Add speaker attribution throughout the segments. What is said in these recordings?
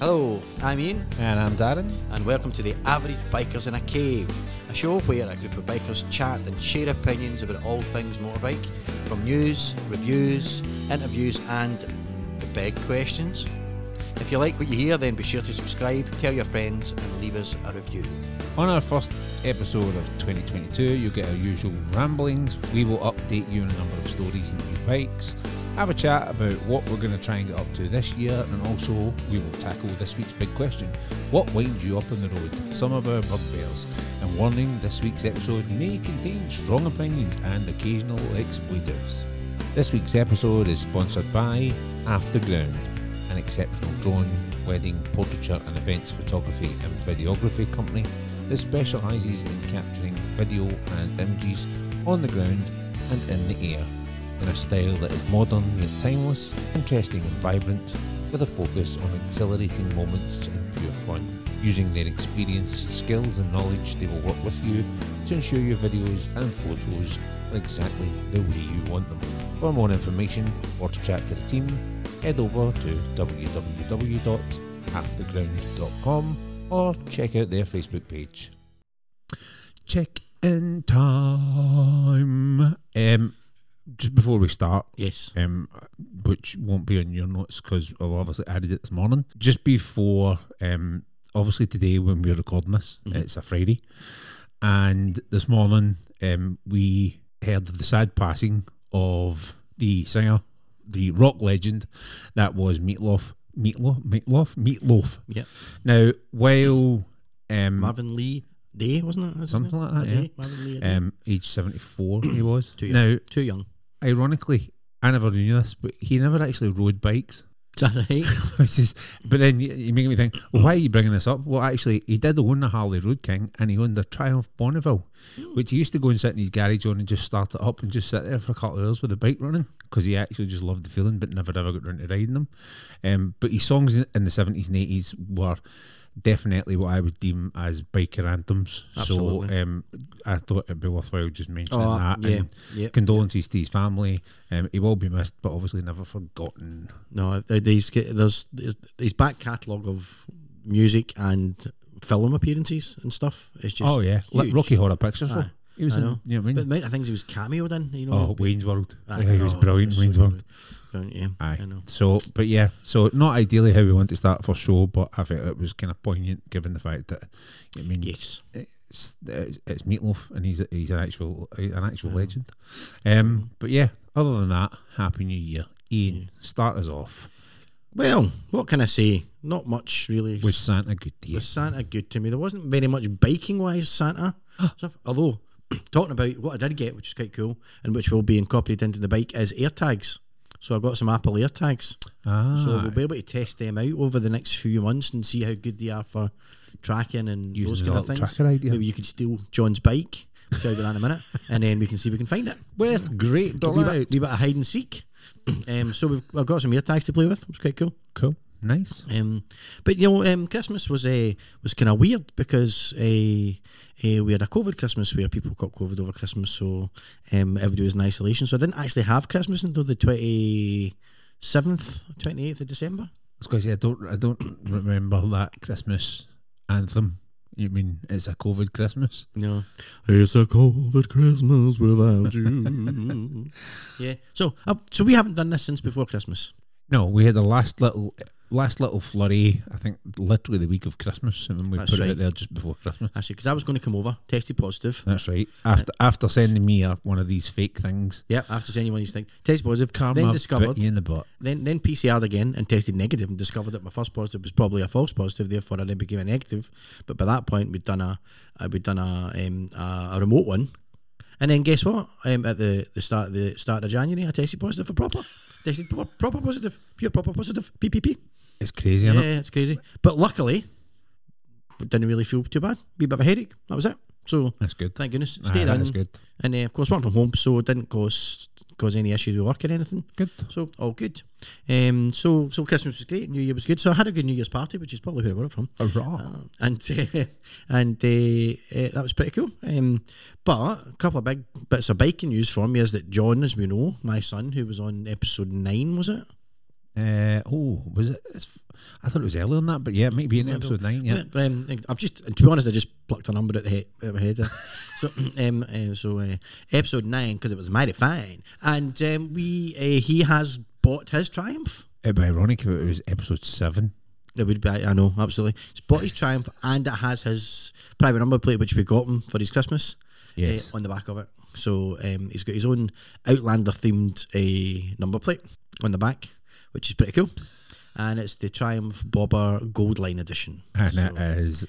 Speaker 1: Hello, I'm Ian,
Speaker 2: And I'm Darren.
Speaker 1: and welcome to the Average Bikers in a Cave, a show where a group of bikers chat and share opinions about all things motorbike, from news, reviews, interviews, and the big questions. If you like what you hear, then be sure to subscribe, tell your friends, and leave us a review.
Speaker 2: On our first episode of 2022, you'll get our usual ramblings. We will update you on a number of stories and new bikes, have a chat about what we're going to try and get up to this year, and also we will tackle this week's big question what winds you up on the road? Some of our bugbears. And warning this week's episode may contain strong opinions and occasional expletives. This week's episode is sponsored by Afterground. an exceptional drone, wedding, portraiture, and events photography and videography company that specialises in capturing video and images on the ground and in the air in a style that is modern yet timeless, interesting and vibrant, with a focus on exhilarating moments and pure fun. Using their experience, skills, and knowledge, they will work with you to ensure your videos and photos are exactly the way you want them. For more information or to chat to the team, head over to www.halftheground.com or check out their Facebook page. Check in time. Um, just before we start,
Speaker 1: Yes.
Speaker 2: um, which won't be on your notes because I've obviously added it this morning. Just before, um, obviously today when we're recording this, it's a Friday, and this morning um, we heard of the sad passing of the singer, the rock legend, that was Meatloaf, Meatloaf, Meatloaf, Meatloaf.
Speaker 1: Yep.
Speaker 2: Now, while um,
Speaker 1: Marvin Lee Day, wasn't it? That's his
Speaker 2: Something
Speaker 1: name?
Speaker 2: like that,
Speaker 1: Day?
Speaker 2: yeah.
Speaker 1: Marvin Lee Day.
Speaker 2: um, age seventy four, he was.
Speaker 1: Too young.
Speaker 2: Now,
Speaker 1: Too young.
Speaker 2: ironically, I never knew this, but he never actually rode bikes.
Speaker 1: Is that right?
Speaker 2: Which is, but then you, you make me think, well, why are you bringing this up? Well, actually, he did own a Harley Road King and he owned a Triumph Bonneville,
Speaker 1: Hmm.
Speaker 2: which he used to go and sit in his garage on and just start it up and just sit there for a couple of hours with the bike running because he actually just loved the feeling but never ever got round to riding them. Um, but his songs in the 70s and 80s were definitely what I would deem as biker anthems.
Speaker 1: Absolutely.
Speaker 2: So um, I thought it'd be worthwhile just mentioning
Speaker 1: Oh,
Speaker 2: that.
Speaker 1: yeah,
Speaker 2: and
Speaker 1: yeah.
Speaker 2: Condolences to his family. Um, he will be missed, but obviously never forgotten.
Speaker 1: No, uh, these there's his back catalogue of music and film appearances and stuff. It's just
Speaker 2: oh yeah, like
Speaker 1: huge.
Speaker 2: Rocky Horror Picture Show.
Speaker 1: Aye,
Speaker 2: He was
Speaker 1: I
Speaker 2: in,
Speaker 1: know.
Speaker 2: you know what I
Speaker 1: But the
Speaker 2: mean?
Speaker 1: amount of things he was cameoed in, you know.
Speaker 2: oh, Wayne's World.
Speaker 1: Aye,
Speaker 2: yeah, he was
Speaker 1: oh,
Speaker 2: brilliant. in
Speaker 1: it's
Speaker 2: Wayne's
Speaker 1: so
Speaker 2: World.
Speaker 1: brilliant, Yeah,
Speaker 2: Aye.
Speaker 1: I know.
Speaker 2: So, but yeah, so not ideally how we want to start for show, but I felt it was kind of poignant given the fact that I mean,
Speaker 1: Yes,
Speaker 2: it's, it's it's Meatloaf and he's he's an actual an actual legend. Um, but yeah, other than that, happy New Year, Ian. Start us off.
Speaker 1: Well, what can I say? Not much really.
Speaker 2: Was Santa good to you?
Speaker 1: Was Santa good to me? There wasn't very much biking wise Santa stuff. Although, talking about what I did get, which is quite cool, and which will be incorporated into the bike, is air tags. So I got some Apple air tags.
Speaker 2: Ah,
Speaker 1: So we'll be able to test them out over the next few months and see how good they are for tracking and
Speaker 2: Using
Speaker 1: those
Speaker 2: the
Speaker 1: kind of
Speaker 2: little
Speaker 1: things.
Speaker 2: tracker idea.
Speaker 1: Maybe you could steal John's bike. We'll tell you that in a minute, and then we can see if we can find it.
Speaker 2: with great
Speaker 1: We bit,
Speaker 2: delight.
Speaker 1: wee bit of hide and seek. um, so we've, I've got some ear tags to play with, which is quite cool.
Speaker 2: Cool, nice.
Speaker 1: Um, but you know, um, Christmas was uh, was kind of weird because uh, uh, we had a COVID Christmas where people got COVID over Christmas, so um, everybody was in isolation. So I didn't actually have Christmas until the twenty seventh, twenty eighth of December.
Speaker 2: was going to say I don't I don't remember that Christmas anthem. You mean it's a COVID Christmas?
Speaker 1: No, it's a COVID Christmas without you. yeah. So uh, so we haven't done this since before Christmas.
Speaker 2: No, we had the last little last little flurry. I think literally the week of Christmas, and then we
Speaker 1: That's
Speaker 2: put it
Speaker 1: right.
Speaker 2: out there just before Christmas.
Speaker 1: Actually, because I was going to come over, tested positive.
Speaker 2: That's right. After after sending me a, one of these fake things,
Speaker 1: Yeah, after seeing anyone, you think tested positive.
Speaker 2: karma
Speaker 1: then
Speaker 2: bit
Speaker 1: discovered
Speaker 2: you in the butt.
Speaker 1: Then then PCR'd again and tested negative and discovered that my first positive was probably a false positive, therefore I then became a negative. But by that point we'd done a uh, we'd done a um, a, a remote one. And then guess what? Um, at the, the start the start of January I tested positive for proper. Tested proper, proper positive, pure proper positive, PPP.
Speaker 2: It's crazy,
Speaker 1: Yeah,
Speaker 2: isn't it?
Speaker 1: it's crazy. But luckily it didn't really feel too bad. Be bit of a headache. That was it. So
Speaker 2: That's good.
Speaker 1: thank goodness.
Speaker 2: Aye,
Speaker 1: Stayed
Speaker 2: that's
Speaker 1: in
Speaker 2: good.
Speaker 1: and uh, of course worked from home so it didn't cause cause any issues with work or anything.
Speaker 2: Good.
Speaker 1: So all good. Um, so so Christmas was great. New Year was good. So I had a good New Year's party, which is probably where I got it from.
Speaker 2: Hurrah.
Speaker 1: And uh, and uh, uh, that was pretty cool. Um, but a couple of big bits of biking news for me is that John, as we know, my son, who was on episode nine, was it?
Speaker 2: Uh, oh, was it? It's, I thought it was earlier than that, but yeah, it might be in
Speaker 1: Might be.
Speaker 2: episode nine. Yeah,
Speaker 1: Um, I've just, to be honest, I just plucked a number at the head. At my head there. so, um, uh, so uh, episode nine because it was mighty fine, and um, we uh, he has bought his triumph.
Speaker 2: it'd be ironic if it was episode seven.
Speaker 1: It would be, I know, absolutely. He's bought his triumph, and it has his private number plate, which we got him for his Christmas. uh,
Speaker 2: Yes.
Speaker 1: on the back of it. So um, he's got his own Outlander themed uh, number plate on the back, which is pretty cool. And it's the Triumph Bobber Gold Line Edition.
Speaker 2: And
Speaker 1: So
Speaker 2: it is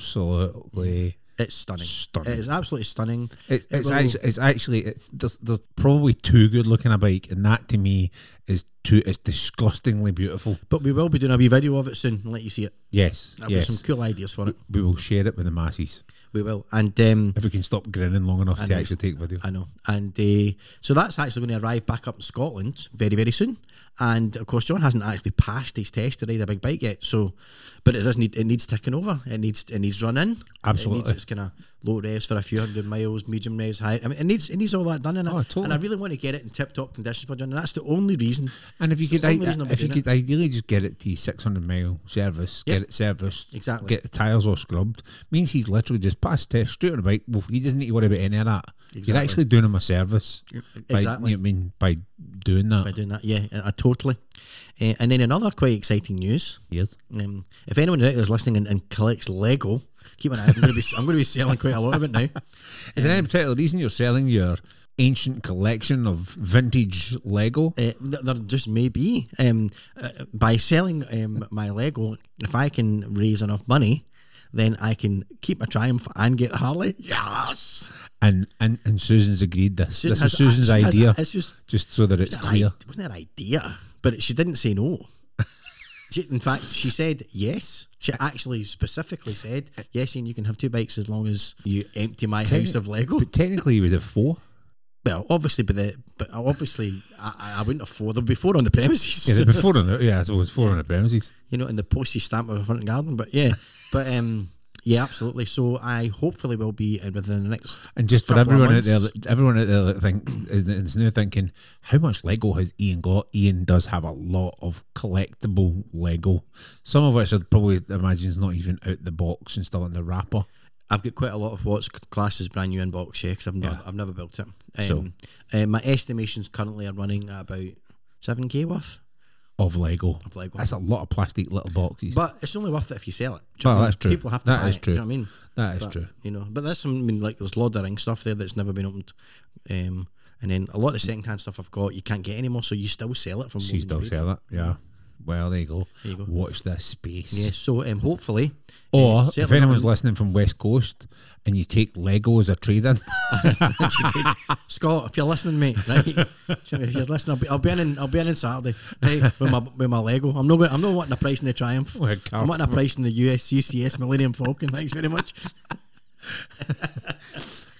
Speaker 2: absolutely
Speaker 1: it's stunning.
Speaker 2: stunning.
Speaker 1: It is absolutely stunning.
Speaker 2: It's, it's,
Speaker 1: will-
Speaker 2: actually, it's actually it's there's, there's probably too good looking a bike, and that to me is too it's disgustingly beautiful.
Speaker 1: But we will be doing a wee video of it soon and let you see it.
Speaker 2: Yes,
Speaker 1: I've got
Speaker 2: yes,
Speaker 1: some cool ideas for it.
Speaker 2: we will share it with the masses
Speaker 1: We will. And um,
Speaker 2: if we can stop grinning long enough to
Speaker 1: know.
Speaker 2: actually take video.
Speaker 1: I know. And uh, so that's actually going to arrive back up in Scotland very, very soon. And of course, John hasn't actually passed his test to ride a big bike yet. So, but it does need it needs ticking over. It needs it needs running. It
Speaker 2: Absolutely.
Speaker 1: needs its kind of low revs for a few hundred miles, medium revs, high. I mean, it needs it needs all that done in it.
Speaker 2: Oh, totally.
Speaker 1: And I really want to get it in tip top condition for John. And that's the only reason.
Speaker 2: And if you
Speaker 1: It's the
Speaker 2: could,
Speaker 1: only reason I'll
Speaker 2: I,
Speaker 1: be
Speaker 2: if you
Speaker 1: doing
Speaker 2: could ideally just get it to six hundred mile service,
Speaker 1: Yeah.
Speaker 2: get it serviced,
Speaker 1: Exactly.
Speaker 2: get the tires all scrubbed, means he's literally just passed test straight on the bike. Well, he doesn't need to worry about any of that. You're
Speaker 1: Exactly.
Speaker 2: actually doing him a service. By,
Speaker 1: Exactly.
Speaker 2: You know what I mean by doing that?
Speaker 1: By doing that, yeah, I, I totally. Uh, and then another quite exciting news.
Speaker 2: yes.
Speaker 1: Um, if anyone out there is listening and, and collects Lego, keep an eye. I'm going to be I'm going to be selling quite a lot of it now.
Speaker 2: Is there any particular reason you're selling your ancient collection of vintage Lego?
Speaker 1: Uh, th- there just may be. Um, uh, by selling um, my Lego, if I can raise enough money, then I can keep my Triumph and get Harley. Yes!
Speaker 2: And and, and Susan's agreed this.
Speaker 1: Susan
Speaker 2: this
Speaker 1: has-
Speaker 2: was Susan's
Speaker 1: she has-
Speaker 2: idea,
Speaker 1: it's just
Speaker 2: just so that it's
Speaker 1: an
Speaker 2: clear.
Speaker 1: i- it wasn't her idea, but she didn't say no. She, in fact, she said yes. She actually specifically said yes, and you can have two bikes as long as you empty my house of Lego.
Speaker 2: But technically, you would have four.
Speaker 1: Well, obviously, but the but obviously, I, I- I wouldn't have four. There'd be four on the premises.
Speaker 2: Yeah, there'd be four on the, yeah, I suppose four on the premises.
Speaker 1: you know, in the postage stamp of a front garden. But yeah, but um, yeah, absolutely. So I hopefully will be in within the next.
Speaker 2: And just for
Speaker 1: Couple of
Speaker 2: everyone out there,
Speaker 1: months.
Speaker 2: that, everyone out there that thinks is, is now thinking, how much Lego has Ian got? Ian does have a lot of collectible Lego. Some of which I'd probably imagine is not even out the box and still in the wrapper.
Speaker 1: I've got quite a lot of what's classed as brand new inbox yeah, because I've not, I've never built it. Um,
Speaker 2: So-
Speaker 1: uh, my estimations currently are running at about seven k worth
Speaker 2: Of Lego.
Speaker 1: of Lego.
Speaker 2: That's a lot of plastic little boxes.
Speaker 1: but it's only worth it if you sell it. Do you know
Speaker 2: Well,
Speaker 1: what I mean?
Speaker 2: that's true.
Speaker 1: People have to
Speaker 2: That
Speaker 1: buy
Speaker 2: is
Speaker 1: it, do you
Speaker 2: true.
Speaker 1: know what I mean?
Speaker 2: that is
Speaker 1: But,
Speaker 2: true.
Speaker 1: You know, but there's some. I mean, like there's Lord of the Rings stuff there that's never been opened, um, and then a lot of the secondhand stuff I've got you can't get anymore, so you still sell it from.
Speaker 2: She
Speaker 1: Woven
Speaker 2: still
Speaker 1: Grave.
Speaker 2: sell that. Yeah. Well, there you go.
Speaker 1: you go.
Speaker 2: Watch this space.
Speaker 1: Yeah, so um, hopefully, uh,
Speaker 2: Or if
Speaker 1: certainly
Speaker 2: anyone's
Speaker 1: not-
Speaker 2: listening from West Coast and you take Lego as a trade in,
Speaker 1: Scott, if you're listening, mate, right? if you're listening, I'll be, I'll be in, on- I'll be in on Saturday, right? With my with my Lego, I'm not going, I'm not wanting a price in the Triumph.
Speaker 2: Well,
Speaker 1: I'm wanting a price in the US UCS Millennium Falcon. Thanks very much.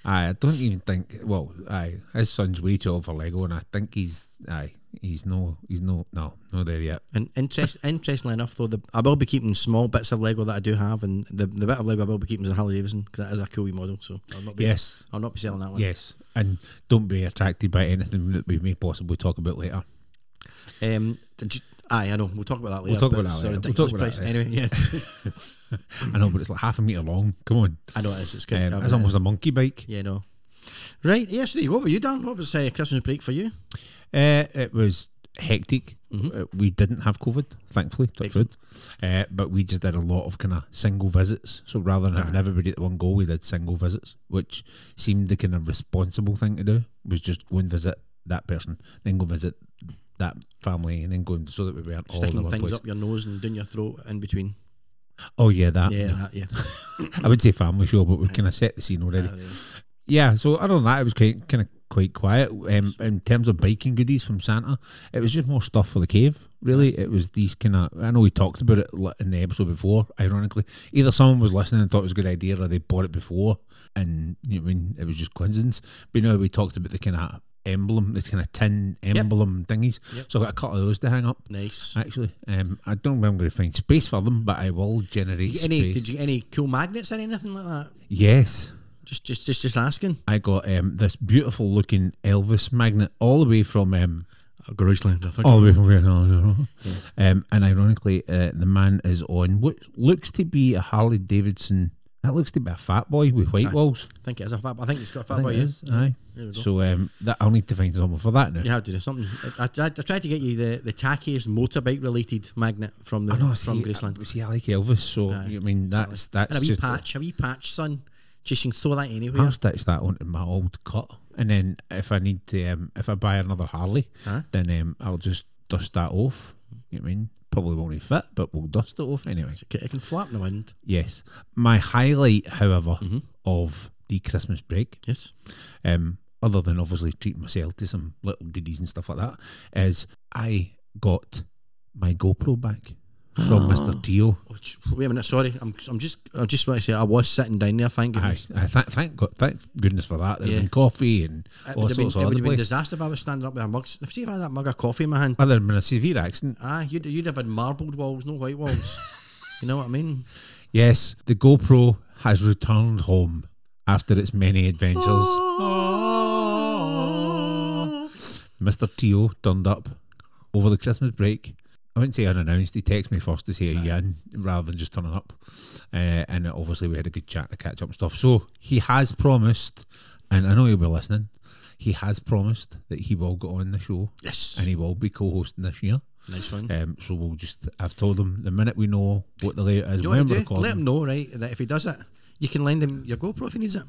Speaker 2: I don't even think. Well, aye, his son's way too old for Lego, and I think he's aye, he's no, he's no, no, no there yet.
Speaker 1: And interest, interestingly enough, though, the, I will be keeping small bits of Lego that I do have, and the, the bit of Lego I will be keeping is a Harley Davidson because that is a cool wee model. So I'll not be,
Speaker 2: Yes,
Speaker 1: I'll not be selling that one.
Speaker 2: yes, and don't be attracted by anything that we may possibly talk about later.
Speaker 1: Um, did you, aye, I know. We'll talk about that later.
Speaker 2: talk
Speaker 1: but
Speaker 2: about that
Speaker 1: it's a
Speaker 2: later. We'll
Speaker 1: ridiculous
Speaker 2: talk about
Speaker 1: price.
Speaker 2: that
Speaker 1: Anyway, yeah,
Speaker 2: I know, but it's like half a meter long. Come on,
Speaker 1: I know it is. It's good.
Speaker 2: um,
Speaker 1: I
Speaker 2: it's
Speaker 1: mean,
Speaker 2: almost a monkey bike.
Speaker 1: Yeah, no. Right, yes, yeah, so what were you done? What was uh, Christmas break for you?
Speaker 2: Uh, it was hectic.
Speaker 1: Mm-hmm.
Speaker 2: Uh, we didn't have COVID, thankfully, touch wood. Uh, but we just did a lot of kind of single visits. So rather than
Speaker 1: Uh-huh.
Speaker 2: having everybody at one go, we did single visits, which seemed the kind of responsible thing to do. Was just go and visit that person, then go visit that family, and then go and so that we weren't all in
Speaker 1: Sticking
Speaker 2: one
Speaker 1: things
Speaker 2: place.
Speaker 1: up your nose and down your throat in between.
Speaker 2: Oh yeah, that.
Speaker 1: yeah, that, yeah.
Speaker 2: I would say family show, but we've kind of set the scene already.
Speaker 1: That is.
Speaker 2: Yeah, so other than that, it was quite, kind of quite quiet. Um, in terms of biking goodies from Santa, it was just more stuff for the cave. Really, it was these kind of. I know we talked about it li- in the episode before. Ironically, either someone was listening and thought it was a good idea, or they bought it before, and you know, what I mean, it was just coincidence. But you know, we talked about the kind of emblem, the kind of tin emblem thingies. So I got a couple of those to hang up.
Speaker 1: nice.
Speaker 2: Actually, um, I don't know where I'm going to find space for them, but I will generate
Speaker 1: Did you any,
Speaker 2: space.
Speaker 1: did you get any cool magnets or anything like that?
Speaker 2: yes.
Speaker 1: Just, just, just, just asking.
Speaker 2: I got um, this beautiful looking Elvis magnet all the way from um,
Speaker 1: Graceland, I think.
Speaker 2: All the way from Vietnam. Um, and ironically, uh, the man is on what looks to be a Harley Davidson. That looks to be a fat boy with white
Speaker 1: Aye.
Speaker 2: walls.
Speaker 1: I think it is a fat. I think it's got a
Speaker 2: I
Speaker 1: fat
Speaker 2: think
Speaker 1: boy.
Speaker 2: it
Speaker 1: yeah.
Speaker 2: is. Aye.
Speaker 1: There we go.
Speaker 2: So um, that I'll need to find someone for that now.
Speaker 1: You have to do something. I, I, tried- I tried to get you the, the tackiest motorbike related magnet from the
Speaker 2: Oh, I know. I
Speaker 1: from
Speaker 2: see,
Speaker 1: Graceland.
Speaker 2: I, see, I like Elvis. So
Speaker 1: Aye,
Speaker 2: you I mean that's
Speaker 1: and a
Speaker 2: that's
Speaker 1: wee
Speaker 2: just
Speaker 1: patch, a wee patch, son. Just you can throw that anywhere.
Speaker 2: I'll stitch that onto my old cut, and then if I need to, um, if I buy another Harley,
Speaker 1: Huh?
Speaker 2: then um, I'll just dust that off. You know what I mean? Probably won't even fit, but we'll dust it off anyway.
Speaker 1: It can- It can flap in the wind.
Speaker 2: Yes. My highlight, however,
Speaker 1: Mm-hmm.
Speaker 2: of the Christmas break,
Speaker 1: Yes.
Speaker 2: um, other than obviously treating myself to some little goodies and stuff like that, is I got my GoPro back from Mr. Teo.
Speaker 1: Oh, j- wait a minute. Sorry, I'm. I'm just. I just want to say I was sitting down there. Thank
Speaker 2: Aye,
Speaker 1: goodness.
Speaker 2: I thank thank God, thank goodness for that. There would
Speaker 1: Yeah.
Speaker 2: have been coffee and
Speaker 1: It
Speaker 2: Oh, all
Speaker 1: would have been,
Speaker 2: sorts
Speaker 1: it
Speaker 2: of
Speaker 1: would
Speaker 2: other
Speaker 1: have been
Speaker 2: places.
Speaker 1: disaster if I was standing up with a mug. If see if I had that mug of coffee in my hand,
Speaker 2: Other than a severe accident,
Speaker 1: ah, you'd, you'd have had marbled walls, no white walls. you know what I mean?
Speaker 2: yes, the GoPro has returned home after its many adventures. Mr. Teo turned up over the Christmas break. I wouldn't say unannounced. He texted me first to say, yeah, rather than just turning up. Uh, and obviously, we had a good chat to catch up and stuff. So he has promised, and I know you'll be listening, he has promised that he will go on the show
Speaker 1: Yes.
Speaker 2: and he will be co hosting this year.
Speaker 1: Nice one.
Speaker 2: Um, so we'll just, I've told him the minute we know what the layout is,
Speaker 1: You know
Speaker 2: when
Speaker 1: what
Speaker 2: we're
Speaker 1: you do? Let
Speaker 2: recording,
Speaker 1: him know, right, that if he does it, you can lend him your GoPro if he needs it.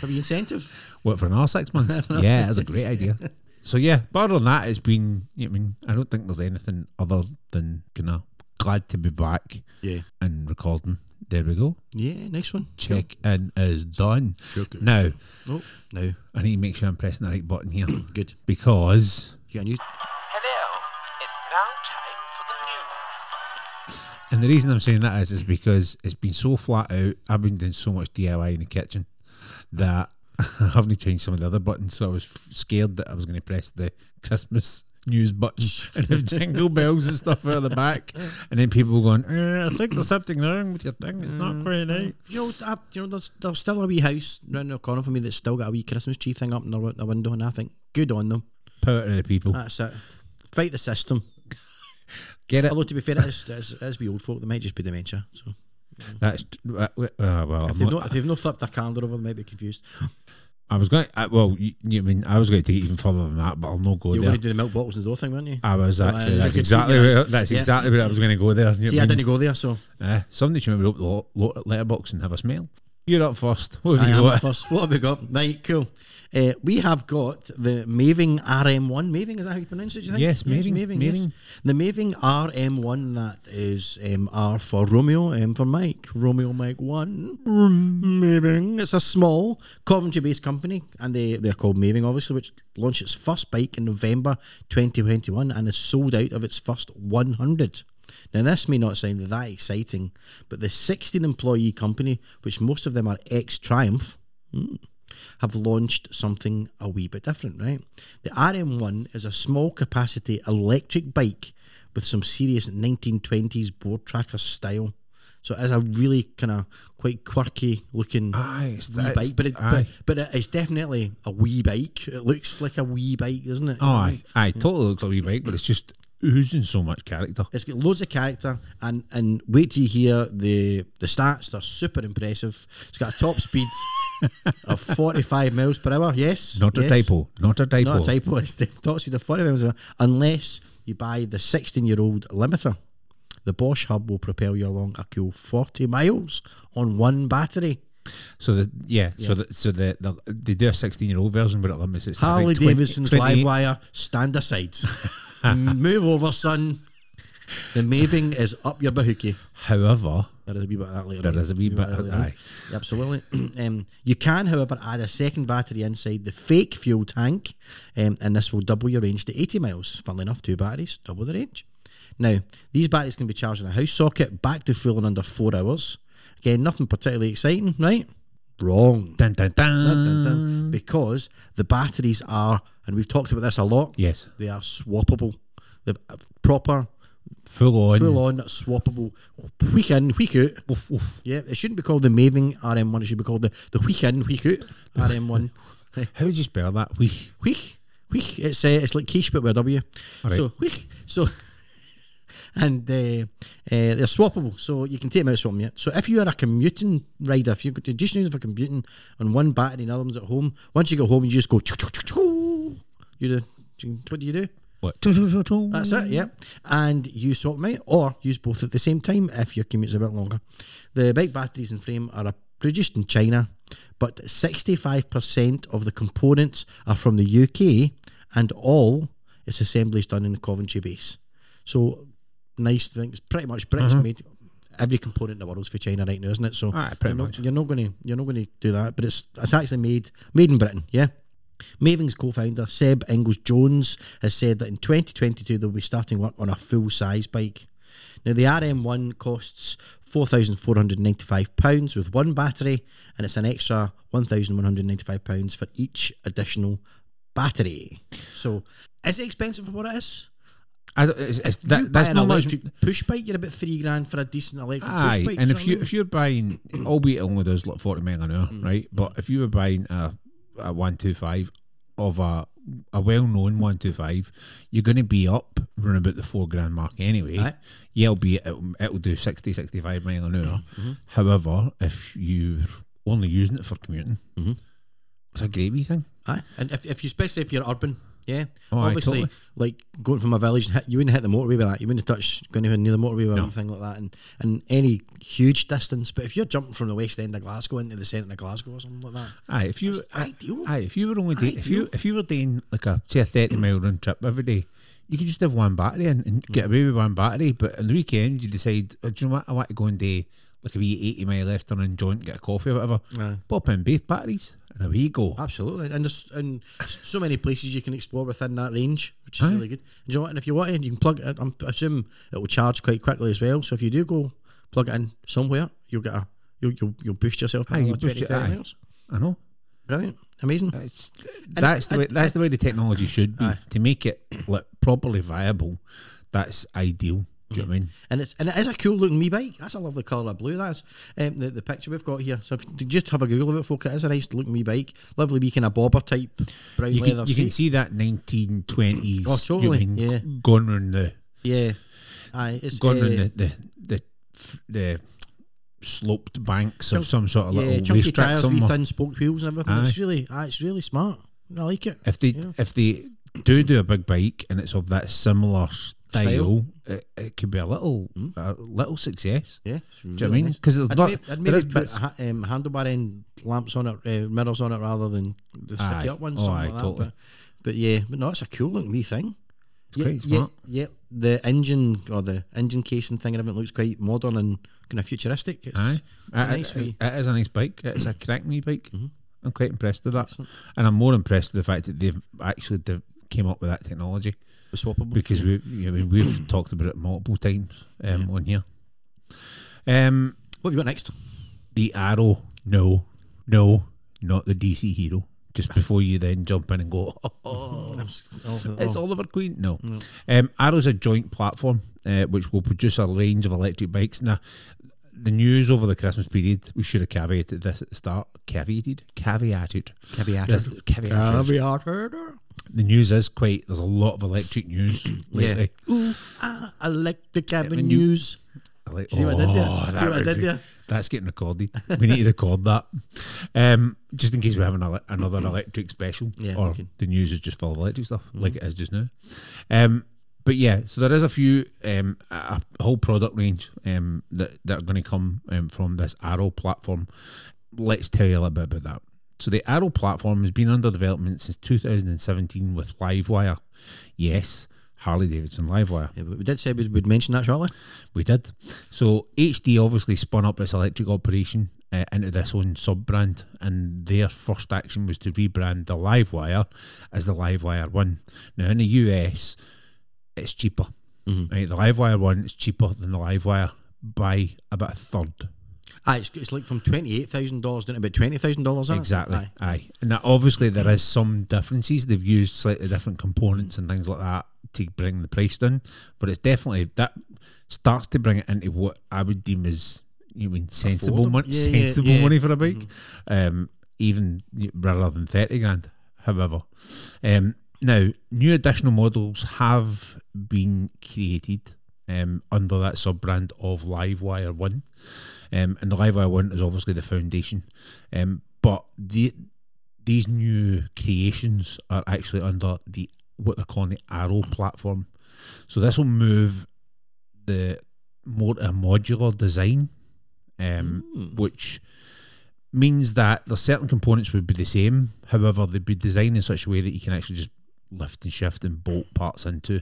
Speaker 1: Have you incentive?
Speaker 2: what for another six months. yeah, that's a great idea. So yeah, but other than that, it's been. you know what I mean, I don't think there's anything other than kind of glad to be back
Speaker 1: Yeah.
Speaker 2: and recording. There we go.
Speaker 1: Yeah, nice one.
Speaker 2: Check in is done.
Speaker 1: Sure, good.
Speaker 2: Now
Speaker 1: Oh, no.
Speaker 2: I need to make sure I'm pressing the right button here
Speaker 1: Good.
Speaker 2: because
Speaker 1: Yeah, and you.
Speaker 3: Hello, it's now time for the news.
Speaker 2: And the reason I'm saying that is, is because it's been so flat out. I've been doing so much DIY in the kitchen that I haven't changed some of the other buttons. So I was f- scared that I was going to press the Christmas news button and have jingle bells and stuff out of the back. And then people going, eh, I think there's something wrong with your thing. It's not quite right.
Speaker 1: You know, I, you know there's, there's still a wee house round the corner from me that's still got a wee Christmas tree thing up in the, wi- the window, and I think, good on them.
Speaker 2: Power to the people.
Speaker 1: That's it. Fight the system.
Speaker 2: Get it?
Speaker 1: Although, to be fair, it is, it is, it is we old folk, they might just be dementia. So
Speaker 2: That's, uh, well, I'm
Speaker 1: if they've,
Speaker 2: not-
Speaker 1: not, if they've not flipped their calendar over, they might be confused.
Speaker 2: I was going, uh, well, you, you mean, I was going to take it even further than that, but I'll not go
Speaker 1: You were
Speaker 2: there.
Speaker 1: going to do the milk bottles in the door thing, weren't you?
Speaker 2: I was
Speaker 1: Well,
Speaker 2: actually,
Speaker 1: uh,
Speaker 2: that's
Speaker 1: you could
Speaker 2: exactly,
Speaker 1: see your
Speaker 2: where,
Speaker 1: eyes.
Speaker 2: that's
Speaker 1: Yeah.
Speaker 2: exactly where I was going to go there. you know
Speaker 1: See,
Speaker 2: what
Speaker 1: I
Speaker 2: I mean?
Speaker 1: didn't go there, so
Speaker 2: Uh, somebody should maybe open the lo- lo- letterbox and have a smell. You're up first. What have
Speaker 1: I
Speaker 2: you
Speaker 1: am
Speaker 2: got?
Speaker 1: first. What have we got? Right, cool. Uh, we have got the Maving RM1. Maving, is that how you pronounce it, do you think?
Speaker 2: Yes, Maving,
Speaker 1: yes.
Speaker 2: Maving.
Speaker 1: The Maving RM1, that is um, R for Romeo, M for Mike. Romeo Mike 1. Maving. It's a small Coventry based company, and they, they're called Maving, obviously, which launched its first bike in November 2021 and is sold out of its first 100. Now, this may not sound that exciting, but the 16 employee company, which most of them are ex Triumph, have launched something a wee bit different, right? The RM1 is a small capacity electric bike with some serious 1920s board tracker style. So it is a really kind of quite quirky looking
Speaker 2: Aye, it's-
Speaker 1: wee
Speaker 2: it's-
Speaker 1: bike, but, it, but,
Speaker 2: aye.
Speaker 1: but it is definitely a wee bike. It looks like a wee bike, doesn't it?
Speaker 2: Oh, aye, aye, totally looks like a wee bike, but it's just oozing so much character.
Speaker 1: It's got loads of character, and and wait till you hear the the stats. They're super impressive. It's got a top speed of forty five miles per hour. Yes,
Speaker 2: Not a
Speaker 1: yes.
Speaker 2: typo. Not a typo.
Speaker 1: Not a typo. It's the top speed of 40 miles an hour, unless you buy the 16 year old limiter. The Bosch hub will propel you along a cool 40 miles on one battery.
Speaker 2: So the yeah, so the, so the, the they do a 16 year old version, but it limits it. to, I think,
Speaker 1: Harley
Speaker 2: 20
Speaker 1: Davidson's
Speaker 2: 28.
Speaker 1: live wire, stand aside. Move over, son. The Maving is up your bahookie.
Speaker 2: However,
Speaker 1: There is a wee bit of that later.
Speaker 2: There
Speaker 1: on.
Speaker 2: is a wee bit of-
Speaker 1: later on.
Speaker 2: aye.
Speaker 1: Absolutely. um, you can, however, add a second battery inside the fake fuel tank, um, and this will double your range to 80 miles. Funnily enough, two batteries, double the range. Now, these batteries can be charged in a house socket, back to full in under four hours. Again, nothing particularly exciting, right? Wrong.
Speaker 2: dun, dun, dun.
Speaker 1: Dun,
Speaker 2: Uh.
Speaker 1: dun. Because the batteries are, and we've talked about this a lot,
Speaker 2: yes,
Speaker 1: they are swappable. They've uh, proper,
Speaker 2: full on.
Speaker 1: full on swappable, week in, week out.
Speaker 2: Oof, oof.
Speaker 1: Yeah, it shouldn't be called the Maving RM1. It should be called the the Week In Week Out RM1.
Speaker 2: How would you spell that? We
Speaker 1: Week Wheek. It's uh, it's like quiche but with a W.
Speaker 2: Alright.
Speaker 1: So wheek. So and uh, uh, they're swappable, so you can take them out from you. So if you are a commuting rider, if you could- you just use them for commuting on one battery and other one's at home, once you go home, you just go. You do. What do you do?
Speaker 2: What?
Speaker 1: That's it, yeah. And you sort them out or use both at the same time if your commute's a bit longer. The bike batteries and frame are uh, produced in China, but 65% of the components are from the UK and all its assembly is done in the Coventry base. So nice things, pretty much British made. Every component in the world's for China right now, isn't it? So
Speaker 2: Aye, pretty
Speaker 1: you're not-
Speaker 2: much.
Speaker 1: you're not going to you're not going to do that, but it's it's actually made made in Britain, yeah. Maven's co-founder Seb Ingalls Jones has said that in 2022 they'll be starting work on a full-size bike. Now the RM1 costs £4,495 with one battery, and it's an extra £1,195 for each additional battery. So, is it expensive for what it is?
Speaker 2: I, don't- it's, it's,
Speaker 1: You
Speaker 2: that,
Speaker 1: buy
Speaker 2: that's
Speaker 1: an
Speaker 2: not much.
Speaker 1: electric push bike, you're about three grand for a decent electric push
Speaker 2: Aye,
Speaker 1: bike.
Speaker 2: and
Speaker 1: do
Speaker 2: if you
Speaker 1: know what I mean?
Speaker 2: if you're buying, albeit it only does like forty mile an hour, right? But if you were buying a a one two five of a a well known one two five, you're going to be up around about the four grand mark anyway.
Speaker 1: Aye.
Speaker 2: Yeah, albeit it'll, it'll do 60, 65 mile an hour. However, if you're only using it for commuting, it's a great wee thing.
Speaker 1: Aye, and if, if you especially if you're urban, yeah,
Speaker 2: Oh, aye,
Speaker 1: obviously,
Speaker 2: totally.
Speaker 1: like going from a village, and hit, you wouldn't hit the motorway with that. You wouldn't touch going anywhere near the motorway or anything like that, and, and any huge distance. But if you're jumping from the west end of Glasgow into the centre of Glasgow or something like that,
Speaker 2: Aye, if you aye,
Speaker 1: ideal.
Speaker 2: aye, if you were only doing, if you if you were doing like a say a thirty mile round trip every day, you could just have one battery and, and
Speaker 1: Mm.
Speaker 2: get away with one battery. But on the weekend, you decide, oh, do you know what? I want to go and do like a wee eighty mile left turn and joint, get a coffee or whatever. Pop in both batteries and away you go.
Speaker 1: absolutely. And there's and so many places you can explore within that range, which is
Speaker 2: Aye.
Speaker 1: really good. And you know what? And if you want it, you can plug it. In. I'm, I assume it will charge quite quickly as well. So if you do go plug it in somewhere, you'll get a you'll you'll, you'll boost yourself. by
Speaker 2: Aye, you
Speaker 1: another
Speaker 2: boost
Speaker 1: 20,
Speaker 2: it,
Speaker 1: 30
Speaker 2: aye.
Speaker 1: miles.
Speaker 2: I know.
Speaker 1: Brilliant, amazing.
Speaker 2: It's, that's the way, that's the way the technology should be to make it like properly viable. That's ideal. Do you know what I mean?
Speaker 1: and it's and it is a cool looking wee bike. That's a lovely colour of blue. That's um, the, the picture we've got here. So if you just have a Google of it, folk. It is a nice looking wee bike. Lovely wee kind of bobber type brown
Speaker 2: You
Speaker 1: leather.
Speaker 2: can, you can see that 1920s
Speaker 1: Oh, totally,
Speaker 2: you know what I mean,
Speaker 1: yeah.
Speaker 2: going around the
Speaker 1: yeah, aye, it's
Speaker 2: gone
Speaker 1: uh,
Speaker 2: round the, the the f- the sloped banks of some sort of
Speaker 1: yeah,
Speaker 2: little
Speaker 1: chunky
Speaker 2: racetrack
Speaker 1: tires, wee
Speaker 2: somewhere.
Speaker 1: thin spoke wheels and everything. It's really, aye, it's really smart. I like it.
Speaker 2: If they if they do do a big bike and it's of that similar style,
Speaker 1: Style. Hmm.
Speaker 2: It, it could be a little a little success.
Speaker 1: Yeah, it's really
Speaker 2: Do you know what I mean?
Speaker 1: nice.
Speaker 2: Because there's
Speaker 1: I'd
Speaker 2: not
Speaker 1: may- I'd
Speaker 2: there
Speaker 1: maybe
Speaker 2: is
Speaker 1: put
Speaker 2: bits.
Speaker 1: ha- um, handlebar end lamps on it, uh, mirrors on it, rather than the
Speaker 2: Aye.
Speaker 1: sticky up ones.
Speaker 2: Oh,
Speaker 1: something
Speaker 2: aye,
Speaker 1: like that.
Speaker 2: totally.
Speaker 1: But, but yeah, but no, it's a cool looking wee thing. It's
Speaker 2: quite
Speaker 1: yeah,
Speaker 2: smart.
Speaker 1: yeah, the engine or the engine casing thing and everything looks quite modern and kind of futuristic. It's,
Speaker 2: Aye,
Speaker 1: it's a nice wee. Mm-hmm.
Speaker 2: it is a nice bike. It's a cracking wee bike. I'm quite impressed with that, and I'm more impressed with the fact that they've actually de- came up with that technology.
Speaker 1: swappable.
Speaker 2: because we, I mean, we've talked about it multiple times um, on here. Um,
Speaker 1: What have you got next?
Speaker 2: the Arrow, no, no, not the DC Hero. Just before you then jump in and go, oh,
Speaker 1: I'm s- oh,
Speaker 2: it's
Speaker 1: oh.
Speaker 2: Oliver Queen. No, um, Arrow's a joint platform uh, which will produce a range of electric bikes. Now, the news over the Christmas period, we should have caveated this at the start. Caveated, caveated,
Speaker 1: Caveated.
Speaker 2: This- caveated. The news is quite. There's a lot of electric news
Speaker 1: Yeah.
Speaker 2: lately.
Speaker 1: Ooh, ah, I like the cabin
Speaker 2: you-
Speaker 1: news.
Speaker 2: I like,
Speaker 1: See what I did there?
Speaker 2: Oh,
Speaker 1: See
Speaker 2: that
Speaker 1: what I
Speaker 2: would
Speaker 1: did
Speaker 2: be-
Speaker 1: there?
Speaker 2: That's getting recorded. We need to record that, um, just in case we have an ele- another electric special,
Speaker 1: Mm-hmm. Yeah,
Speaker 2: or
Speaker 1: we can. Mm-hmm.
Speaker 2: the news is just full of electric stuff, like it is just now. Um, but yeah, so there is a few, um, a a whole product range um, that that are going to come um, from this Arrow platform. Let's tell you a little bit about that. So the Arrow platform has been under development since 2017 with Livewire. Yes, Harley Davidson Livewire.
Speaker 1: Yeah, but we did say we would mention that shortly.
Speaker 2: We did. So HD obviously spun up its electric operation uh, into this own sub brand, and their first action was to rebrand the Livewire as the Livewire One. Now in the US, it's cheaper. Right, the Livewire One is cheaper than the Livewire by about a third.
Speaker 1: Aye, Ah, it's, it's like from twenty eight thousand dollars down to about twenty thousand dollars.
Speaker 2: Exactly.
Speaker 1: Aye.
Speaker 2: Aye. And now obviously there is some differences. They've used slightly different components and things like that to bring the price down. But it's definitely that starts to bring it into what I would deem as you mean sensible
Speaker 1: Affordable.
Speaker 2: money
Speaker 1: Yeah, yeah,
Speaker 2: sensible
Speaker 1: yeah. Mm-hmm.
Speaker 2: money for a bike. Um even rather than thirty grand, however. Um Now, new additional models have been created um, under that sub brand of Livewire One, um, and the Livewire One is obviously the foundation, um, but the these new creations are actually under the what they're calling the Arrow platform. So this will move the more to a modular design, um,
Speaker 1: Mm.
Speaker 2: which means that there's certain components would be the same. However, they'd be designed in such a way that you can actually just lift and shift and bolt parts into.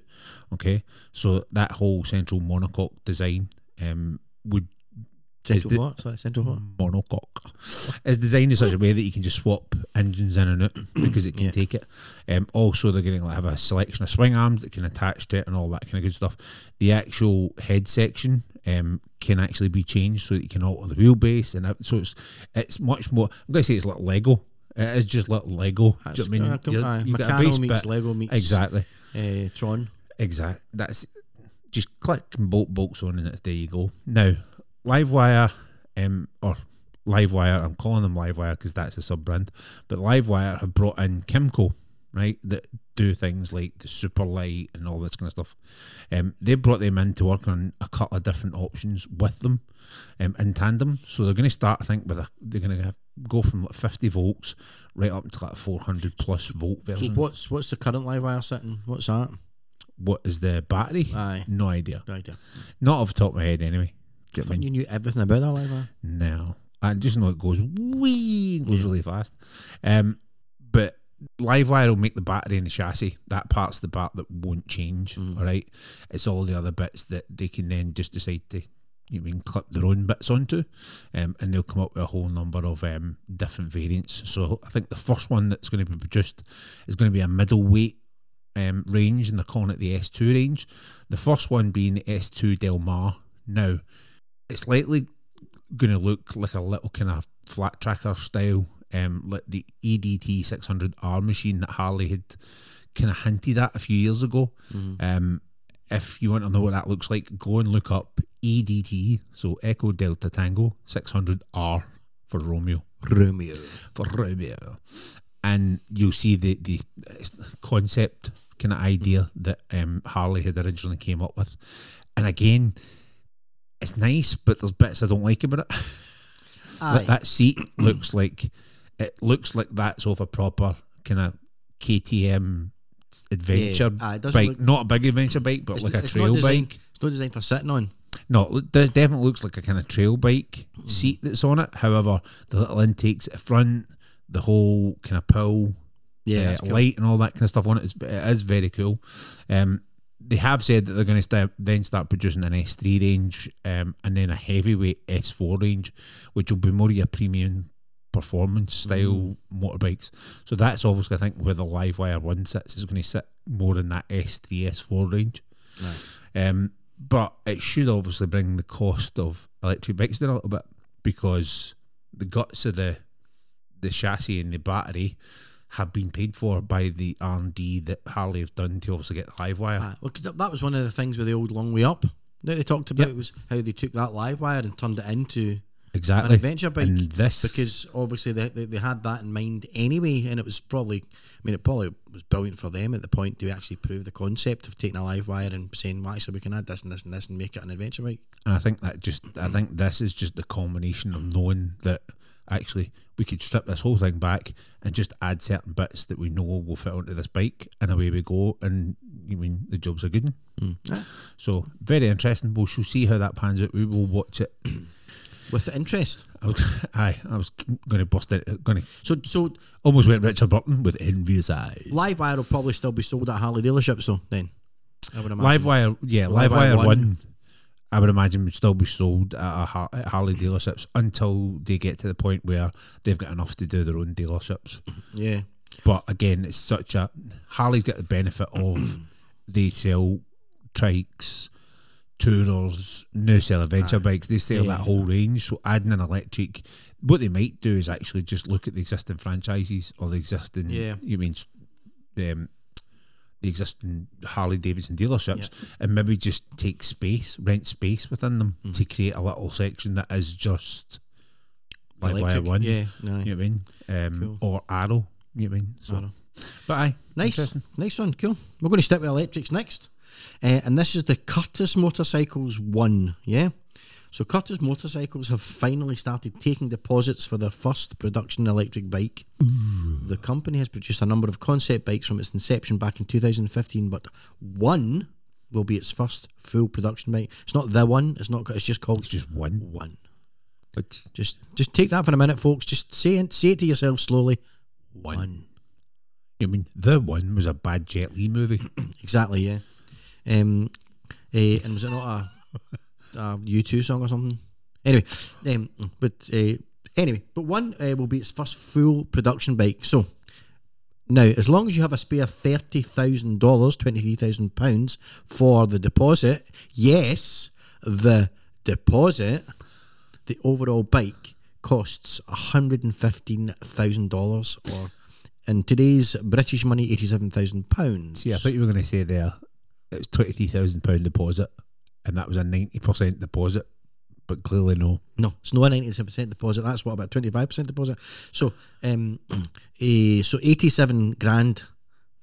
Speaker 2: Okay, so that whole central monocoque design um, would
Speaker 1: Central
Speaker 2: the-
Speaker 1: what? Sorry, central what?
Speaker 2: monocoque is designed in such a way that you can just swap engines in and out because it can
Speaker 1: Yeah.
Speaker 2: take it. Um, also, they're going to have a selection of swing arms that can attach to it and all that kind of good stuff. The actual head section um, can actually be changed so that you can alter the wheelbase, and that- so it's it's much more. I'm going to say it's like Lego. It is just like Lego. Do you know what I mean?
Speaker 1: That's- aye,
Speaker 2: You've got a
Speaker 1: Meccano
Speaker 2: base
Speaker 1: meets
Speaker 2: bit-
Speaker 1: Lego meets
Speaker 2: Exactly.
Speaker 1: eh, Tron.
Speaker 2: Exact. That's just click and bolt bolts on, and it's there you go. Now, Livewire, um, or Livewire, I'm calling them Livewire because that's the sub brand, but Livewire have brought in Kimco, right? That do things like the super light and all this kind of stuff. Um, they brought them in to work on a couple of different options with them, um, in tandem. So they're going to start, I think, with a they're going to go from like 50 volts right up to like 400 plus volt
Speaker 1: So
Speaker 2: version.
Speaker 1: what's what's the current live wire sitting? What's that?
Speaker 2: what is the battery?
Speaker 1: Aye.
Speaker 2: No idea.
Speaker 1: Good idea.
Speaker 2: Not off the top of my head, anyway. Do you know what I
Speaker 1: I thought
Speaker 2: mean?
Speaker 1: you knew everything about that live wire.
Speaker 2: No. I just know it goes wee, goes really fast. Um, but Livewire will make the battery and the chassis. That part's the part that won't change. All right. It's all the other bits that they can then just decide to, you know, what I mean, clip their own bits onto. Um, and they'll come up with a whole number of um, different variants. So I think the first one that's going to be produced is going to be a middleweight um, range, and they're calling it the S2 range. The first one being the S2 Del Mar. Now, it's likely going to look like a little kind of flat tracker style, um, like the EDT 600R machine that Harley had kind of hinted at a few years ago. Um, if you want to know what that looks like, go and look up EDT, so Echo Delta Tango 600R for Romeo
Speaker 1: Romeo.
Speaker 2: for Romeo, and you'll see the the concept kind of idea that um, Harley had originally came up with, and again, it's nice, but there's bits I don't like about it. Like that seat looks like it looks like that's off a proper kind of KTM adventure
Speaker 1: aye, it doesn't
Speaker 2: bike,
Speaker 1: look-
Speaker 2: not a big adventure bike, but
Speaker 1: It's
Speaker 2: like
Speaker 1: n-
Speaker 2: a
Speaker 1: it's not
Speaker 2: trail
Speaker 1: designed-
Speaker 2: bike.
Speaker 1: It's not designed for sitting on.
Speaker 2: No, it look- it definitely looks like a kind of trail bike
Speaker 1: Hmm.
Speaker 2: seat that's on it. However, the little intakes at the front, the whole kind of pull,
Speaker 1: Yeah,
Speaker 2: yeah,
Speaker 1: that's cool.
Speaker 2: light and all that kind of stuff on it. It's, it is very cool. Um, they have said that they're going to st- then start producing an S3 range um, and then a heavyweight S4 range, which will be more your premium performance
Speaker 1: Mm.
Speaker 2: style motorbikes. So that's obviously, I think, where the Livewire 1 sits is going to sit more in that S3, S4 range. Um, but it should obviously bring the cost of electric bikes down a little bit because the guts of the the chassis and the battery have been paid for by the R and D that Harley have done to obviously get the live wire.
Speaker 1: Aye, well, 'cause that- that was one of the things with the old long way up that they talked about was how they took that live wire and turned it into an
Speaker 2: Exactly.
Speaker 1: adventure bike.
Speaker 2: And this
Speaker 1: because obviously they, they, they had that in mind anyway, and it was probably, I mean, it probably was brilliant for them at the point to actually prove the concept of taking a live wire and saying, well, actually, we can add this and this and this and make it an adventure bike.
Speaker 2: and I think that just I think this is just the culmination of knowing that actually we could strip this whole thing back and just add certain bits that we know will fit onto this bike and away we go and you mean the jobs are good. un.
Speaker 1: Yeah.
Speaker 2: So very interesting. We shall see how that pans out. We will watch it.
Speaker 1: With interest.
Speaker 2: I was, aye, I was going to bust it. Going to
Speaker 1: So, so
Speaker 2: almost went Richard Burton with envious eyes.
Speaker 1: live wire will probably still be sold at Harley dealerships, though, then. I would imagine.
Speaker 2: Livewire, yeah,
Speaker 1: Livewire
Speaker 2: Livewire
Speaker 1: one.
Speaker 2: one. I would imagine would still be sold at, a, Har- at Harley dealerships until they get to the point where they've got enough to do their own dealerships.
Speaker 1: Yeah.
Speaker 2: But again, it's such a Harley's got the benefit of they sell trikes, tourers, now sell adventure bikes. They sell that whole range. So adding an electric, what they might do is actually just look at the existing franchises or the existing.
Speaker 1: Yeah.
Speaker 2: You mean. Um, the existing Harley Davidson dealerships, and maybe just take space, rent space within them to
Speaker 1: Mm-hmm.
Speaker 2: create a little section that is just like wire
Speaker 1: Electric,
Speaker 2: one.
Speaker 1: Yeah.
Speaker 2: You know
Speaker 1: No.
Speaker 2: what I mean? Um, Or Arrow. You know what I mean? So
Speaker 1: Arrow.
Speaker 2: But aye,
Speaker 1: Nice,
Speaker 2: interesting.
Speaker 1: nice one, cool. We're going to stick with electrics next, uh, and this is the Curtis Motorcycles one. Yeah, so Curtis Motorcycles have finally started taking deposits for their first production electric bike. The company has produced a number of concept bikes from its inception back in 2015, but one will be its first full production bike. It's not the one. It's not. It's just called
Speaker 2: It's just one.
Speaker 1: one.
Speaker 2: But
Speaker 1: Just, just take that for a minute, folks. Just say it, say it to yourself slowly. One.
Speaker 2: I mean, the one was a bad Jet Li movie.
Speaker 1: Exactly, yeah. Um, eh, and was it not a, a U2 song or something? Anyway, um, but uh, anyway, but one uh, will be its first full production bike. So now, as long as you have a spare thirty thousand dollars, twenty three thousand pounds for the deposit, yes, the deposit, the overall bike costs hundred and fifteen thousand dollars, or in today's British money, eighty seven thousand pounds.
Speaker 2: See, I thought you were going to say there it was twenty three thousand pound deposit, and that was a ninety percent deposit. But clearly, no.
Speaker 1: No, it's not a ninety-seven percent deposit. That's what about twenty-five percent deposit. So, um, eh, so eighty-seven grand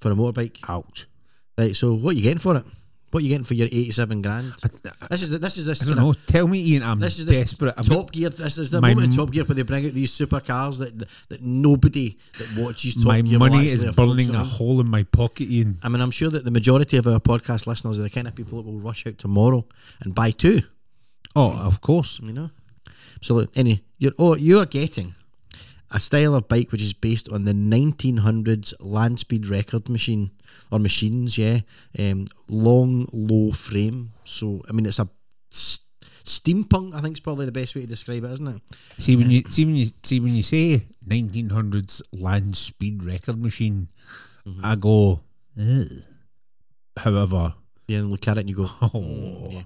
Speaker 1: for a motorbike.
Speaker 2: Ouch.
Speaker 1: Right. So, what are you getting for it? What are you getting for your eighty-seven grand? This is the, this is this.
Speaker 2: I don't
Speaker 1: kinda-
Speaker 2: know. Tell me, Ian. I'm
Speaker 1: This is this
Speaker 2: desperate. I'm
Speaker 1: Top Gear. This is the
Speaker 2: My
Speaker 1: moment in
Speaker 2: m-
Speaker 1: Top Gear where they bring out these supercars that that nobody that watches Top
Speaker 2: my
Speaker 1: Gear. will
Speaker 2: money
Speaker 1: actually
Speaker 2: is
Speaker 1: afford
Speaker 2: burning a
Speaker 1: something.
Speaker 2: hole in my pocket, Ian.
Speaker 1: I mean, I'm sure that the majority of our podcast listeners are the kind of people that will rush out tomorrow and buy two.
Speaker 2: Oh, of course.
Speaker 1: You know, so look, any you're oh you're getting a style of bike which is based on the 1900s land speed record machine or machines, yeah, um, long low frame. So I mean, it's a s- steampunk. I think is probably the best way to describe it, isn't it?
Speaker 2: See when you see when you see when you say 1900s land speed record machine,
Speaker 1: Mm-hmm.
Speaker 2: I go. "Ugh." However,
Speaker 1: Yeah, and look at it and you go,
Speaker 2: oh,
Speaker 1: yeah.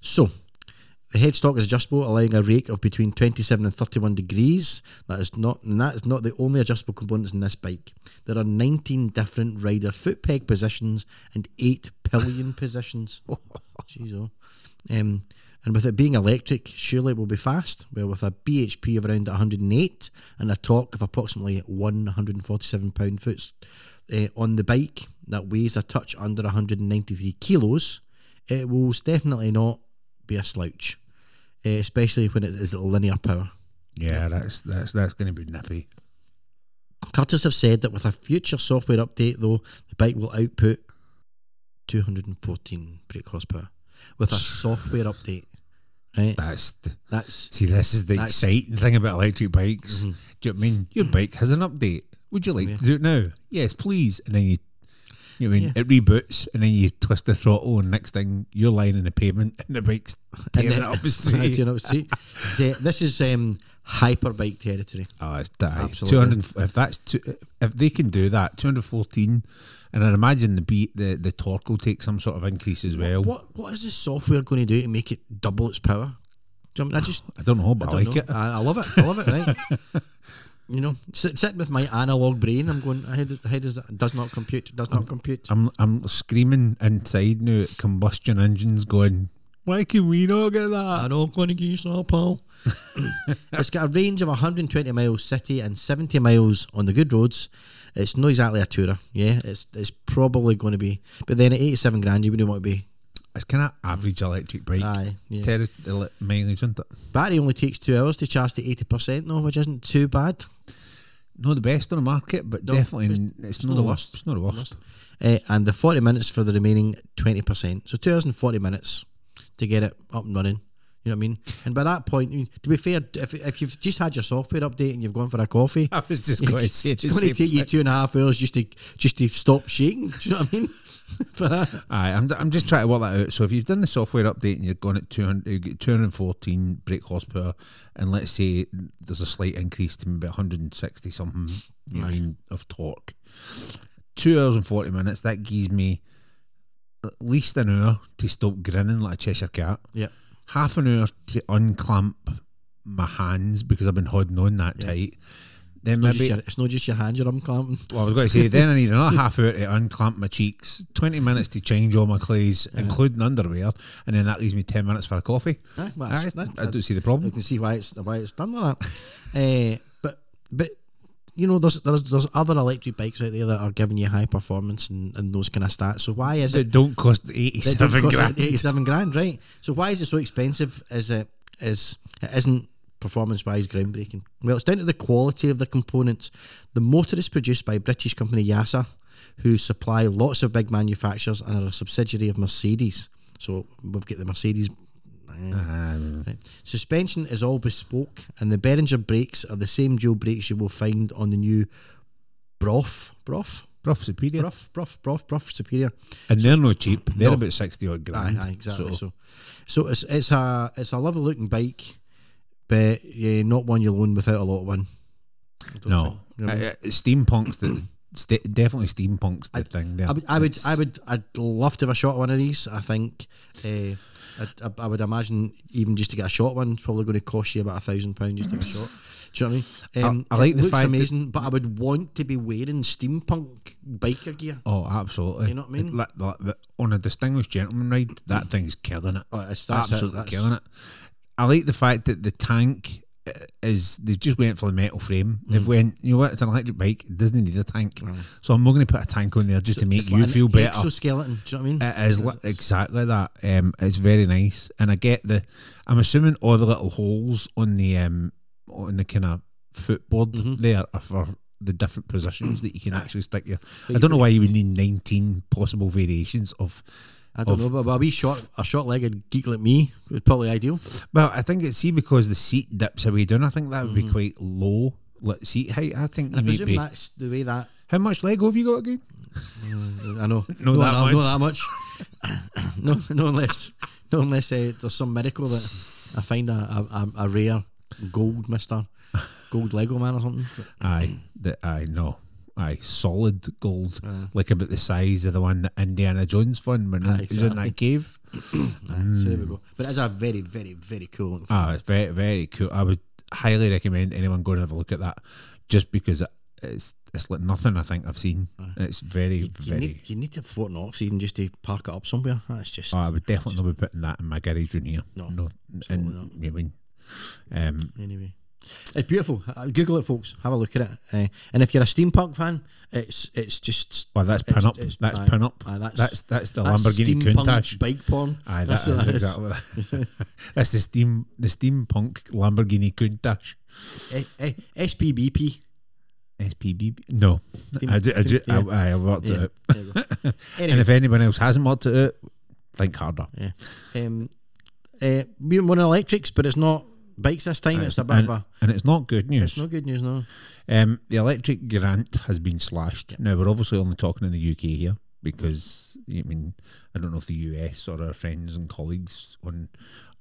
Speaker 1: So, the headstock is adjustable, allowing a rake of between 27 and 31 degrees. That is not, and that is not the only adjustable components in this bike. There are 19 different rider foot peg positions and eight pillion positions. Jeez, oh. Um, and with it being electric, surely it will be fast. Well, with a BHP of around 108 and a torque of approximately 147 pound foot uh, on the bike that weighs a touch under 193 kilos, it will definitely not be a slouch, uh, especially when it is linear power.
Speaker 2: yeah, that's that's that's going to be nippy.
Speaker 1: Curtis have said that with a future software update, though, the bike will output 214 brake horsepower with a software update. Right?
Speaker 2: That's the,
Speaker 1: That's
Speaker 2: see, this is the
Speaker 1: That's- Mm-hmm.
Speaker 2: exciting thing about electric bikes. Do you know what I mean your bike has an update? Would you like to do it now? Yes, please. And then you, you know what I mean
Speaker 1: Yeah.
Speaker 2: it reboots, and then you twist the throttle, and next thing you're lying in the pavement, and the bike's tearing
Speaker 1: then-
Speaker 2: it up the
Speaker 1: Sorry,
Speaker 2: street.
Speaker 1: do you know, see, the- this is um, hyperbike territory.
Speaker 2: Oh, it's die.
Speaker 1: Absolutely.
Speaker 2: Two hundred. If that's two, if they can do that, two hundred fourteen, and I imagine the beat the the torque will take some sort of increase as well.
Speaker 1: What what is this software going to do to make it double its power? Do you know what I mean? I just
Speaker 2: I don't know, but I,
Speaker 1: don't
Speaker 2: like
Speaker 1: know.
Speaker 2: it.
Speaker 1: I, I love it. I love it. Right. you know, sit, sitting with my analog brain, I'm going. How does, how does that? Does not compute. Does not compute.
Speaker 2: I'm I'm screaming inside now at combustion engines, going, "Why can we not get that?"
Speaker 1: I'm not going to give you some, pal. it's got a range of 120 miles city and 70 miles on the good roads. It's not exactly a tourer, yeah. It's it's probably going to be, but then at 87 grand, you wouldn't want to be.
Speaker 2: It's kind of average electric bike
Speaker 1: Aye, yeah.
Speaker 2: terri- ele- mileage, isn't it?
Speaker 1: Battery only takes two hours to charge to 80%, though, which isn't too bad.
Speaker 2: Not the best on the market, but
Speaker 1: No,
Speaker 2: definitely
Speaker 1: it's-
Speaker 2: n- it's, not the worst. It's not the worst.
Speaker 1: Uh, and the 40 minutes for the remaining 20%. So 2 hours and 40 minutes to get it up and running. You know what I mean? And by that point, I mean, to be fair, if, if you've just had your software update and you've gone for a coffee,
Speaker 2: I was just going to say
Speaker 1: it's
Speaker 2: the
Speaker 1: going to
Speaker 2: same
Speaker 1: take you
Speaker 2: thing.
Speaker 1: two and a half hours just to just to stop shaking. Do you know what I mean? For that.
Speaker 2: Aye, I'm, I'm just trying to work that out. So if you've done the software update and you're going at 200, you get 214 brake horsepower, and let's say there's a slight increase to maybe 160 something, you know what I mean, of torque. Two hours and 40 minutes, that gives me at least an hour to stop grinning like a Cheshire cat,
Speaker 1: yeah,
Speaker 2: half an hour to unclamp my hands because I've been holding on that tight. Then
Speaker 1: not just
Speaker 2: maybe
Speaker 1: your, it's not just your hand you're unclamping.
Speaker 2: well, I was going to say, then I need another half hour to unclamp my cheeks, 20 minutes to change all my clothes, including underwear, and then that leaves me 10 minutes for a coffee.
Speaker 1: Aye, well, that's-
Speaker 2: Aye,
Speaker 1: that's-
Speaker 2: I don't see the
Speaker 1: You
Speaker 2: problem.
Speaker 1: can see why it's why it's done like that. uh, Eh, but but you know, there's, there's there's other electric bikes out there that are giving you high performance and, and those kind of stats. So why is it
Speaker 2: That don't cost
Speaker 1: that don't
Speaker 2: 87
Speaker 1: cost
Speaker 2: grand.
Speaker 1: like Eighty-seven grand, right? So why is it so expensive? Is it is it isn't performance-wise groundbreaking? Well, it's down to the quality of the components. The motor is produced by British company Yasa, who supply lots of big manufacturers and are a subsidiary of Mercedes. So we've got the Mercedes. eh,
Speaker 2: Uh-huh.
Speaker 1: Right. Suspension is all bespoke, and the Behringer brakes are the same dual brakes you will find on the new Broff, Broff,
Speaker 2: Rough superior.
Speaker 1: Broff, Broff, Broff, Broff Superior.
Speaker 2: And they're not cheap. They're
Speaker 1: No.
Speaker 2: about 60 odd grand.
Speaker 1: Aye, aye, exactly. So, so, it's it's a it's a lovely looking bike, but yeah, not one you loan without a lot of one. I don't
Speaker 2: no.
Speaker 1: think, you know what I mean?
Speaker 2: Uh, uh, steampunk's the. St- definitely steampunk's the thing there.
Speaker 1: I would, I would,
Speaker 2: It's-
Speaker 1: I would, I'd love to have a shot at one of these. I think, uh, I, I, I would imagine even just to get a shot one, it's probably going to cost you about a thousand pounds just to have a shot. Do you know what I mean? Um,
Speaker 2: I- I like
Speaker 1: it
Speaker 2: the
Speaker 1: looks
Speaker 2: fact that-
Speaker 1: amazing, but I would want to be wearing steampunk biker gear.
Speaker 2: Oh, absolutely.
Speaker 1: You know what I mean?
Speaker 2: It- like- like the- on a distinguished gentleman ride, that thing's killing it.
Speaker 1: Oh, it's- that's it,
Speaker 2: absolutely
Speaker 1: that's-
Speaker 2: killing it. I like the fact that the tank uh, is they just went for the metal frame.
Speaker 1: Mm.
Speaker 2: They've went, you know what? It's an electric bike. It doesn't need a tank, so I'm not going to put a tank on there just to make
Speaker 1: It's
Speaker 2: you
Speaker 1: like an
Speaker 2: feel better.
Speaker 1: Exoskeleton. Do you know what I mean?
Speaker 2: It is li- exactly that. Um, it's very nice, and I get the. I'm assuming all the little holes on the um on the kind of footboard
Speaker 1: Mm-hmm.
Speaker 2: there are for the different positions that you can actually stick your. I don't know why you would need 19 possible variations of.
Speaker 1: I don't
Speaker 2: of-
Speaker 1: know, but a wee short, a short-legged geek like me would probably ideal.
Speaker 2: Well, I think it's see because the seat dips away down. I think that would be quite low. Like seat height, I think you
Speaker 1: Mm-hmm. I
Speaker 2: might
Speaker 1: presume
Speaker 2: be.
Speaker 1: that's the way that
Speaker 2: How much Lego have you got again?
Speaker 1: I
Speaker 2: Know
Speaker 1: know.
Speaker 2: that
Speaker 1: no, Know that much. no, no, unless, no, unless uh, there's some miracle that I find a, a, a, a rare gold Mister Gold Lego Man or something. Mm.
Speaker 2: Aye, the, aye, no, aye, solid gold, like about the size of the one that Indiana Jones found when he was in
Speaker 1: exactly.
Speaker 2: that cave.
Speaker 1: Aye, So there we go. But it's a very, very, very cool. Looking
Speaker 2: Ah, it's very, very cool. I would highly recommend anyone go and have a look at that, just because it, it's it's like nothing I think I've seen. It's very,
Speaker 1: you
Speaker 2: very.
Speaker 1: need you need to Fort Knox even just to park it up somewhere. That's just
Speaker 2: oh, I would definitely not be putting that in my garage room here.
Speaker 1: No,
Speaker 2: and
Speaker 1: absolutely not.
Speaker 2: you mean, um,
Speaker 1: anyway. It's beautiful. Uh, Google it, folks. Have a look at it. Uh, and if you're a steampunk fan, it's it's just.
Speaker 2: well, that's
Speaker 1: it's-
Speaker 2: pin up.
Speaker 1: it's-
Speaker 2: That's
Speaker 1: aye,
Speaker 2: pin up.
Speaker 1: aye,
Speaker 2: that's, that's the
Speaker 1: that's
Speaker 2: Lamborghini
Speaker 1: steampunk
Speaker 2: Countach.
Speaker 1: bike porn.
Speaker 2: Aye,
Speaker 1: That's
Speaker 2: that's
Speaker 1: what that is.
Speaker 2: exactly that. that's the steam, the steampunk Lamborghini Countach.
Speaker 1: Eh, eh, SPBP.
Speaker 2: SPB? No, I do. I do. I,
Speaker 1: steam-
Speaker 2: I, I worked it out.
Speaker 1: There you go.
Speaker 2: And if anyone else hasn't worked it out, think harder.
Speaker 1: Yeah. Um, uh, we want electrics, but it's not bikes this time. It's a bit
Speaker 2: and,
Speaker 1: of a.
Speaker 2: and it's not good news.
Speaker 1: It's no good news, no.
Speaker 2: Um, the electric grant has been slashed. Now we're obviously only talking in the UK here because I mean I don't know if the US or our friends and colleagues on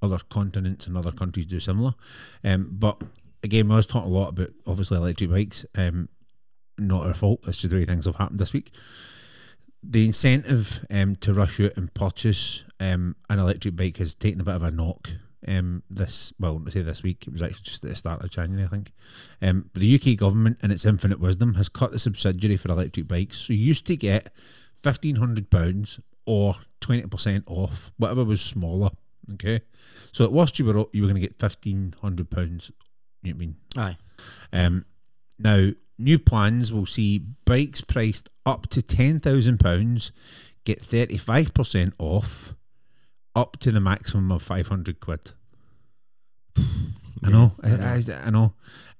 Speaker 2: other continents and other countries do similar. Um, but again, we was talking a lot about obviously electric bikes. Um, not our fault. That's just the way things have happened this week. The incentive um, to rush out and purchase um, an electric bike has taken a bit of a knock. Um, this well, I say this week it was actually just at the start of January, I think. Um, but the UK government, in its infinite wisdom, has cut the subsidiary for electric bikes. So you used to get fifteen hundred pounds or twenty percent off, whatever was smaller. Okay, so at worst you were you were going to get fifteen hundred pounds. You know what I mean
Speaker 1: Aye.
Speaker 2: um, now, new plans will see bikes priced up to £10,000 get 35% off up to the maximum of 500 quid. I know, I, I, I know.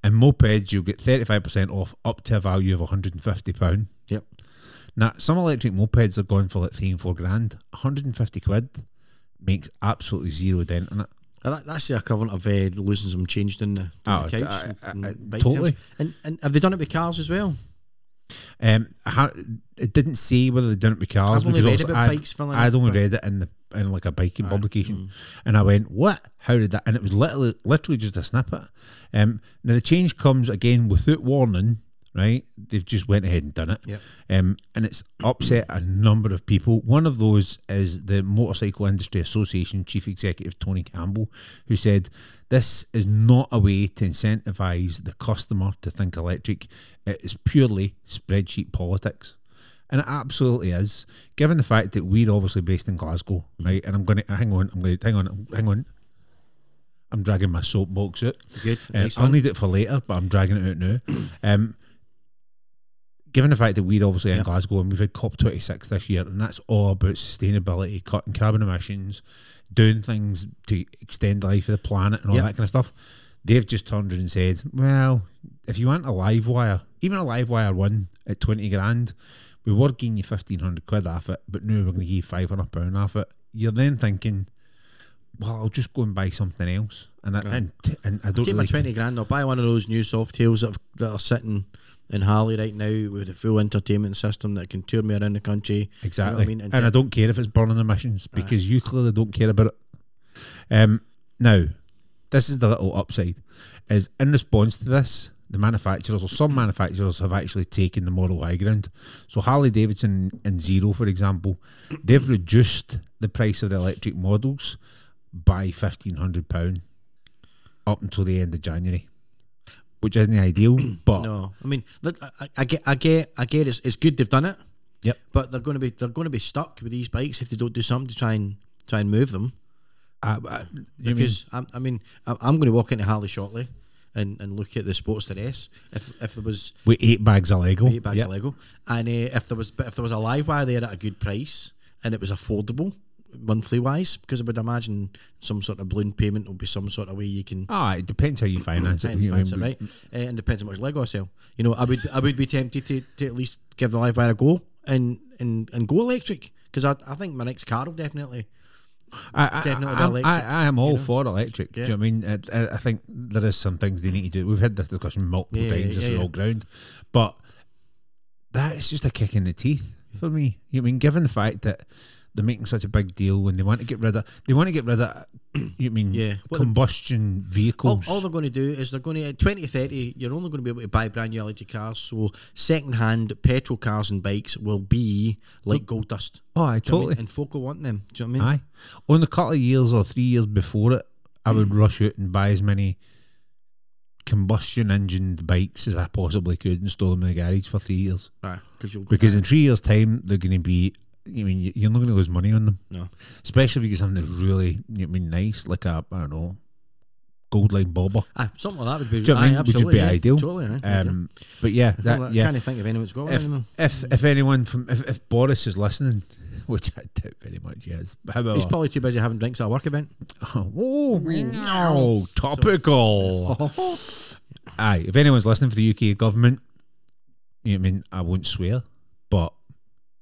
Speaker 2: And mopeds, you'll get 35% off up to a value of £150.
Speaker 1: Yep.
Speaker 2: Now, some electric mopeds are going for like three and four grand. 150 quid makes absolutely zero dent in it.
Speaker 1: Well, Uh, that, that's the equivalent of uh, losing some change in the, down
Speaker 2: Oh,
Speaker 1: the couch.
Speaker 2: I- I-
Speaker 1: and-
Speaker 2: I-
Speaker 1: and bike
Speaker 2: totally.
Speaker 1: terms. And, and have they done it with cars as well?
Speaker 2: Um, ha- it didn't say whether they done it with cars
Speaker 1: I've only
Speaker 2: because
Speaker 1: read
Speaker 2: obviously
Speaker 1: about
Speaker 2: I'd-
Speaker 1: bikes filling
Speaker 2: I'd
Speaker 1: up,
Speaker 2: only
Speaker 1: but-
Speaker 2: read it in the in like a biking publication, and I went, "What? How did that?" And it was literally literally just a snippet. Um, now the change comes again without warning, right? They've just went ahead and done it,
Speaker 1: Yep.
Speaker 2: um, and it's upset a number of people. One of those is the Motorcycle Industry Association chief executive Tony Campbell, who said, "This is not a way to incentivize the customer to think electric. It is purely spreadsheet politics." And it absolutely is, given the fact that we're obviously based in Glasgow,
Speaker 1: Mm-hmm.
Speaker 2: right? And I'm going to hang on, I'm going to hang on, hang on. I'm dragging my soapbox out.
Speaker 1: Good,
Speaker 2: Uh,
Speaker 1: nice
Speaker 2: I'll
Speaker 1: one.
Speaker 2: need it for later, but I'm dragging it out now. Um, given the fact that we're obviously in Glasgow and we've had COP26 this year, and that's all about sustainability, cutting carbon emissions, doing things to extend the life of the planet, and all
Speaker 1: Yep.
Speaker 2: that kind of stuff, they've just turned around and said, well, if you want a live wire, even a live wire one at 20 grand, we were giving you 1500 quid off it, but now we're going to give you 500 pound off it. You're then thinking, well, I'll just go and buy something else. And I, and, and I don't
Speaker 1: Take my
Speaker 2: really-
Speaker 1: twenty grand. I'll buy one of those new soft tails that, have, that are sitting in Harley right now with a full entertainment system that can tour me around the country.
Speaker 2: Exactly.
Speaker 1: You know what I mean,
Speaker 2: and, I don't care if it's burning emissions because you clearly don't care about it. Um, now, this is the little upside: is in response to this, the manufacturers or some manufacturers have actually taken the moral high ground. So Harley Davidson and Zero, for example, they've reduced the price of the electric models by fifteen hundred pound up until the end of January, which isn't ideal, but
Speaker 1: No, I mean, look, I, I- I get, I get, I get. It's, it's good they've done it,
Speaker 2: yep.
Speaker 1: but they're going to be, they're going to be stuck with these bikes if they don't do something to try and try and move them.
Speaker 2: I, I, you mean,
Speaker 1: Because I'm, I mean, I'm, I'm going to walk into Harley shortly and, and look at the Sportster S. If if there was
Speaker 2: with eight bags of Lego,
Speaker 1: eight bags
Speaker 2: Yep.
Speaker 1: of Lego, and uh, if there was, but if there was a live wire there at a good price and it was affordable monthly wise, because I would imagine some sort of balloon payment will be some sort of way you can.
Speaker 2: Ah, it depends how you finance it.
Speaker 1: Trying to
Speaker 2: you know,
Speaker 1: finance it, right? Uh, and depends how much Lego I sell. You know, I would I would be tempted to, to at least give the live wire a go and and, and go electric because I, I think my next car will definitely.
Speaker 2: I, I,
Speaker 1: Definitely
Speaker 2: I'm-
Speaker 1: electric,
Speaker 2: I, I am all for electric. Do you know what I mean? It- I, I think there is some things they need to do. We've had this discussion multiple
Speaker 1: Yeah, yeah,
Speaker 2: times.
Speaker 1: yeah,
Speaker 2: this is
Speaker 1: yeah.
Speaker 2: all ground, but that is just a kick in the teeth for me. You know what I mean, given the fact that they're making such a big deal and they want to get rid of, they want to get rid of. You know what I mean
Speaker 1: Yeah. Well, the-
Speaker 2: combustion
Speaker 1: All,
Speaker 2: vehicles?
Speaker 1: all they're going to do is they're going to at 2030 you're only going to be able to buy brand new electric cars so second hand petrol cars and bikes will be like gold dust
Speaker 2: oh, I
Speaker 1: Do you know what I mean?
Speaker 2: totally.
Speaker 1: and folk will want them do you know what I mean
Speaker 2: Aye. On a couple of years or three years before it, I
Speaker 1: Mm.
Speaker 2: would rush out and buy as many combustion engined bikes as I possibly could and store them in the garage for three years.
Speaker 1: because you'll
Speaker 2: Because in three years' time, they're going to be. I mean, you- you're not going to lose money on them,
Speaker 1: no
Speaker 2: especially if you get something that's really, you know, what I mean, nice, like a I don't know, gold line bobber.
Speaker 1: ah, something like that would be,
Speaker 2: Do you know what I
Speaker 1: aye,
Speaker 2: mean? Would just
Speaker 1: absolutely,
Speaker 2: be
Speaker 1: yeah,
Speaker 2: ideal.
Speaker 1: totally right.
Speaker 2: Um, but yeah,
Speaker 1: I
Speaker 2: that, yeah.
Speaker 1: can't think of anyone that's got one
Speaker 2: If,
Speaker 1: anymore.
Speaker 2: if if anyone from if, if Boris is listening, which I doubt very much he is, but however,
Speaker 1: he's probably too busy having drinks at a work event
Speaker 2: Oh, no, topical. Aye, if anyone's listening for the UK government, you know what I mean, I won't swear, but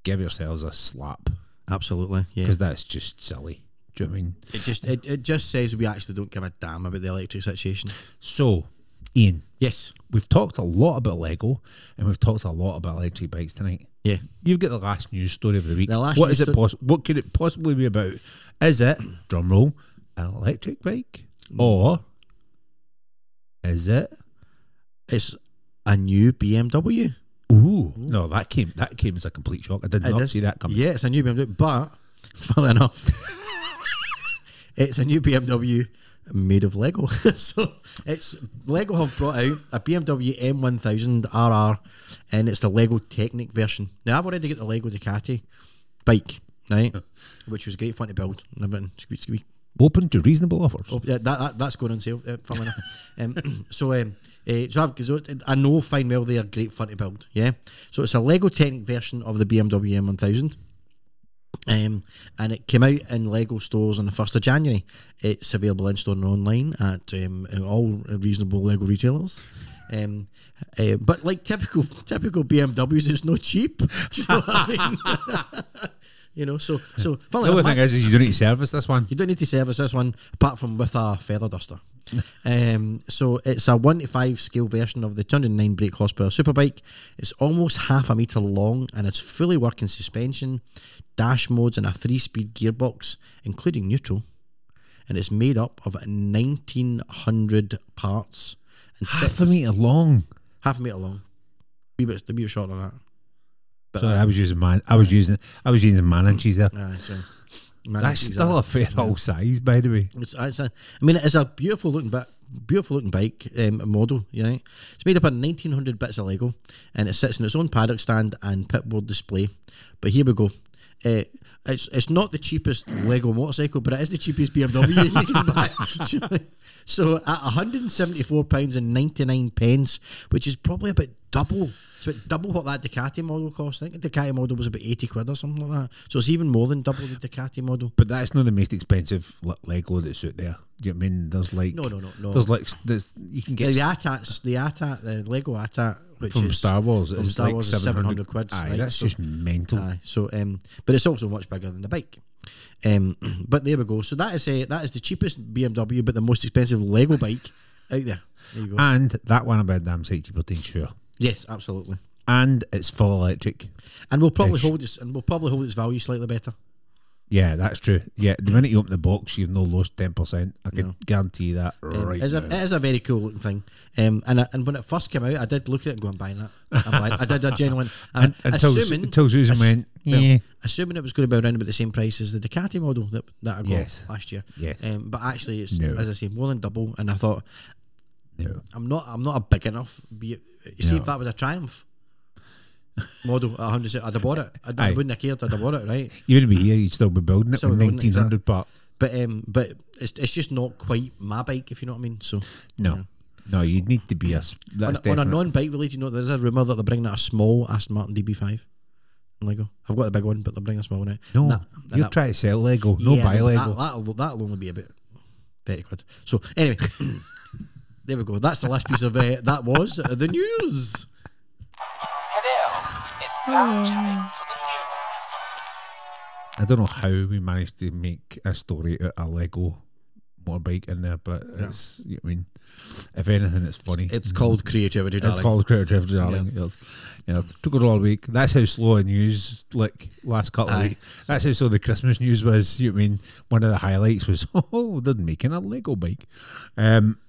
Speaker 2: give yourselves a slap
Speaker 1: absolutely yeah
Speaker 2: because that's just silly. Do you know what I mean?
Speaker 1: It just it, it just says we actually don't give a damn about the electric situation.
Speaker 2: So, Ian,
Speaker 1: Yes.
Speaker 2: we've talked a lot about Lego and we've talked a lot about electric bikes tonight.
Speaker 1: Yeah.
Speaker 2: You've got the last news story of the week.
Speaker 1: The last
Speaker 2: what
Speaker 1: news
Speaker 2: is it?
Speaker 1: sto-
Speaker 2: Pos- what could it possibly be about? Is it drum roll, an electric bike, or is it
Speaker 1: It's a new BMW.
Speaker 2: Ooh, no, that came that came as a complete shock. I did
Speaker 1: It
Speaker 2: not
Speaker 1: is-
Speaker 2: see that coming.
Speaker 1: Yeah, it's a new BMW. But funnily enough, it's a new BMW made of Lego. so it's Lego have brought out a BMW M1000 RR, and it's the Lego Technic version. Now I've already got the Lego Ducati bike, right, which was great fun to build and everything. Squeak, squeak.
Speaker 2: Open to reasonable offers.
Speaker 1: Oh, yeah, that, that that's going on sale. Uh, funnily enough. Um, so um, uh, so I've so I know fine well they are great fun to build. Yeah. So it's a Lego Technic version of the BMW M1000. Um, and it came out in Lego stores on the 1st of January. It's available in store and online at um, all reasonable Lego retailers. Um, uh, but like typical typical BMWs, it's not cheap. Do you know what I mean? you know, so so.
Speaker 2: The
Speaker 1: funnily
Speaker 2: only
Speaker 1: enough, my-
Speaker 2: thing is, is you don't need to service this one.
Speaker 1: you don't need to service this one apart from with a feather duster. um, so it's a 1 to 5 scale version of the 209 brake horsepower superbike. It's almost half a metre long and it's fully working suspension, dash modes, and a 3 speed gearbox, including neutral. And it's made up of 1900 parts. And
Speaker 2: Half
Speaker 1: sits-
Speaker 2: a metre long.
Speaker 1: half a metre long. Wee bit, a wee bit shorter than that.
Speaker 2: Sorry, I was using man. I was using. I was using man inches there.
Speaker 1: Aye, so,
Speaker 2: That's still a fair old size, by the way.
Speaker 1: It's, it's a, I mean, it's a beautiful looking bit, beautiful looking bike um, model. You know, it's made up of nineteen hundred bits of Lego, and it sits in its own paddock stand and pit board display. But here we go. Uh, It's it's not the cheapest Lego motorcycle, but it is the cheapest BMW you can buy. so at 174 pounds and 99 pence, which is probably about double. It's about double what that Ducati model cost. I think the Ducati model was about 80 quid or something like that. So it's even more than double the Ducati model.
Speaker 2: But that's not the most expensive le- Lego that's out there. Do you know what I mean? There's like
Speaker 1: No, no, no, no.
Speaker 2: There's like there's you can
Speaker 1: The
Speaker 2: get
Speaker 1: ATAT's the ATAT, the Lego ATAT, which
Speaker 2: from
Speaker 1: is
Speaker 2: Star Wars.
Speaker 1: from
Speaker 2: it's
Speaker 1: Star
Speaker 2: like
Speaker 1: Wars is
Speaker 2: 700,
Speaker 1: 700 quid.
Speaker 2: Aye,
Speaker 1: right?
Speaker 2: that's
Speaker 1: So-
Speaker 2: just mental.
Speaker 1: Aye, so um, but it's also much bigger than the bike. Um, but there we go. So that is a, that is the cheapest BMW, but the most expensive Lego bike out there. There you go.
Speaker 2: And that one about damn safety protein sure.
Speaker 1: yes, absolutely.
Speaker 2: And it's full electric.
Speaker 1: And we'll probably
Speaker 2: Ish.
Speaker 1: hold its and we'll probably hold its value slightly better.
Speaker 2: Yeah, that's true. Yeah, the minute you open the box, you've no lost ten percent. I can guarantee you that
Speaker 1: Um,
Speaker 2: right
Speaker 1: it's a,
Speaker 2: now.
Speaker 1: it is a very cool looking thing. Um, and I, and when it first came out, I did look at it and go, "I'm buying that." I'm buying it." I did a genuine. I,
Speaker 2: until Su-
Speaker 1: assuming,
Speaker 2: until Susan
Speaker 1: ass-
Speaker 2: went,
Speaker 1: well,
Speaker 2: "Yeah."
Speaker 1: assuming it was going to be around about the same price as the Ducati model that, that I got
Speaker 2: Yes.
Speaker 1: last year.
Speaker 2: Yes.
Speaker 1: Um, but actually, it's
Speaker 2: No.
Speaker 1: as I say, more than double. And I thought,
Speaker 2: No.
Speaker 1: I'm not. I'm not a big enough. Be, you see,
Speaker 2: No.
Speaker 1: if that was a Triumph model, at 100, I'd have bought it. I'd, I
Speaker 2: Aye.
Speaker 1: wouldn't have cared. I'd have bought it, right?
Speaker 2: You wouldn't be here, you'd still be building it
Speaker 1: Still
Speaker 2: with
Speaker 1: be building it,
Speaker 2: nineteen hundred but
Speaker 1: But um, but it's, it's just not quite my bike, if you know what I mean. So
Speaker 2: no. No, you'd need to be a s-
Speaker 1: on,
Speaker 2: that's
Speaker 1: on a
Speaker 2: definite.
Speaker 1: non-bike related note, there's a rumor that they're bringing out a small Aston Martin DB5 in Lego. I've got the big one, but they're bringing a small one out.
Speaker 2: no,
Speaker 1: And that- and
Speaker 2: you're
Speaker 1: that-
Speaker 2: trying to sell Lego, no
Speaker 1: yeah,
Speaker 2: buy
Speaker 1: but
Speaker 2: Lego.
Speaker 1: That, will that'll only be about thirty quid. So anyway, there we go. That's the last piece of uh, that was uh, the news.
Speaker 3: Hello, it's now time for
Speaker 2: I
Speaker 3: the news.
Speaker 2: don't know how we managed to make a story out of a Lego motorbike in there, but it's, you know what I mean, if anything, it's funny.
Speaker 1: It's called creativity.
Speaker 2: It's
Speaker 1: darling.
Speaker 2: called creative darling. Yes. Yes. Took us all week. That's how slow the news like last couple
Speaker 1: Aye.
Speaker 2: of weeks. That's how slow the Christmas news was. You know what I mean one of the highlights was oh they're making a Lego bike. Um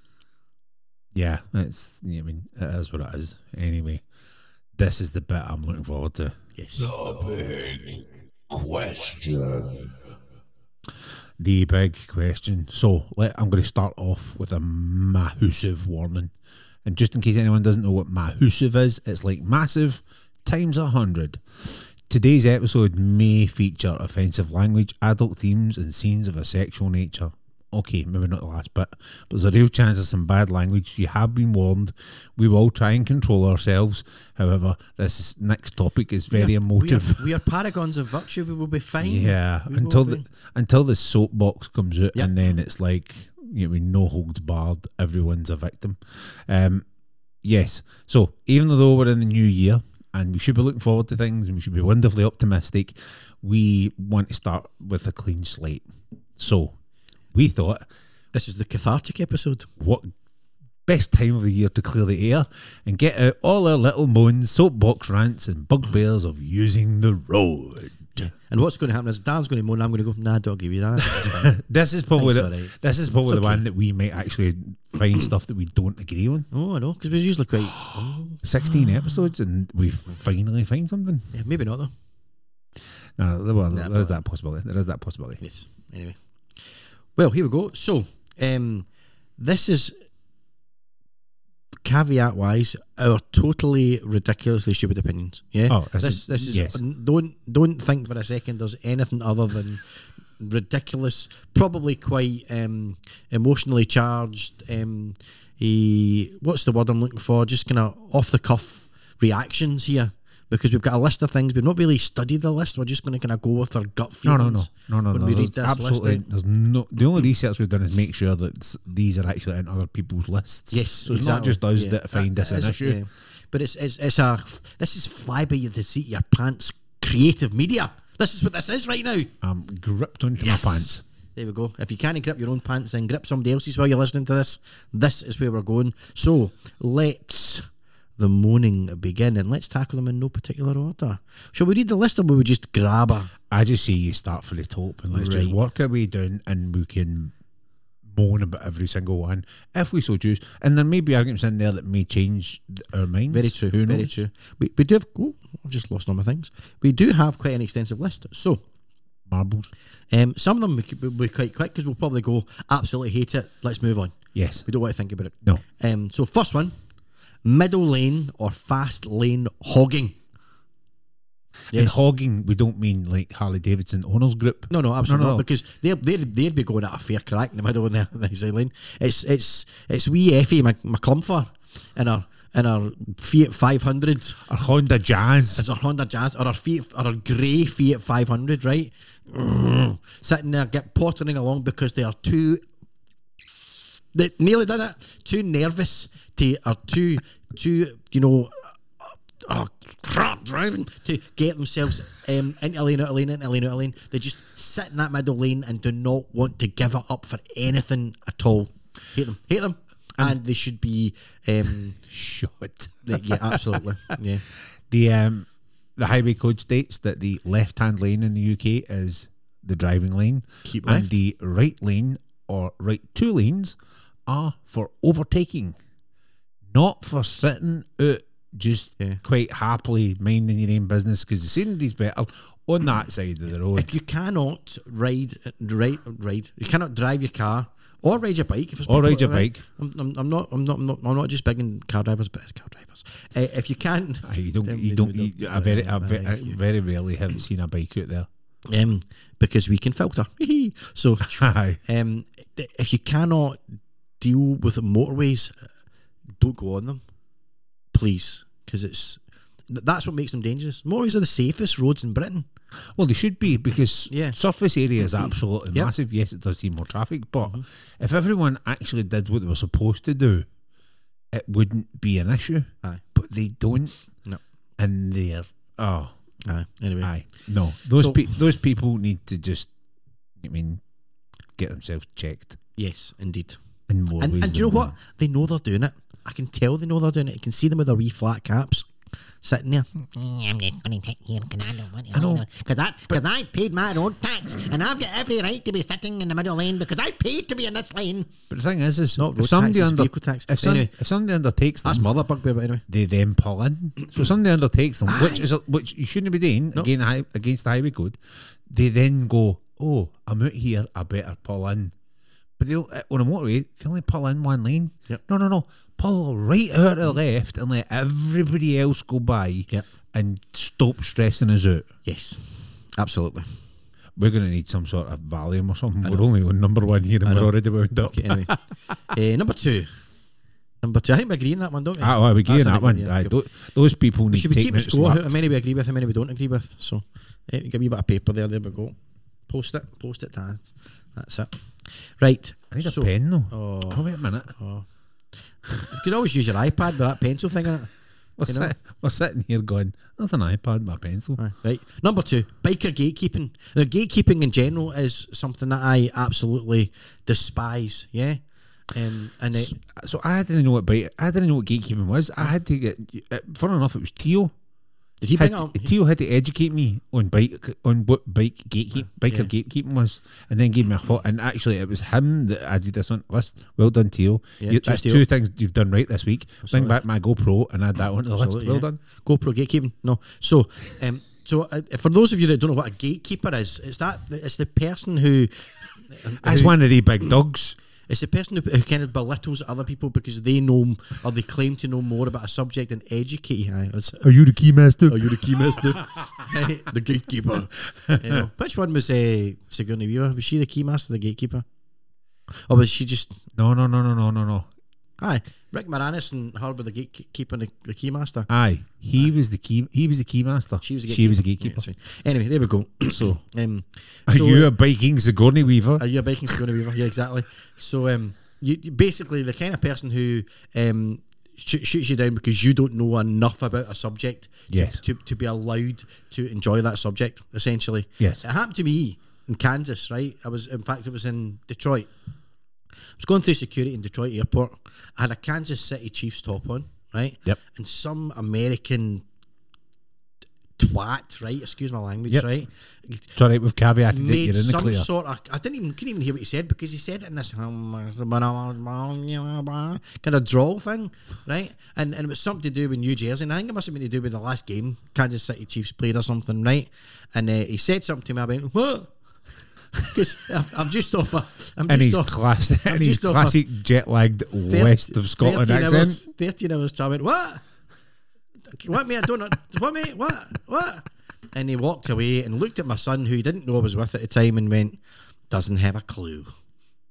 Speaker 2: Yeah, that's you know what I mean, it is what it is. Anyway. This is the bit I'm looking forward to.
Speaker 1: Yes.
Speaker 2: The big question. So let, I'm going to start off with a massive warning. And just in case anyone doesn't know what massive is, it's like massive times a hundred. Today's episode may feature offensive language, adult themes, and scenes of a sexual nature. Okay, maybe not the last bit, but there's a real chance of some bad language. You have been warned. We will try and control ourselves. However, this next topic is very
Speaker 1: We are,
Speaker 2: emotive.
Speaker 1: we are paragons of virtue. We will be fine.
Speaker 2: Yeah,
Speaker 1: We will
Speaker 2: until
Speaker 1: be-
Speaker 2: the until the soapbox comes out,
Speaker 1: Yeah.
Speaker 2: and then it's like you know, no holds barred. Everyone's a victim. Um, yes. So even though we're in the new year and we should be looking forward to things and we should be wonderfully optimistic, we want to start with a clean slate. So we thought,
Speaker 1: this is the cathartic episode.
Speaker 2: what best time of the year to clear the air and get out all our little moans, soapbox rants, and bugbears of using the road.
Speaker 1: And what's going to happen is Dan's going to moan. I'm going to go. Nah, I don't agree with that.
Speaker 2: This is probably the,
Speaker 1: Thanks, alright.
Speaker 2: this is probably
Speaker 1: It's
Speaker 2: the
Speaker 1: okay.
Speaker 2: one that we might actually find stuff that we don't agree on.
Speaker 1: oh, I know, because we're usually quite. Oh,
Speaker 2: Sixteen episodes, and we finally find something.
Speaker 1: yeah, maybe not though.
Speaker 2: No, no, there- well,
Speaker 1: Nah,
Speaker 2: there is that possibility. There is that possibility.
Speaker 1: Yes. Anyway, well, here we go. So, um, this is caveat wise our totally ridiculously stupid opinions. Yeah.
Speaker 2: Oh, this
Speaker 1: this
Speaker 2: is-
Speaker 1: this is
Speaker 2: yes.
Speaker 1: don't don't think for a second there's anything other than ridiculous, probably quite um, emotionally charged. Um, eh, what's the word I'm looking for? Just kind of off the cuff reactions here. Because we've got a list of things, we've not really studied the list. We're just going to kind of go with our gut
Speaker 2: No, no, no,
Speaker 1: feelings
Speaker 2: no, no,
Speaker 1: when
Speaker 2: no.
Speaker 1: we
Speaker 2: there's
Speaker 1: read this
Speaker 2: absolutely,
Speaker 1: list out.
Speaker 2: there's no. The only research we've done is make sure that s- these are actually in other people's lists.
Speaker 1: Yes,
Speaker 2: so it's not just us that find this an issue.
Speaker 1: But it's, it's it's a this is fly by the seat of your pants creative media. This is what this is right now.
Speaker 2: I'm gripped onto my pants.
Speaker 1: There we go. If you can't grip your own pants, then grip somebody else's while you're listening to this. This is where we're going. So let's the moaning begin, and let's tackle them in no particular order. Shall we read the list, or will we just grab a?
Speaker 2: I just say you start from the top and let's just
Speaker 1: Right.
Speaker 2: work our way down and we can moan about every single one if we so choose. And there may be arguments in there that may change th- our minds.
Speaker 1: Very true.
Speaker 2: Who
Speaker 1: Very
Speaker 2: knows?
Speaker 1: true. We, we do have. Oh, I've just lost all my things. We do have quite an extensive list. So
Speaker 2: Marbles.
Speaker 1: Um, some of them we could- will be quite quick because we'll probably go absolutely hate it. Let's move on.
Speaker 2: Yes.
Speaker 1: We don't want to think about it.
Speaker 2: No.
Speaker 1: Um, so first one, middle lane or fast lane hogging.
Speaker 2: And
Speaker 1: Yes.
Speaker 2: hogging, we don't mean like Harley Davidson owners group.
Speaker 1: No, no, absolutely
Speaker 2: No, no.
Speaker 1: not. Because they they they'd be going at a fair crack in the middle of the, the side lane. It's it's it's wee Effie Mc, McClumfer in our in our Fiat 500,
Speaker 2: Or Honda Jazz.
Speaker 1: it's our Honda Jazz or our Fiat or our grey Fiat 500, right? Sitting there, get pottering along because they are too. They nearly done it. Too nervous. They are too too you know. Oh, crap, driving to get themselves um, into lane, out of lane, into lane, out of lane. They just sit in that middle lane and do not want to give it up for anything at all. Hate them, hate them, and they should be. Um,
Speaker 2: Shut.
Speaker 1: they- yeah, absolutely. Yeah,
Speaker 2: The um, the highway code states that the left hand lane in the UK is the driving lane,
Speaker 1: Keep
Speaker 2: and
Speaker 1: left.
Speaker 2: the right lane or right two lanes are for overtaking, not for sitting out just
Speaker 1: Yeah.
Speaker 2: quite happily minding your own business because the scenery's better on that side of the road.
Speaker 1: If you cannot ride, ride, ride, you cannot drive your car or ride your bike. If it's
Speaker 2: Or ride your bike.
Speaker 1: I'm, I'm, I'm not, I'm not, I'm not, I'm not just bigging car drivers, but it's car drivers. Uh, if you can,
Speaker 2: Aye, You don't. You don't. You, I very, I very, I very rarely have seen a bike out there.
Speaker 1: um, because we can filter. so,
Speaker 2: Aye.
Speaker 1: um, if you cannot deal with the motorways, don't go on them, please, because it's th- that's what makes them dangerous. Motorways are the safest roads in Britain.
Speaker 2: Well, they should be because
Speaker 1: Mm. Yeah. Mm-hmm.
Speaker 2: surface area is absolutely
Speaker 1: Yep. Mm-hmm.
Speaker 2: massive. Yes, it does see more traffic, but if everyone actually did what they were supposed to do, it wouldn't be an issue.
Speaker 1: Aye.
Speaker 2: But they don't.
Speaker 1: No.
Speaker 2: And they're oh
Speaker 1: Aye. Anyway,
Speaker 2: aye no those
Speaker 1: So-
Speaker 2: pe- those people need to just I mean get themselves checked
Speaker 1: yes, indeed.
Speaker 2: in more
Speaker 1: And,
Speaker 2: ways.
Speaker 1: and do you know
Speaker 2: than
Speaker 1: what? They know they're doing it. I can tell they know they're doing it. You can see them with their wee flat caps sitting there.
Speaker 4: Hmm. I'm just going to take you because I don't want to.
Speaker 2: I know.
Speaker 4: Because I, because I paid my road tax and I've got every right to be sitting in the middle lane because I paid to be in this lane.
Speaker 2: But the thing is, is
Speaker 1: Not
Speaker 2: if
Speaker 1: road
Speaker 2: somebody
Speaker 1: tax, it's
Speaker 2: under
Speaker 1: vehicle tax.
Speaker 2: if, some-
Speaker 1: Anyway.
Speaker 2: if somebody undertakes them,
Speaker 1: That's my other bugbear, but anyway.
Speaker 2: they then pull in. So if somebody undertakes them, which is which you shouldn't be doing again hi- against the highway code. They then go, "Oh, I'm out here. I better pull in." But they on a motorway, they only pull in one lane.
Speaker 1: Yep.
Speaker 2: No, no, no. Pull right out to the left and let everybody else go by.
Speaker 1: Yep.
Speaker 2: And stop stressing us out.
Speaker 1: Yes, absolutely.
Speaker 2: We're going to need some sort of Valium or something. We're only on number one here and we're already wound up.
Speaker 1: Okay, anyway. uh, number two. Number two. I think we agree on that one, don't we?
Speaker 2: Ah, well, we agree
Speaker 1: That's
Speaker 2: on that
Speaker 1: the
Speaker 2: one.
Speaker 1: big
Speaker 2: Aye,
Speaker 1: yeah, cool.
Speaker 2: tho- those people need
Speaker 1: Should we keep
Speaker 2: taking
Speaker 1: a
Speaker 2: out
Speaker 1: score?
Speaker 2: smart.
Speaker 1: How many we agree with, how many we don't agree with? So, eh, give me a bit of paper there. There we go. Post it. Post it. That's, that's it. Right.
Speaker 2: I need
Speaker 1: so,
Speaker 2: a pen though.
Speaker 1: Oh.
Speaker 2: Oh, wait a minute.
Speaker 1: You can always use your iPad with that pencil thing on it.
Speaker 2: We're,
Speaker 1: You know?
Speaker 2: sit- we're sitting here going, that's an iPad, my pencil.
Speaker 1: Aye, Right. Number two, biker gatekeeping. Now, gatekeeping in general is something that I absolutely despise. Yeah. Um, and it,
Speaker 2: So I didn't know what bite, I didn't know what gatekeeping was. I had to get. uh, Fun enough, it was Teo.
Speaker 1: did he bring
Speaker 2: Had,
Speaker 1: it up?
Speaker 2: Teo had to educate me on bike on what bike gatekeep biker gatekeeping was, and then gave me a thought. And actually, it was him that added this on the list. Well done, Teo.
Speaker 1: Yeah,
Speaker 2: you,
Speaker 1: cheers,
Speaker 2: that's
Speaker 1: Teo.
Speaker 2: two things you've done right this week. Bring back my GoPro and add that onto the list.
Speaker 1: Absolutely,
Speaker 2: Well
Speaker 1: yeah.
Speaker 2: done.
Speaker 1: GoPro gatekeeping. No. So, um, so uh, for those of you that don't know what a gatekeeper is, it's that it's the person who
Speaker 2: That's
Speaker 1: who-
Speaker 2: one of the big dogs.
Speaker 1: It's the person who, who kind of belittles other people because they know m- or they claim to know more about a subject and educate you. Aye, that's-
Speaker 2: Are you the key master?
Speaker 1: Are you the key master? the gatekeeper. You know. Which one was uh, Sigourney Weaver? Was she the key master, or the gatekeeper? Or was she just.
Speaker 2: No, no, no, no, no, no, no.
Speaker 1: Aye, Rick Moranis and her were the gatekeeper and the, the key master.
Speaker 2: Aye, he was the key. He was the key master.
Speaker 1: She was a gatekeeper.
Speaker 2: Ah, She was a
Speaker 1: Yeah,
Speaker 2: gatekeeper.
Speaker 1: that's fine. anyway, there we go.
Speaker 2: so,
Speaker 1: Um,
Speaker 2: are
Speaker 1: so,
Speaker 2: you a biking Sigourney Weaver?
Speaker 1: Are you a biking Sigourney Weaver? Yeah, exactly. So, um, you, you basically the kind of person who um, sh- shoots you down because you don't know enough about a subject to-
Speaker 2: Yes.
Speaker 1: to, to be allowed to enjoy that subject, essentially.
Speaker 2: Yes.
Speaker 1: It happened to me in Kansas, right? I was, in fact, it was in Detroit. I was going through security in Detroit airport. I had a Kansas City Chiefs top on, right?
Speaker 2: Yep.
Speaker 1: And some American twat, right? Excuse my language,
Speaker 2: Yep.
Speaker 1: right?
Speaker 2: it's all right, we've caveated it.
Speaker 1: made
Speaker 2: You're in the
Speaker 1: some
Speaker 2: clear.
Speaker 1: sort of. I didn't even couldn't even hear what he said because he said it in this "Um, kind of drawl thing, right? And and it was something to do with New Jersey. And I think it must have been to do with the last game Kansas City Chiefs played or something, right? And uh, he said something to me. I went what? Because I'm, I'm just off. A, I'm
Speaker 2: and
Speaker 1: just
Speaker 2: his
Speaker 1: off.
Speaker 2: class,
Speaker 1: I'm
Speaker 2: and his
Speaker 1: just off a
Speaker 2: classic jet lagged
Speaker 1: thir-
Speaker 2: west of Scotland
Speaker 1: 13
Speaker 2: accent.
Speaker 1: Hours, Thirteen hours. So I went what? What mate? I don't know. What mate? What? What? And he walked away and looked at my son, who he didn't know I was with at the time, and went, doesn't have a clue.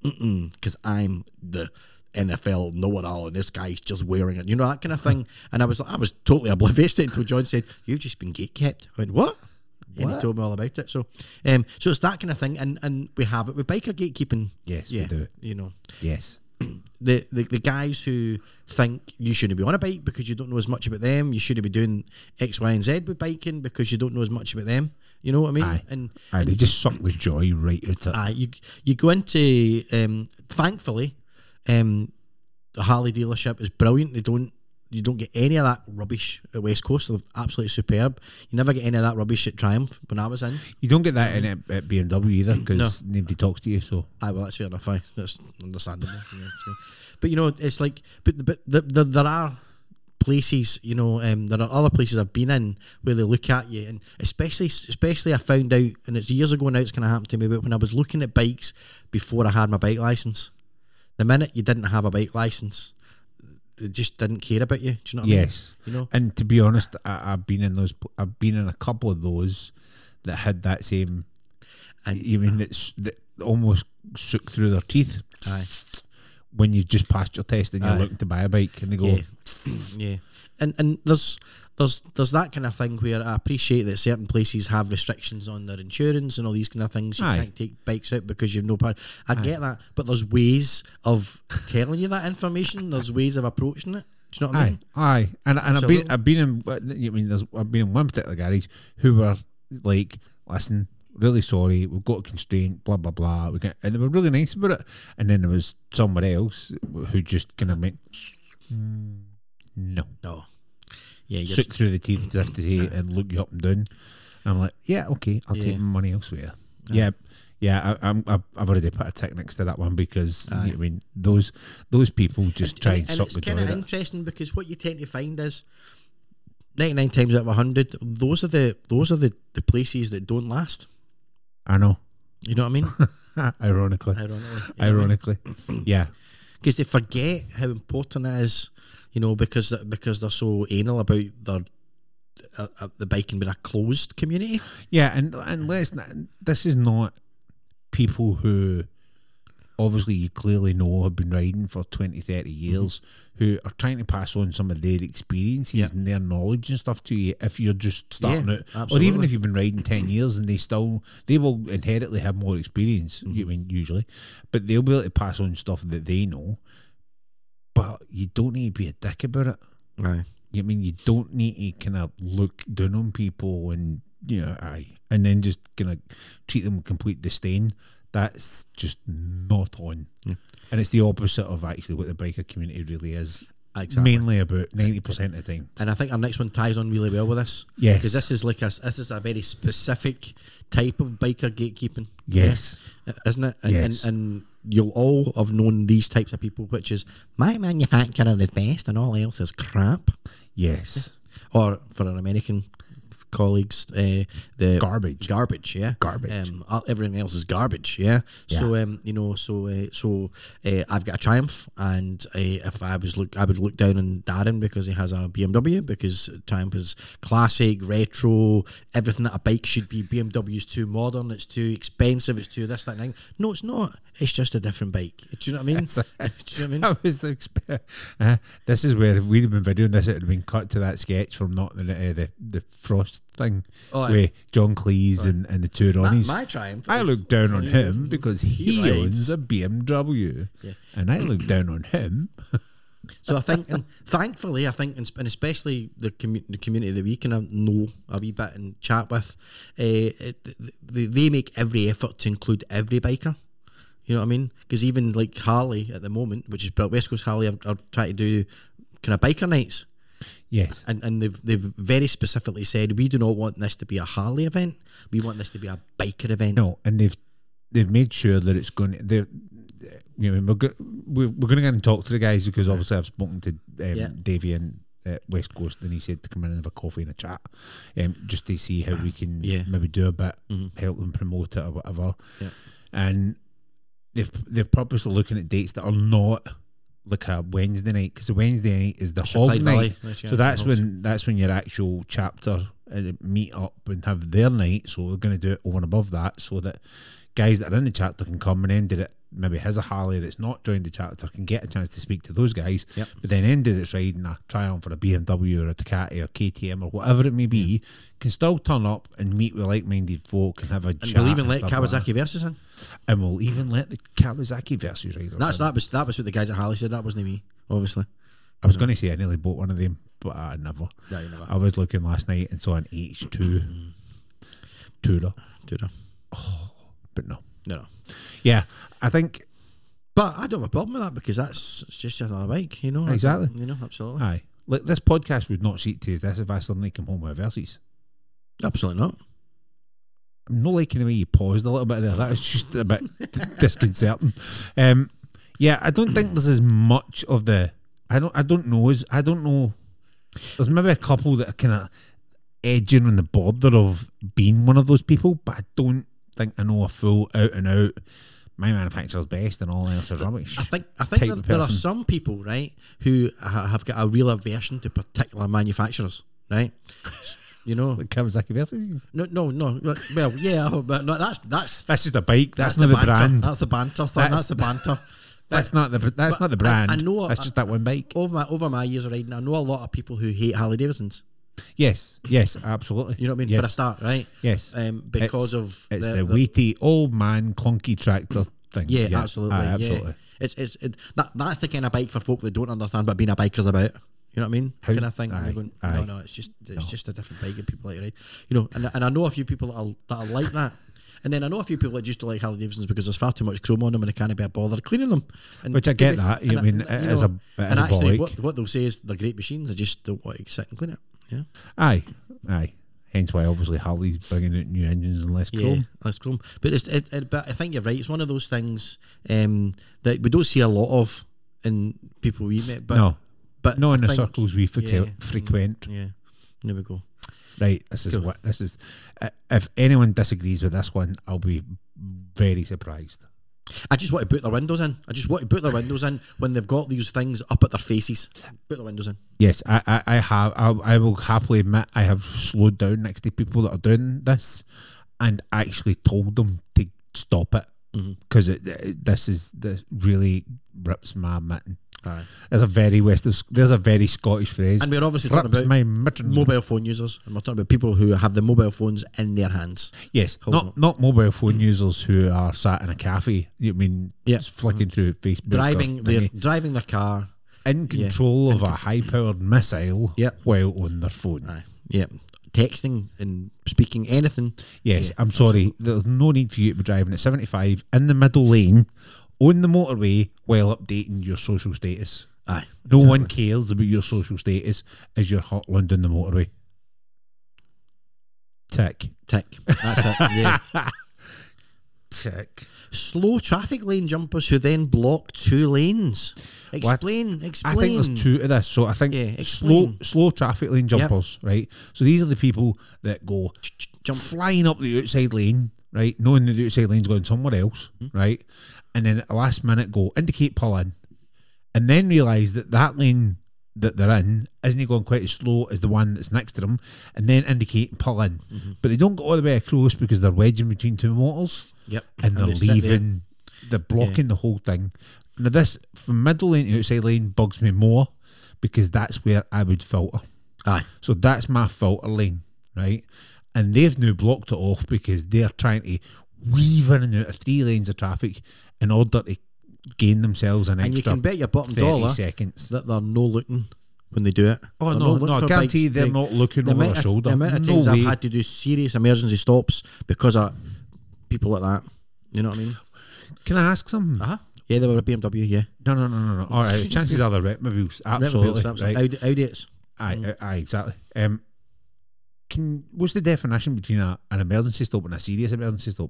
Speaker 1: Because I'm the NFL know-it-all, and this guy's just wearing it. You know, that kind of thing. And I was I was totally oblivious to it until John said, you've just been gatekept. I went, what? And he told me all about it. So, um, so it's that kind of thing, and, and we have it with biker gatekeeping.
Speaker 2: Yes, we
Speaker 1: yeah,
Speaker 2: do it.
Speaker 1: You know,
Speaker 2: Yes.
Speaker 1: the, the the guys who think you shouldn't be on a bike because you don't know as much about them. You shouldn't be doing X, Y, and Z with biking because you don't know as much about them. You know what I mean?
Speaker 2: Aye.
Speaker 1: And
Speaker 2: Aye, they just suck the joy right out of it.
Speaker 1: aye, you you go into um, thankfully, um, the Harley dealership is brilliant. They don't you don't get any of that rubbish at West Coast. They're absolutely superb. You never get any of that rubbish at Triumph when I was in.
Speaker 2: You don't get that in at, at BMW either because nobody talks to you. So
Speaker 1: Ah, well, that's fair enough. Aye. That's understandable. you know, so. But you know, it's like, but but the, the, there are places, you know, um, there are other places I've been in where they look at you, and especially especially I found out, and it's years ago now, it's going to happen to me, but when I was looking at bikes before I had my bike license, the minute you didn't have a bike license, they just didn't care about you. Do you know what
Speaker 2: yes,
Speaker 1: I mean? You know,
Speaker 2: And to be honest, I, I've been in those. pl- I've been in a couple of those that had that same.
Speaker 1: And-
Speaker 2: even that's that almost shook through their teeth
Speaker 1: aye.
Speaker 2: when you just passed your test and you're
Speaker 1: Aye.
Speaker 2: looking to buy a bike and they go,
Speaker 1: Yeah.
Speaker 2: Mm,
Speaker 1: yeah. And and there's there's there's that kind of thing where I appreciate that certain places have restrictions on their insurance and all these kind of things. You
Speaker 2: Aye.
Speaker 1: can't take bikes out because you've no power. I get that, but there's ways of telling you that information. There's ways of approaching it. Do you know what I
Speaker 2: Aye,
Speaker 1: mean?
Speaker 2: aye, and and I've been
Speaker 1: Absolutely.
Speaker 2: I've been in I mean there's I've been in one particular garage who were like, listen, really sorry, we've got a constraint, blah blah blah. We can, and they were really nice about it. And then there was somewhere else who just kind of went, "Mm, no,
Speaker 1: No. Yeah, you're,
Speaker 2: shook through the teeth as if to say and look you up and down. And I'm like, yeah, okay, I'll
Speaker 1: Yeah.
Speaker 2: take my money elsewhere. Yeah. Yeah, I, I'm. I've I've already put a tick next to that one because you know what I mean those those people just try and, suck
Speaker 1: it's
Speaker 2: the joy
Speaker 1: kind of
Speaker 2: out of it.
Speaker 1: interesting because what you tend to find is 99 times out of 100 those are the those are the, the places that don't last
Speaker 2: I know.
Speaker 1: you know what i mean
Speaker 2: ironically,
Speaker 1: ironically
Speaker 2: ironically, yeah,
Speaker 1: because they forget how important it is, you know, because because they're so anal about their uh, uh, the biking being a closed community.
Speaker 2: yeah, and and let's not, this is not people who obviously you clearly know have been riding for 20, 30
Speaker 1: Mm-hmm.
Speaker 2: years who are trying to pass on some of their experiences
Speaker 1: Yeah.
Speaker 2: and their knowledge and stuff to you if you're just starting
Speaker 1: Yeah,
Speaker 2: out, or even
Speaker 1: absolutely.
Speaker 2: if you've been riding ten years and they still they will inherently have more experience. You
Speaker 1: Mm-hmm.
Speaker 2: mean usually, but they'll be able to pass on stuff that they know. But you don't need to be a dick about it.
Speaker 1: Right.
Speaker 2: You know what I mean you don't need to kind of look down on people and you know, aye, and then just kind of treat them with complete disdain. That's just not on, and it's the opposite of actually what the biker community really is.
Speaker 1: Exactly.
Speaker 2: Mainly about ninety percent of the time.
Speaker 1: And I think our next one ties on really well with this.
Speaker 2: Yes.
Speaker 1: Because this is like a s- this is a very specific type of biker gatekeeping.
Speaker 2: Yes.
Speaker 1: Yeah. Uh, Isn't it? And,
Speaker 2: Yes.
Speaker 1: and, and you'll all have known these types of people, which is my manufacturer is best and all else is crap.
Speaker 2: Yes,
Speaker 1: Or for our American colleagues, uh, the
Speaker 2: Garbage.
Speaker 1: garbage, yeah,
Speaker 2: Garbage.
Speaker 1: Um, uh, everything else is garbage, yeah. So um, you know, so uh, so uh, I've got a Triumph, and uh, if I was look, I would look down on Darren because he has a BMW because Triumph is classic, retro, everything that a bike should be. BMW's too modern, it's too expensive, it's too this that and thing. No, it's not. It's just a different bike. Do you know what I mean? Do you know what I mean?
Speaker 2: that was the. Exp- uh, this is where if we'd have been videoing this, it would have been cut to that sketch from not the uh, the, the frost thing
Speaker 1: Oh, Aye.
Speaker 2: with John Cleese and, and the two Ronnies.
Speaker 1: my Triumph
Speaker 2: I
Speaker 1: is-
Speaker 2: look down on him because he,
Speaker 1: rides.
Speaker 2: owns a BMW, and I look down on him.
Speaker 1: So I think, and thankfully, I think, and sp- and especially the, commu- the community that we kind of know a wee bit and chat with, uh, it, th- th- they make every effort to include every biker. You know what I mean? Because even like Harley at the moment, which is built West Coast Harley, are, are trying to do kind of biker nights,
Speaker 2: Yes,
Speaker 1: and, and they've they've very specifically said we do not want this to be a Harley event. We want this to be a biker event.
Speaker 2: no, and they've they've made sure that it's going. They're, you know, we're go- we're, we're going to get and talk to the guys because obviously I've spoken to um,
Speaker 1: Yeah.
Speaker 2: Davey and uh, West Coast, and he said to come in and have a coffee and a chat, um, just to see how we can
Speaker 1: Yeah. Mm-hmm.
Speaker 2: maybe do a bit, help them promote it or whatever.
Speaker 1: Yeah.
Speaker 2: And they've they're purposely looking at dates that are not like a Wednesday night because Wednesday night is the
Speaker 1: Should play
Speaker 2: hog night.
Speaker 1: Valley. Yes,
Speaker 2: so
Speaker 1: yeah, it's the
Speaker 2: that's
Speaker 1: hogs.
Speaker 2: when that's when your actual chapter uh, meet up and have their night. So we're going to do it over and above that so that guys that are in the chapter can come and end it. Maybe has a Harley that's not joined the chapter can get a chance to speak to those guys, but then ended its riding a Triumph or a BMW or a Ducati or KTM or whatever it may be, can still turn up and meet with like minded folk and have a
Speaker 1: And
Speaker 2: chat.
Speaker 1: we'll even let
Speaker 2: stuff like that.
Speaker 1: Kawasaki versus in.
Speaker 2: and we'll even let the Kawasaki versus riders.
Speaker 1: That's
Speaker 2: in.
Speaker 1: that was that was what the guys at Harley said. That wasn't me, obviously.
Speaker 2: I was going to say I nearly bought one of them, but I never.
Speaker 1: No, you never.
Speaker 2: I was looking last night and saw an H2 Tourer,
Speaker 1: Dude, no,
Speaker 2: but no.
Speaker 1: no.
Speaker 2: Yeah, I think,
Speaker 1: But I don't have a problem with that because that's it's just another bike, you know.
Speaker 2: Exactly.
Speaker 1: You know, absolutely,
Speaker 2: aye. Like, this podcast would not seat to this if I suddenly come home with a Versys.
Speaker 1: absolutely not.
Speaker 2: I'm not liking the way you paused a little bit there. That was just a bit d- disconcerting. Um, yeah, I don't think there's as much of the. I don't. I don't know. as- I don't know. There's maybe a couple that are kind of edging on the border of being one of those people, but I don't think I know a full out and out. My manufacturer's best and all else is rubbish.
Speaker 1: I think I think
Speaker 2: type
Speaker 1: there,
Speaker 2: of
Speaker 1: there are
Speaker 2: person.
Speaker 1: some people right who ha- have got a real aversion to particular manufacturers, right? You know,
Speaker 2: Like Kawasaki versus you.
Speaker 1: no, no, no. Well, yeah, oh, but no, that's that's
Speaker 2: That's just a bike. That's, not the,
Speaker 1: banter.
Speaker 2: brand. That's,
Speaker 1: That's the banter. Thing.
Speaker 2: That's-
Speaker 1: That's, the banter.
Speaker 2: not the. That's
Speaker 1: but
Speaker 2: not the
Speaker 1: I-
Speaker 2: brand.
Speaker 1: I know-
Speaker 2: That's
Speaker 1: I- Oh.
Speaker 2: just that one bike.
Speaker 1: Over my over my years of riding, I know a lot of people who hate Harley Davidsons.
Speaker 2: Yes. Yes. Absolutely.
Speaker 1: You know what I mean?
Speaker 2: Yes.
Speaker 1: For a start, right?
Speaker 2: Yes.
Speaker 1: Um,
Speaker 2: it's,
Speaker 1: because of
Speaker 2: it's
Speaker 1: the-
Speaker 2: the,
Speaker 1: the-
Speaker 2: weighty old man clunky tractor thing.
Speaker 1: Yeah, absolutely.
Speaker 2: aye,
Speaker 1: yeah.
Speaker 2: absolutely.
Speaker 1: It's it's it, that that's the kind of bike for folk that don't understand what being a biker's about. You know what I mean?
Speaker 2: How-
Speaker 1: kind of thing. and you're
Speaker 2: aye,
Speaker 1: going,
Speaker 2: aye.
Speaker 1: No, no, it's just it's just a different bike and people like it, right? You know, and, and I know a few people that are, that are like that. And then I know a few people that just don't like Harley Davidsons because there's far too much chrome on them and they can't be bothered cleaning them. And
Speaker 2: Which I get that, you
Speaker 1: and
Speaker 2: mean,
Speaker 1: and,
Speaker 2: it is a- it
Speaker 1: and
Speaker 2: is a
Speaker 1: actually,
Speaker 2: bollock.
Speaker 1: what, what they'll say is they're great machines. They just don't want to sit and clean it. Yeah,
Speaker 2: Aye, aye. Hence why obviously Harley's bringing out new engines and less
Speaker 1: yeah,
Speaker 2: chrome.
Speaker 1: that's chrome. But it's, it, it, but I think you're right. It's one of those things um, that we don't see a lot of in people we met. But
Speaker 2: no,
Speaker 1: But
Speaker 2: not in
Speaker 1: I
Speaker 2: the
Speaker 1: think-
Speaker 2: circles we frequ-
Speaker 1: yeah, mm,
Speaker 2: frequent.
Speaker 1: Yeah, there we go.
Speaker 2: Right, this is what this is. Uh, if anyone disagrees with this one, I'll be very surprised.
Speaker 1: I just want to put their windows in. I just want to put their windows in when they've got these things up at their faces. Put their windows in.
Speaker 2: Yes, I, I, I have. I, I will happily admit I have slowed down next to people that are doing this, and actually told them to stop it
Speaker 1: Mm-hmm.
Speaker 2: because it, it- this is this really rips my mitten.
Speaker 1: Aye.
Speaker 2: There's a very west of there's a very Scottish phrase.
Speaker 1: And we're obviously talking
Speaker 2: rips
Speaker 1: about
Speaker 2: my mitten.
Speaker 1: mobile phone users, and we're talking about people who have the mobile phones in their hands.
Speaker 2: yes,
Speaker 1: Hold
Speaker 2: not
Speaker 1: on.
Speaker 2: not mobile phone users who are sat in a cafe. You mean
Speaker 1: Yeah. Mm-hmm.
Speaker 2: just flicking through Facebook, or
Speaker 1: driving their
Speaker 2: thingy.
Speaker 1: driving their car.
Speaker 2: in control of a high powered missile
Speaker 1: Yeah.
Speaker 2: while on their phone.
Speaker 1: Aye. Yeah. Texting and speaking anything.
Speaker 2: Yes, I'm sorry. There's no need for you to be driving at 75 in the middle lane on the motorway while updating your social status.
Speaker 1: Aye.
Speaker 2: No one cares about your social status as you're hotland on the motorway. Tick.
Speaker 1: Tick. That's it. Yeah.
Speaker 2: Tick.
Speaker 1: Slow traffic lane jumpers who then block two lanes. Explain.
Speaker 2: I
Speaker 1: Explain.
Speaker 2: think there's two of this. So I think
Speaker 1: Yeah,
Speaker 2: slow
Speaker 1: explain.
Speaker 2: slow traffic lane jumpers, right? So these are the people that go
Speaker 1: Jump.
Speaker 2: flying up the outside lane, right? Knowing that the outside lane's going somewhere else,
Speaker 1: Hmm.
Speaker 2: right? And then at the last minute go, indicate pull in, and then realise that that lane that they're in isn't going quite as slow as the one that's next to them, and then indicate and pull in.
Speaker 1: Mm-hmm.
Speaker 2: But they don't go all the way across because they're wedging between two motors
Speaker 1: Yep.
Speaker 2: and they're
Speaker 1: they sit there.
Speaker 2: leaving, they're blocking the whole thing. Now, this from middle lane to outside lane bugs me more because that's where I would filter.
Speaker 1: Aye.
Speaker 2: So that's my filter lane, right? And they've now blocked it off because they're trying to weave in and out of three lanes of traffic in order to gain themselves an
Speaker 1: And you
Speaker 2: extra
Speaker 1: can bet your bottom
Speaker 2: 30
Speaker 1: dollar
Speaker 2: seconds.
Speaker 1: that they're no looking when they do it.
Speaker 2: Oh,
Speaker 1: They're
Speaker 2: no,
Speaker 1: not looking
Speaker 2: no, I
Speaker 1: for
Speaker 2: guarantee
Speaker 1: bikes.
Speaker 2: they're
Speaker 1: They-
Speaker 2: not looking
Speaker 1: the
Speaker 2: over
Speaker 1: amount
Speaker 2: their
Speaker 1: of-
Speaker 2: shoulder.
Speaker 1: The amount of
Speaker 2: No
Speaker 1: times
Speaker 2: way.
Speaker 1: I've had to do serious emergency stops because of people like that. You know what I mean?
Speaker 2: Can I ask something?
Speaker 1: Uh-huh. Yeah, they were a BMW, yeah.
Speaker 2: No, no, no, no, no. All right, chances are they're Retmobiles. Absolutely.
Speaker 1: Absolutely.
Speaker 2: right.
Speaker 1: Audi, Audi's.
Speaker 2: Aye,
Speaker 1: Mm.
Speaker 2: aye, aye, exactly. Um, can what's the definition between a, an emergency stop and a serious emergency stop?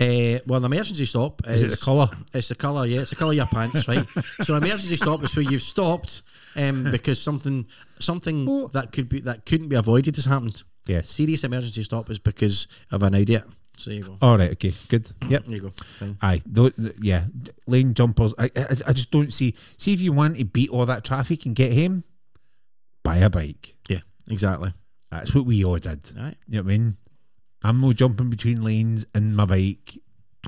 Speaker 1: Uh, well, an emergency stop
Speaker 2: Is
Speaker 1: is,
Speaker 2: it the colour?
Speaker 1: It's the colour, yeah. It's the colour of your pants, right? So, an emergency stop is where you've stopped um, because something something that could be that couldn't be avoided has happened.
Speaker 2: Yes.
Speaker 1: Serious emergency stop is because of an idiot. So there you go.
Speaker 2: All right. Okay. Good. Yep.
Speaker 1: There you go. Fine.
Speaker 2: Aye. Tho- th- yeah. d- Lane jumpers. I, I I just don't see. See if you want to beat all that traffic and get him, buy a bike.
Speaker 1: Yeah, exactly.
Speaker 2: That's what we all did.
Speaker 1: Right.
Speaker 2: You know what I mean? I'm no jumping between lanes in my bike.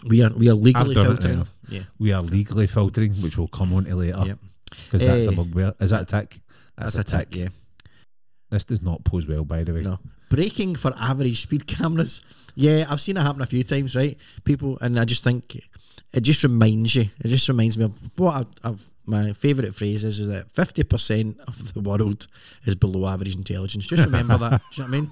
Speaker 1: We are we are
Speaker 2: I've
Speaker 1: legally
Speaker 2: done it
Speaker 1: filtering.
Speaker 2: enough.
Speaker 1: Yeah.
Speaker 2: We are legally filtering, which we'll come on to later
Speaker 1: Yep.
Speaker 2: because that's a
Speaker 1: Eh,
Speaker 2: bugbear. Is that a tick? That's, a tick.
Speaker 1: Yeah.
Speaker 2: This does not pose well, by the way.
Speaker 1: No. Braking for average speed cameras. Yeah, I've seen it happen a few times, right? People, and I just think it just reminds you. It just reminds me of what I, I've, my favourite phrase is, is that 50% of the world is below average intelligence. Just remember that. Do you know what I mean?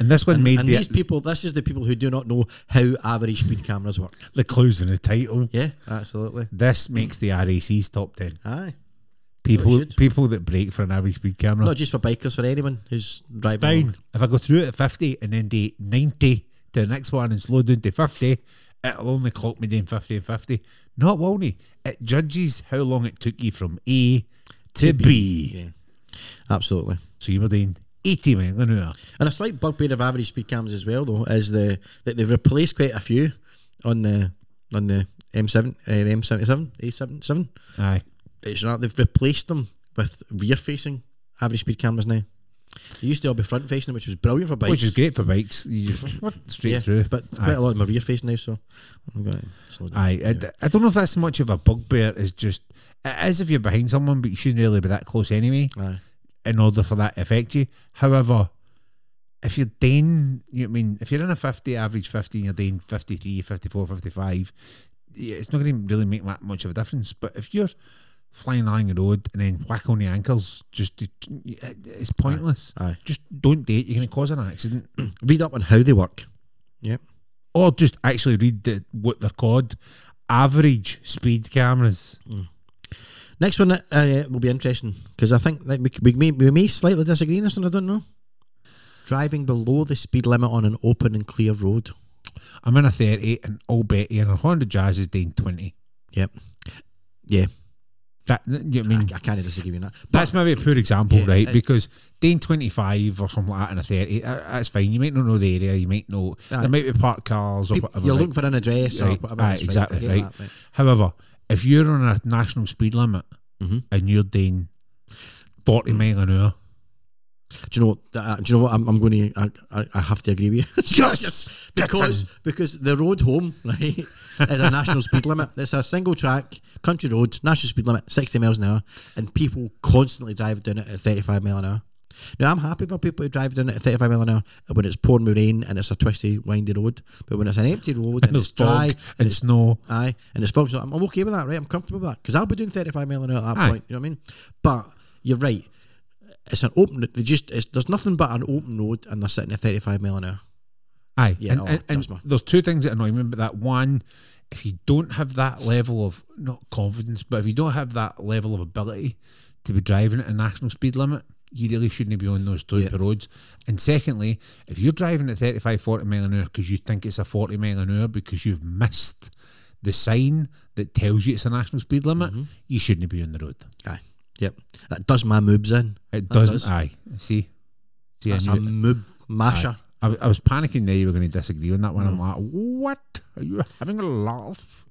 Speaker 2: And this one
Speaker 1: And,
Speaker 2: made
Speaker 1: and
Speaker 2: the,
Speaker 1: these people, this is the people who do not know how average speed cameras work.
Speaker 2: the clues in the title.
Speaker 1: Yeah, absolutely.
Speaker 2: This makes the RAC's top 10.
Speaker 1: Aye.
Speaker 2: People
Speaker 1: should.
Speaker 2: people that break for an average speed camera.
Speaker 1: Not just for bikers, for anyone who's driving.
Speaker 2: it's fine.
Speaker 1: along.
Speaker 2: If I go through it at 50 and then do 90 to the next one and slow down to 50, it'll only clock me down 50 and 50. Not won't it? It judges how long it took you from A to B.
Speaker 1: Yeah. Absolutely.
Speaker 2: So you were doing 80 mile an hour.
Speaker 1: And a slight bugbear of average speed cams as well, though, is the that they've replaced quite a few on the on the M7, uh, the M77, A77.
Speaker 2: Aye.
Speaker 1: It's not they've replaced them with rear-facing average speed cameras now. They used to all be front-facing, which was brilliant for bikes.
Speaker 2: Which is great for bikes. You just straight
Speaker 1: yeah,
Speaker 2: through.
Speaker 1: But quite
Speaker 2: Aye.
Speaker 1: a lot of them are rear-facing now, so I'm going. slow down.
Speaker 2: Aye, I, d- I don't know if that's much of a bugbear. It's just it is if you're behind someone, but you shouldn't really be that close anyway.
Speaker 1: Aye.
Speaker 2: In order for that to affect you, however, if you're doing, you know what I mean, if you're in a fifty average fifty, and you're doing 53, 54, 55, yeah, it's not going to really make that much of a difference. But if you're flying along the road and then whack on the ankles, just to, it's pointless.
Speaker 1: Aye.
Speaker 2: Just don't do it. You're going to cause an accident,
Speaker 1: Read up on how they work. Yep.
Speaker 2: or just actually read the, what they're called. Average speed cameras.
Speaker 1: Next one uh, will be interesting because I think like, we, we, may, we may slightly disagree on this one, I don't know. Driving below the speed limit on an open and clear road.
Speaker 2: I'm in a 30 and all Betty and a Honda Jazz is doing 20.
Speaker 1: Yep. Yeah,
Speaker 2: That, you know
Speaker 1: I,
Speaker 2: what I mean?
Speaker 1: I kind of disagree with that.
Speaker 2: That's maybe a poor example,
Speaker 1: Yeah,
Speaker 2: right?
Speaker 1: it-
Speaker 2: because doing 25 or something like that in a 30, tha- that's fine. You might not know the area, you might know,
Speaker 1: Aye.
Speaker 2: there might be parked cars or
Speaker 1: People-
Speaker 2: whatever.
Speaker 1: you're
Speaker 2: right?
Speaker 1: looking for an address or
Speaker 2: Right,
Speaker 1: whatever.
Speaker 2: aye,
Speaker 1: that's
Speaker 2: exactly,
Speaker 1: I get
Speaker 2: right.
Speaker 1: that,
Speaker 2: However, if you're on a national speed limit
Speaker 1: Mhm.
Speaker 2: and you're doing 40 mile an hour,
Speaker 1: Do you know? what- Uh, do you know what? I'm, I'm going to. I, I have to agree with you.
Speaker 2: Yes!
Speaker 1: because because the road home right is a national speed limit. It's a single track country road, national speed limit, sixty miles an hour, and people constantly drive down it at thirty-five mile an hour. Now I'm happy for people who drive down it at thirty-five mile an hour when it's pouring with rain and it's a twisty, windy road. But when it's an empty road and,
Speaker 2: there's
Speaker 1: it's dry,
Speaker 2: fog and snow.
Speaker 1: Aye, and it's fog. So I'm, I'm okay with that, right? I'm comfortable with that because I'll be doing 35 mile an hour at that
Speaker 2: Aye.
Speaker 1: point. You know what I mean? But you're right. It's an open. They just it's, there's nothing but an open road, and they're sitting at 35 mile an hour.
Speaker 2: Aye,
Speaker 1: Yeah,
Speaker 2: and,
Speaker 1: oh,
Speaker 2: and, and
Speaker 1: that's my-
Speaker 2: there's two things that annoy me about that. One, if you don't have that level of not confidence, but if you don't have that level of ability to be driving at a national speed limit, you really shouldn't be on those type of roads. And secondly, if you're driving at 35, 40 mile an hour because you think it's a 40 mile an hour because you've missed the sign that tells you it's a national speed limit,
Speaker 1: Mm-hmm.
Speaker 2: you shouldn't be on the road.
Speaker 1: Aye, yep. That does my moobs in.
Speaker 2: It
Speaker 1: That
Speaker 2: doesn't.
Speaker 1: does.
Speaker 2: Aye, see, see, I
Speaker 1: That's a
Speaker 2: knew it.
Speaker 1: moob masher.
Speaker 2: I, I was panicking there you were going to disagree on that
Speaker 1: Mm.
Speaker 2: one. I'm like, what? Are you having a laugh?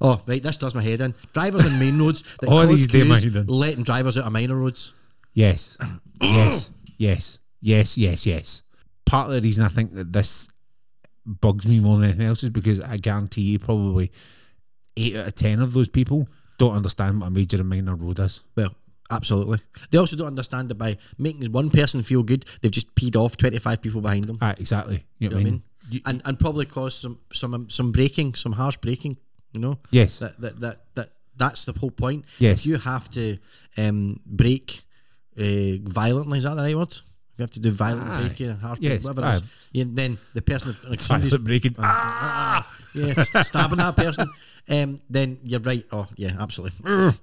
Speaker 1: Oh, right, this does my head in. Drivers on main roads that
Speaker 2: All
Speaker 1: cause
Speaker 2: these do my
Speaker 1: queues,
Speaker 2: head in.
Speaker 1: letting drivers out of minor roads.
Speaker 2: Yes. yes. Yes. Yes. Yes. Yes. Part of the reason I think that this bugs me more than anything else is because I guarantee you probably eight out of ten of those people don't understand what a major and minor road is.
Speaker 1: Well, absolutely. They also don't understand that by making one person feel good, they've just peed off 25 people behind them.
Speaker 2: Ah, exactly. You know
Speaker 1: I
Speaker 2: what I
Speaker 1: mean,
Speaker 2: mean? You-
Speaker 1: and and probably cause some some some breaking, some harsh breaking. You know.
Speaker 2: Yes.
Speaker 1: That that that, that that's the whole point.
Speaker 2: Yes.
Speaker 1: If you have to um, break uh, violently, is that the right word? You have to do violent
Speaker 2: Aye.
Speaker 1: breaking and harsh
Speaker 2: Yes,
Speaker 1: breaking, whatever it is.
Speaker 2: aye.
Speaker 1: Yeah, then the person, like somebody's
Speaker 2: Violent breaking. Ah!
Speaker 1: yeah, st- stabbing that person, um, then you're right. Oh, yeah, absolutely.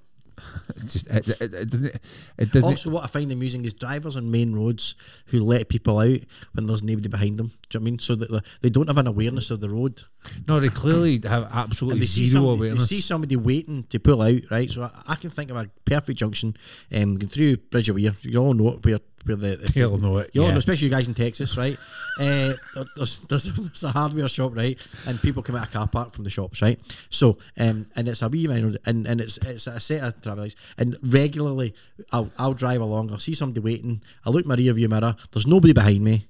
Speaker 2: It's just it, it, it doesn't. It doesn't.
Speaker 1: Also, what I find amusing is drivers on main roads who let people out when there's nobody behind them. Do you know what I mean? So that they- they don't have an awareness of the road.
Speaker 2: no, they clearly have
Speaker 1: And
Speaker 2: absolutely
Speaker 1: they see,
Speaker 2: zero
Speaker 1: somebody,
Speaker 2: awareness.
Speaker 1: they see somebody waiting to pull out, right? So I, I can think of a perfect junction um, going through Bridge of Weir. You all know it, where where the
Speaker 2: Hell no, it-
Speaker 1: you all
Speaker 2: yeah.
Speaker 1: know, especially you guys in Texas, right? uh, there's, there's, there's a hardware shop, right, and people come out of car park from the shops, right? So, um, and it's a wee minor, and, and it's it's a set of traffic lights, and regularly I'll I'll drive along, I'll see somebody waiting, I look in my rear view mirror, there's nobody behind me,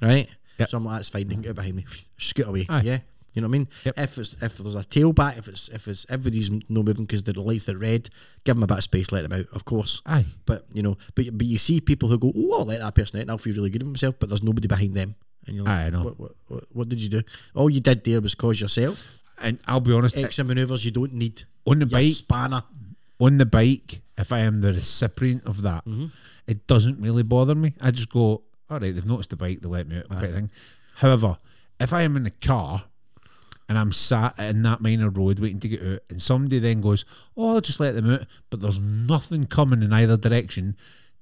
Speaker 1: right?
Speaker 2: Yep.
Speaker 1: So I'm like, that's fine, they can get behind me, scoot away,
Speaker 2: Aye.
Speaker 1: yeah. You know what I mean?
Speaker 2: Yep.
Speaker 1: If it's if there's a tailback, if it's if it's everybody's no moving because the lights are red, give them a bit of space, let them out, of course.
Speaker 2: Aye.
Speaker 1: But you know, but but you see people who go, "Oh, I'll let that person out, and I'll feel really good about myself," but there's nobody behind them, and you're like,
Speaker 2: Aye, I know.
Speaker 1: What, what, what, what did you do? All you did there was cause yourself
Speaker 2: And I'll be honest,
Speaker 1: extra manoeuvres you don't need.
Speaker 2: On the
Speaker 1: You
Speaker 2: bike.
Speaker 1: spanner.
Speaker 2: on the bike, if I am the recipient of that, it doesn't really bother me. I just go, all right, they've noticed the bike, they let me out, kind of thing. However, if I am in the car and I'm sat in that minor road waiting to get out, and somebody then goes, oh, I'll just let them out, but there's nothing coming in either direction.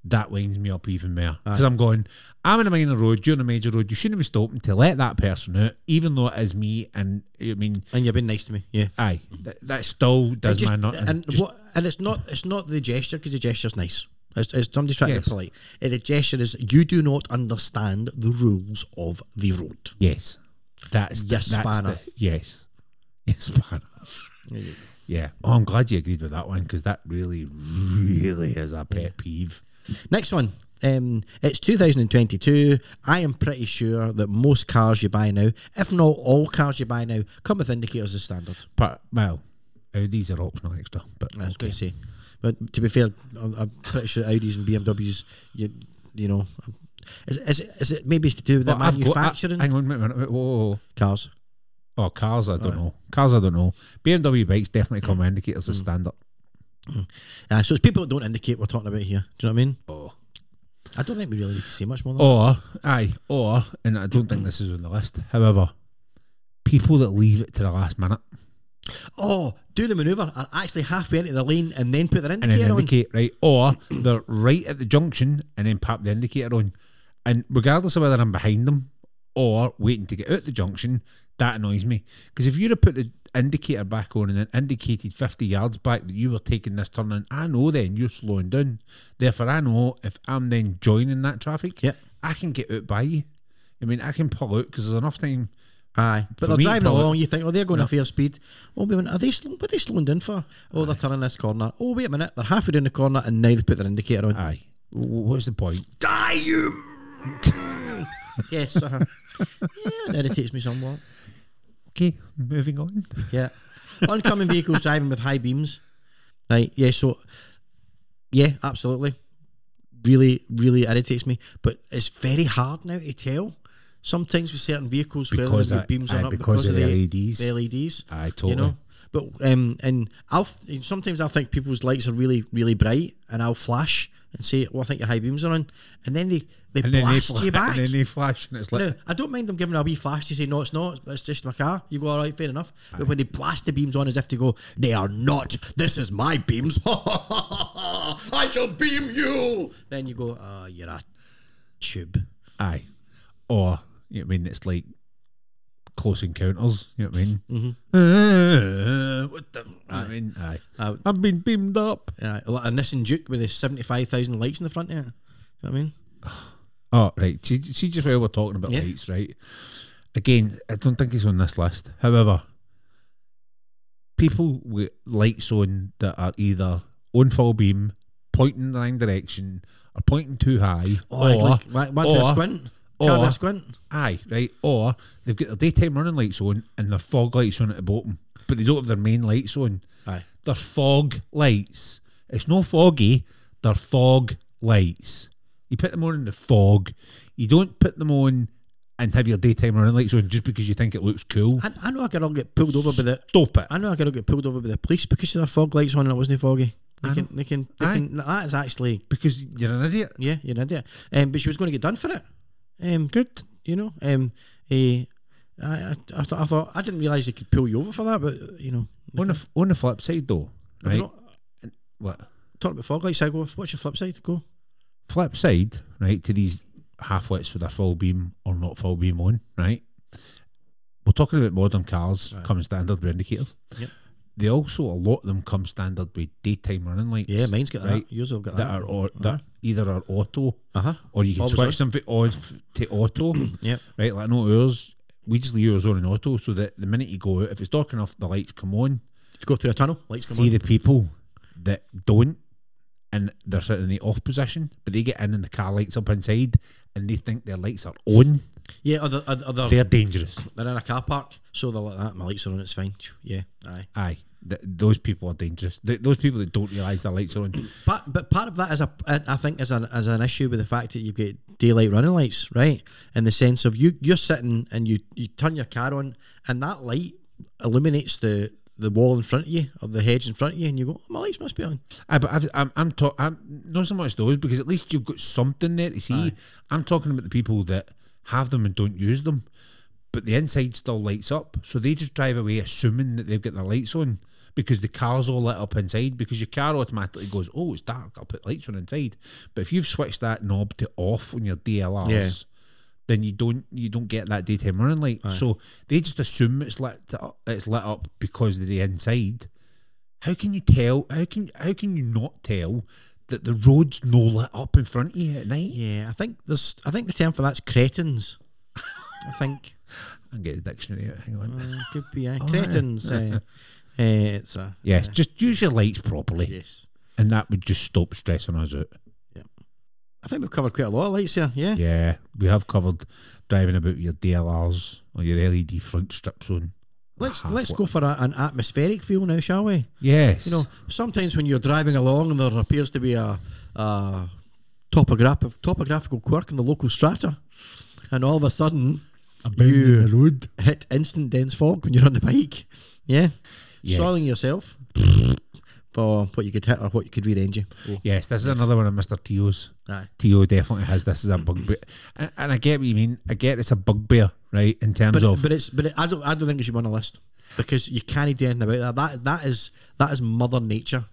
Speaker 2: That winds me up even more because I'm going. I'm in a minor road. You're in a major road. You shouldn't be stopping to let that person out, even though it is me. And I mean,
Speaker 1: And you've been nice to me, yeah.
Speaker 2: aye, that, that still does
Speaker 1: Just-
Speaker 2: my nothing.
Speaker 1: and
Speaker 2: Just-
Speaker 1: what? And it's not it's not the gesture because the gesture's nice. It's, it's somebody's trying
Speaker 2: Yes.
Speaker 1: to be polite. And the gesture is you do not understand the rules of the road.
Speaker 2: Yes. That's the,
Speaker 1: Yes,
Speaker 2: that's
Speaker 1: spanner.
Speaker 2: the- yes. Yes, spanner. Yeah. Oh, I'm glad you agreed with that one because that really, really is a pet peeve.
Speaker 1: Next one. Um, it's 2022. I am pretty sure that most cars you buy now, if not all cars you buy now, come with indicators as standard.
Speaker 2: But, well, Audis are optional extra. But
Speaker 1: I was going to say, but to be fair, I'm, I'm pretty sure Audis and BMWs, you you know, is, is, is it maybe it's to do with the
Speaker 2: But I've got- I-
Speaker 1: manufacturing
Speaker 2: hang on a minute. minute whoa, whoa, whoa.
Speaker 1: cars?
Speaker 2: Oh, cars, I don't know. Cars, I don't know. BMW bikes definitely
Speaker 1: Mm.
Speaker 2: come with indicators as standard.
Speaker 1: Uh, so it's people that don't indicate we're talking about here. Do you know what I mean?
Speaker 2: Oh.
Speaker 1: I don't think we really need to say much more. Than
Speaker 2: Or, aye, or, and I don't
Speaker 1: Mm.
Speaker 2: think this is on the list, however, people that leave it to the last minute
Speaker 1: that. Oh, do the manoeuvre are actually halfway into the lane and then put their
Speaker 2: and then
Speaker 1: indicator on.
Speaker 2: indicate right, or they're right at the junction and then pop the indicator on. And regardless of whether I'm behind them or waiting to get out the junction, that annoys me because if you'd have put the indicator back on and then indicated 50 yards back that you were taking this turn, in, I know then you're slowing down. Therefore, I know if I'm then joining that traffic,
Speaker 1: Yep.
Speaker 2: I can get out by you. I mean, I can pull out because there's enough time.
Speaker 1: Aye, but
Speaker 2: For
Speaker 1: they're
Speaker 2: me,
Speaker 1: driving
Speaker 2: probably-
Speaker 1: along. You think, oh, they're going at fair speed. Oh, we went, are they? Slow, what are they slowing down for? Oh, they're turning this corner. Oh, wait a minute, they're halfway down the corner, and now they have put their indicator on.
Speaker 2: Aye, W- w- what's the point?
Speaker 1: Die you! yes, uh-huh. yeah, it irritates me somewhat.
Speaker 2: Okay, moving on.
Speaker 1: Yeah, oncoming vehicles driving with high beams. Right. Yeah. So, yeah, absolutely. Really, really irritates me. But it's very hard now to tell. Sometimes with certain vehicles where
Speaker 2: Because
Speaker 1: the
Speaker 2: that-
Speaker 1: beams
Speaker 2: aye,
Speaker 1: are up
Speaker 2: because of the LEDs.
Speaker 1: The LEDs.
Speaker 2: Aye, totally.
Speaker 1: You know? But um, and I'll th- sometimes I'll think people's lights are really, really bright, and I'll flash and say, "Well, I think your high beams are on," and then they they
Speaker 2: And then, they
Speaker 1: blast
Speaker 2: flash,
Speaker 1: you back.
Speaker 2: and then they flash, and it's like,
Speaker 1: Now, I don't mind them giving a wee flash to say, no, it's not, it's just my car. You go, all right, fair enough. But when they blast the beams on as if to go, they are not, this is my beams, I shall beam you. Then you go, ah, you're a tube.
Speaker 2: Aye. Or, you know what I mean? It's like close encounters, you know what I mean? Uh, what the? I mean, aye.
Speaker 1: Mm-hmm. Uh,
Speaker 2: I've been beamed up.
Speaker 1: Uh, like a Nissan Duke with the 75,000 lights in the front of it. You know what I mean?
Speaker 2: Oh, right. See, see just where we're talking about
Speaker 1: Yeah.
Speaker 2: lights, right? Again, I don't think it's on this list. However, people with lights on that are either on full beam, pointing in the wrong direction, or pointing too high,
Speaker 1: Or,
Speaker 2: or,
Speaker 1: like, like, one to a
Speaker 2: or-
Speaker 1: squint. Can't do
Speaker 2: or-
Speaker 1: a squint.
Speaker 2: Aye, right. Or they've got their daytime running lights on and their fog lights on at the bottom, but they don't have their main lights on.
Speaker 1: Aye.
Speaker 2: They're fog lights. It's no foggy, they're fog lights. You put them on in the fog. You don't put them on and have your daytime running lights on just because you think it looks cool.
Speaker 1: I, I know a girl get pulled over by the...
Speaker 2: Stop it.
Speaker 1: I know a girl get pulled over by the police because she had her fog lights on and it wasn't foggy. They can, they can, they
Speaker 2: Aye.
Speaker 1: can, that is actually
Speaker 2: Because you're an idiot.
Speaker 1: Yeah, you're an idiot. Um, but she was going to get done for it. Um, good. You know. Um, eh, I, I, I, th- I thought I didn't realise they could pull you over for that, but uh, you know,
Speaker 2: On the, on the flip side, though,
Speaker 1: I
Speaker 2: right?
Speaker 1: don't know,
Speaker 2: What?
Speaker 1: talk about fog lights. I go, what's your flip side? Go.
Speaker 2: flip side, right, to these half wits with a full beam or not full beam on, right? We're talking about modern cars coming standard with indicators.
Speaker 1: Yep.
Speaker 2: They also a lot of them come standard with daytime running lights.
Speaker 1: Yeah, mine's got
Speaker 2: right,
Speaker 1: that. Yours will get
Speaker 2: that,
Speaker 1: that.
Speaker 2: are or that either are auto,
Speaker 1: Uh-huh.
Speaker 2: or you can
Speaker 1: Always
Speaker 2: switch them fi- off to auto.
Speaker 1: Yep.
Speaker 2: Right, like I know ours. We just leave ours on in auto, so that the minute you go out, if it's dark enough, the lights come on.
Speaker 1: Just go through a tunnel. Lights come
Speaker 2: See
Speaker 1: on.
Speaker 2: the people that don't, and they're sitting in the off position, but they get in and the car lights up inside, and they think their lights are on.
Speaker 1: yeah, or they're, or they're,
Speaker 2: They're dangerous.
Speaker 1: they're in a car park, so they're like that. My lights are on. It's fine. Yeah, aye.
Speaker 2: Aye, th- those people are dangerous. Th- those people that don't realise their lights are on.
Speaker 1: But but part of that is a I I think is an is an issue with the fact that you get daylight running lights, right? In the sense of you you're sitting and you you turn your car on and that light illuminates the the wall in front of you of the hedge in front of you and you go oh, my lights must be on
Speaker 2: Aye, but I've, I'm I'm, ta- I'm not so much those because at least you've got something there to see. I'm talking about the people that have them and don't use them, but the inside still lights up, so they just drive away assuming that they've got their lights on because the car's all lit up inside. Because your car automatically goes, "Oh, it's dark. I'll put lights on inside." But if you've switched that knob to off on your DLRs.
Speaker 1: Yeah.
Speaker 2: Then you don't you don't get that daytime running light, so they just assume it's lit up, it's lit up because of the inside, how can you tell? How can how can you not tell that the road's no lit up in front of you at night?
Speaker 1: yeah I think there's I think the term for that's cretins I think
Speaker 2: I can get the dictionary out. Hang on.
Speaker 1: uh, could be uh, cretins uh, uh, it's a
Speaker 2: yes, just use your lights properly,
Speaker 1: yes
Speaker 2: and that would just stop stressing us out.
Speaker 1: I think we've covered quite a lot of lights here yeah
Speaker 2: Yeah, we have covered driving about your DLRs or your LED front strips on.
Speaker 1: let's
Speaker 2: Half
Speaker 1: let's
Speaker 2: lit.
Speaker 1: go for a, an atmospheric feel now shall we
Speaker 2: Yes,
Speaker 1: You know, sometimes when you're driving along and there appears to be a, a topograph- topographical quirk in the local strata, and all of a sudden you
Speaker 2: the road.
Speaker 1: hit instant dense fog when you're on the bike, yeah,
Speaker 2: Yes.
Speaker 1: soiling yourself for what you could hit or what you could rear end you.
Speaker 2: Yes, this is another one of Mister Teo's.
Speaker 1: Aye.
Speaker 2: Teo definitely has this as a bugbear, and, and I get what you mean. I get it's a bugbear, right? In terms
Speaker 1: But,
Speaker 2: of
Speaker 1: but it's but it, I don't I don't think it should be on a list because you can't do anything about that. That that is that is mother nature.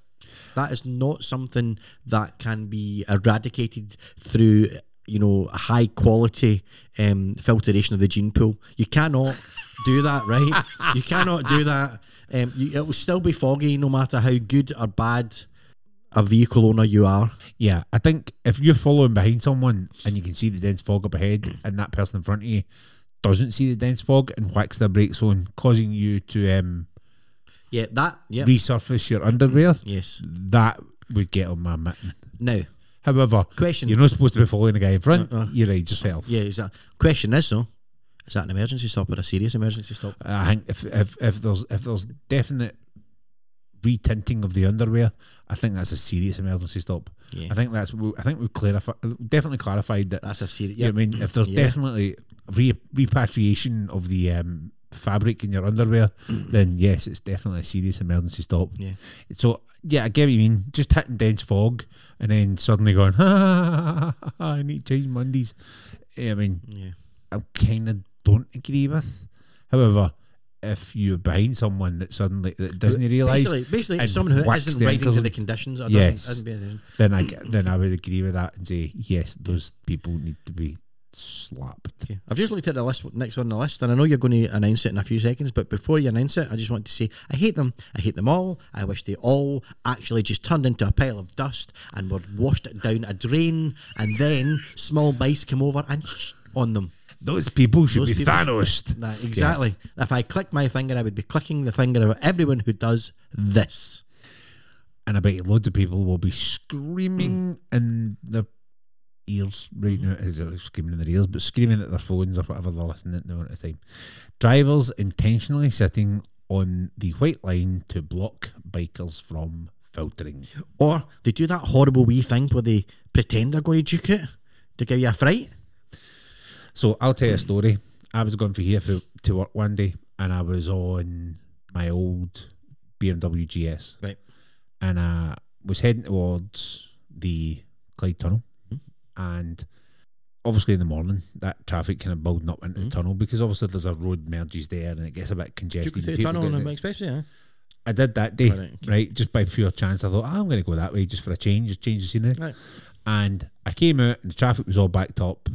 Speaker 1: That is not something that can be eradicated through you know a high quality um, filtration of the gene pool. You cannot do that, right? You cannot do that. Um, you, it will still be foggy no matter how good or bad a vehicle owner you are.
Speaker 2: Yeah, I think if you're following behind someone and you can see the dense fog up ahead, and that person in front of you doesn't see the dense fog and whacks their brakes on, causing you to um,
Speaker 1: Yeah, that. Yeah.
Speaker 2: resurface your underwear,
Speaker 1: yes.
Speaker 2: that would get on my mitten.
Speaker 1: Now,
Speaker 2: However,
Speaker 1: Question. Uh-uh.
Speaker 2: you're not supposed to be following a guy in front. you ride yourself.
Speaker 1: yeah, exactly. Question is though, is that an emergency stop or a serious emergency stop?
Speaker 2: I think if, if if there's if there's definite retinting of the underwear, I think that's a serious emergency stop.
Speaker 1: Yeah.
Speaker 2: I think that's I think we've clarified definitely clarified that
Speaker 1: That's a serious.
Speaker 2: You know what I mean, if there's
Speaker 1: Yeah.
Speaker 2: definitely re- repatriation of the um, fabric in your underwear, then yes, it's definitely a serious emergency stop.
Speaker 1: Mm. Yeah.
Speaker 2: So yeah, I get what you mean. Just hitting dense fog and then suddenly going, I need to change Mondays. I mean,
Speaker 1: Yeah.
Speaker 2: I kind of don't agree with. However, if you're behind someone that suddenly that doesn't realise,
Speaker 1: Basically, basically
Speaker 2: and
Speaker 1: it's someone who
Speaker 2: whacks
Speaker 1: isn't
Speaker 2: their
Speaker 1: riding
Speaker 2: ankles
Speaker 1: to
Speaker 2: in-
Speaker 1: the conditions. Or
Speaker 2: Yes.
Speaker 1: Doesn't, doesn't be
Speaker 2: then I get- then I would agree with that and say yes, those people need to be slapped.
Speaker 1: okay. I've just looked at the list, next one on the list, and I know you're going to announce it in a few seconds, but before you announce it, I just want to say I hate them. I hate them all. I wish they all actually just turned into a pile of dust and were washed down a drain, and then small mice come over and sh- on them.
Speaker 2: Those people should
Speaker 1: Those
Speaker 2: be
Speaker 1: people-
Speaker 2: Thanosed.
Speaker 1: Nah, exactly. If I click my finger, I would be clicking the finger of everyone who does this.
Speaker 2: and I bet you loads of people will be
Speaker 1: Mm.
Speaker 2: screaming in their ears right now. Is it screaming in their ears, but screaming at their phones or whatever they're listening to at the time. Drivers intentionally sitting on the white line to block bikers from filtering.
Speaker 1: Or they do that horrible wee thing where they pretend they're going to duke it to give you a fright.
Speaker 2: So I'll tell you a story. I was going for here for, to work one day, and I was on my old BMW GS.
Speaker 1: Right.
Speaker 2: and I was heading towards the Clyde Tunnel.
Speaker 1: Mm-hmm.
Speaker 2: And obviously, in the morning, that traffic kind of building up
Speaker 1: Mm-hmm.
Speaker 2: into the tunnel because obviously there's a road merges there and it gets a bit congested. and people get- I did that day,
Speaker 1: Right,
Speaker 2: right, Just by pure chance, I thought "Ah, I'm going to go that way just for a change, just change the scenery.
Speaker 1: Right.
Speaker 2: And I came out and the traffic was all backed up,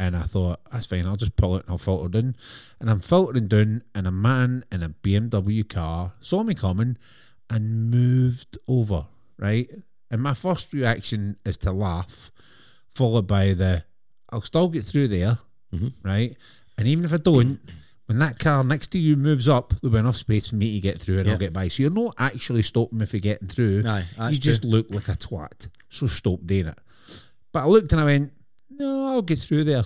Speaker 2: And I thought, that's fine, I'll just pull it and I'll filter down. And I'm filtering down, and a man in a BMW car saw me coming and moved over, right? And my first reaction is to laugh, followed by the, I'll still get through there,
Speaker 1: Mm-hmm.
Speaker 2: right? And even if I don't,
Speaker 1: Mm.
Speaker 2: when that car next to you moves up, there'll be enough space for me to get through and I'll
Speaker 1: Yeah.
Speaker 2: get by. So you're not actually stopping me for getting through.
Speaker 1: Aye, that's
Speaker 2: you just
Speaker 1: true.
Speaker 2: look like a twat. So stop doing it. But I looked and I went, no, I'll get through there.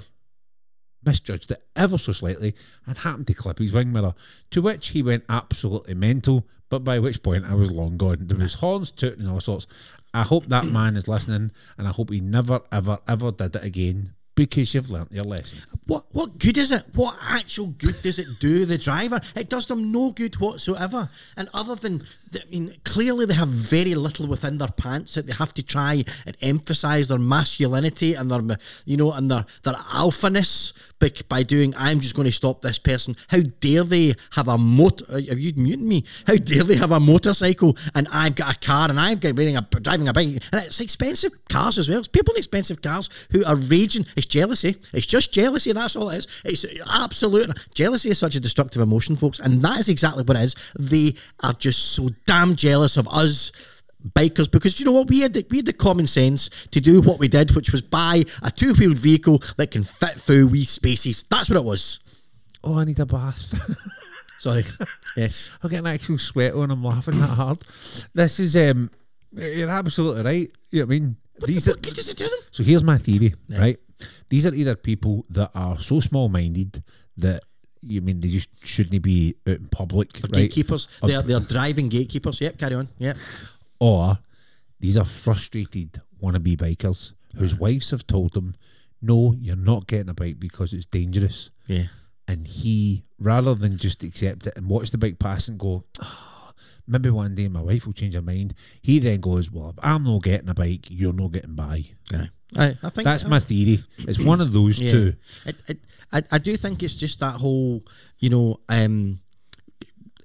Speaker 2: Misjudged it ever so slightly and happened to clip his wing mirror, to which he went absolutely mental. But by which point I was long gone. There was horns tooting and all sorts. I hope that man is listening, and I hope he never, ever, ever did it again because you've learnt your lesson.
Speaker 1: What what good is it? What actual good does it do the driver? It does them no good whatsoever. And other than, I mean, clearly they have very little within their pants that they have to try and emphasise their masculinity and their, you know, and their their alphaness by, by doing. I'm just going to stop this person. How dare they have a motor? Have you muted me? How dare they have a motorcycle and I've got a car and I've got wearing a driving a bike and it's expensive cars as well. It's people in expensive cars who are raging. It's jealousy. It's just jealousy. That's all it is. It's absolute jealousy is such a destructive emotion, folks, and that is exactly what it is. They are just so damn jealous of us. Bikers, because you know what we had, the, we had the common sense to do what we did, which was buy a two-wheeled vehicle that can fit through wee spaces. That's what it was.
Speaker 2: Oh, I need a bath.
Speaker 1: Sorry. yes.
Speaker 2: I get an actual sweat on. I'm laughing that hard. This is um, you're absolutely right. You know what I mean? These are,
Speaker 1: What good does it do them?
Speaker 2: so here's my theory, right? These are either people that are so small-minded that you mean they just shouldn't be out in public, right?
Speaker 1: Gatekeepers.
Speaker 2: Or-
Speaker 1: They're, they're driving gatekeepers. Yep, carry on. Yep.
Speaker 2: or these are frustrated wannabe bikers whose wives have told them, "No, you're not getting a bike because it's dangerous."
Speaker 1: Yeah.
Speaker 2: and he rather than just accept it and watch the bike pass and go "Ah, maybe one day my wife will change her mind he then goes well if i'm not getting a bike you're not getting by
Speaker 1: Aye. Aye. I think
Speaker 2: that's my theory it's one of those
Speaker 1: Yeah.
Speaker 2: two
Speaker 1: It, it, I, I do think it's just that whole, you know, um,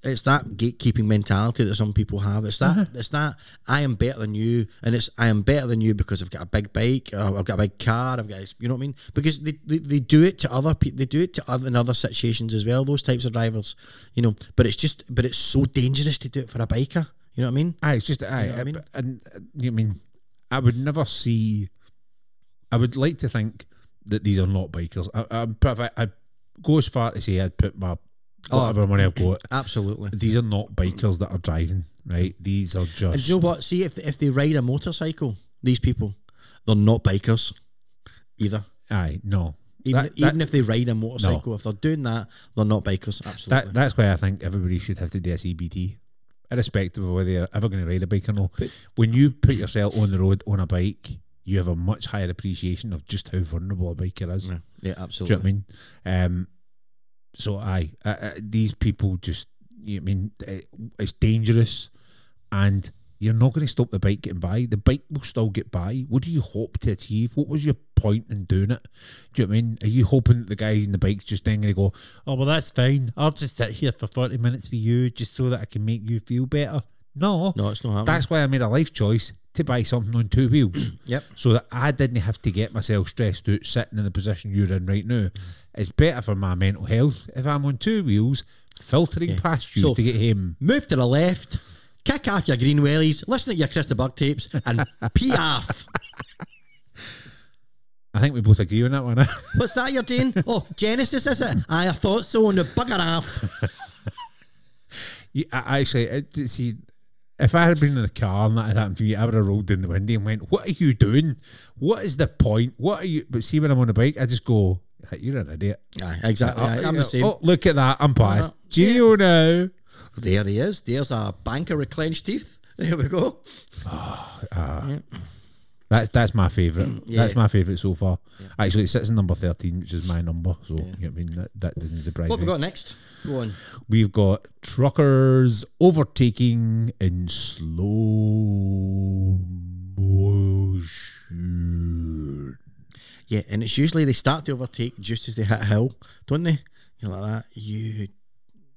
Speaker 1: it's that gatekeeping mentality that some people have. It's
Speaker 2: Uh-huh.
Speaker 1: that it's that I am better than you, and it's I am better than you because I've got a big bike, or I've got a big car, I've got a- you know what I mean. Because they, they, they do it to other people, they do it to other in other situations as well. Those types of drivers, you know. But it's just, but it's so dangerous to do it for a biker. You know what I mean?
Speaker 2: aye it's just aye
Speaker 1: know what I
Speaker 2: I
Speaker 1: mean?
Speaker 2: and uh, you know what I mean i would never see i would like to think that these are not bikers i, I, but if I, I go as far to say i'd put my
Speaker 1: Oh.
Speaker 2: whatever money i've got
Speaker 1: Absolutely.
Speaker 2: these are not bikers that are driving right these are just
Speaker 1: And do you know what? See, if if they ride a motorcycle, these people, they're not bikers either.
Speaker 2: aye no
Speaker 1: Even,
Speaker 2: That- that-
Speaker 1: even if they ride a motorcycle, if they're doing that, they're not bikers. Absolutely.
Speaker 2: That that's why I think everybody should have to do a CBT, irrespective of whether you're ever going to ride a bike or not. when you put yourself on the road on a bike, you have a much higher appreciation of just how vulnerable a biker is.
Speaker 1: yeah, yeah,
Speaker 2: Do you know
Speaker 1: absolutely.
Speaker 2: what I mean? Um, so I, I, I these people just, you know what I mean, it, it's dangerous, and you're not going to stop the bike getting by. The bike will still get by. What do you hope to achieve? What was your point in doing it? Do you know what I mean? Are you hoping that the guys in the bikes just then going to go, oh well, that's fine. I'll just sit here for forty minutes with you, just so that I can make you feel better. No,
Speaker 1: No, it's not happening.
Speaker 2: that's why I made a life choice to buy something on two wheels.
Speaker 1: Yep.
Speaker 2: So that I didn't have to get myself stressed out sitting in the position you're in right now.
Speaker 1: Mm.
Speaker 2: It's better for my mental health if I'm on two wheels filtering past you
Speaker 1: So-
Speaker 2: to get him.
Speaker 1: Move to the left, kick off your green wellies, listen to your Christa Burke tapes, and pee off.
Speaker 2: I think we both agree on that one.
Speaker 1: What's that you're doing? Oh, Genesis, is it? Aye, I thought so, and the bugger off.
Speaker 2: You- I actually I, did see if I had been in the car and that had happened to me, I would have rolled down the window and went, "What are you doing? What is the point? What are you?" But see, when I'm on the bike, I just go, "Hey, "You're an idiot."
Speaker 1: Aye, exactly. aye, I'm the same.
Speaker 2: Oh, look at that! I'm biased. Geo now.
Speaker 1: There he is. There's a banker with clenched teeth. There we go.
Speaker 2: That's that's my favourite. That's
Speaker 1: Yeah.
Speaker 2: my favourite so far. Actually, it sits in number thirteen, which is my number. So you know what I mean that, that doesn't surprise
Speaker 1: What have
Speaker 2: me.
Speaker 1: we got next? Go on.
Speaker 2: We've got truckers overtaking in slow motion.
Speaker 1: Yeah, and it's usually they start to overtake just as they hit a hill, don't they? You're like that. You,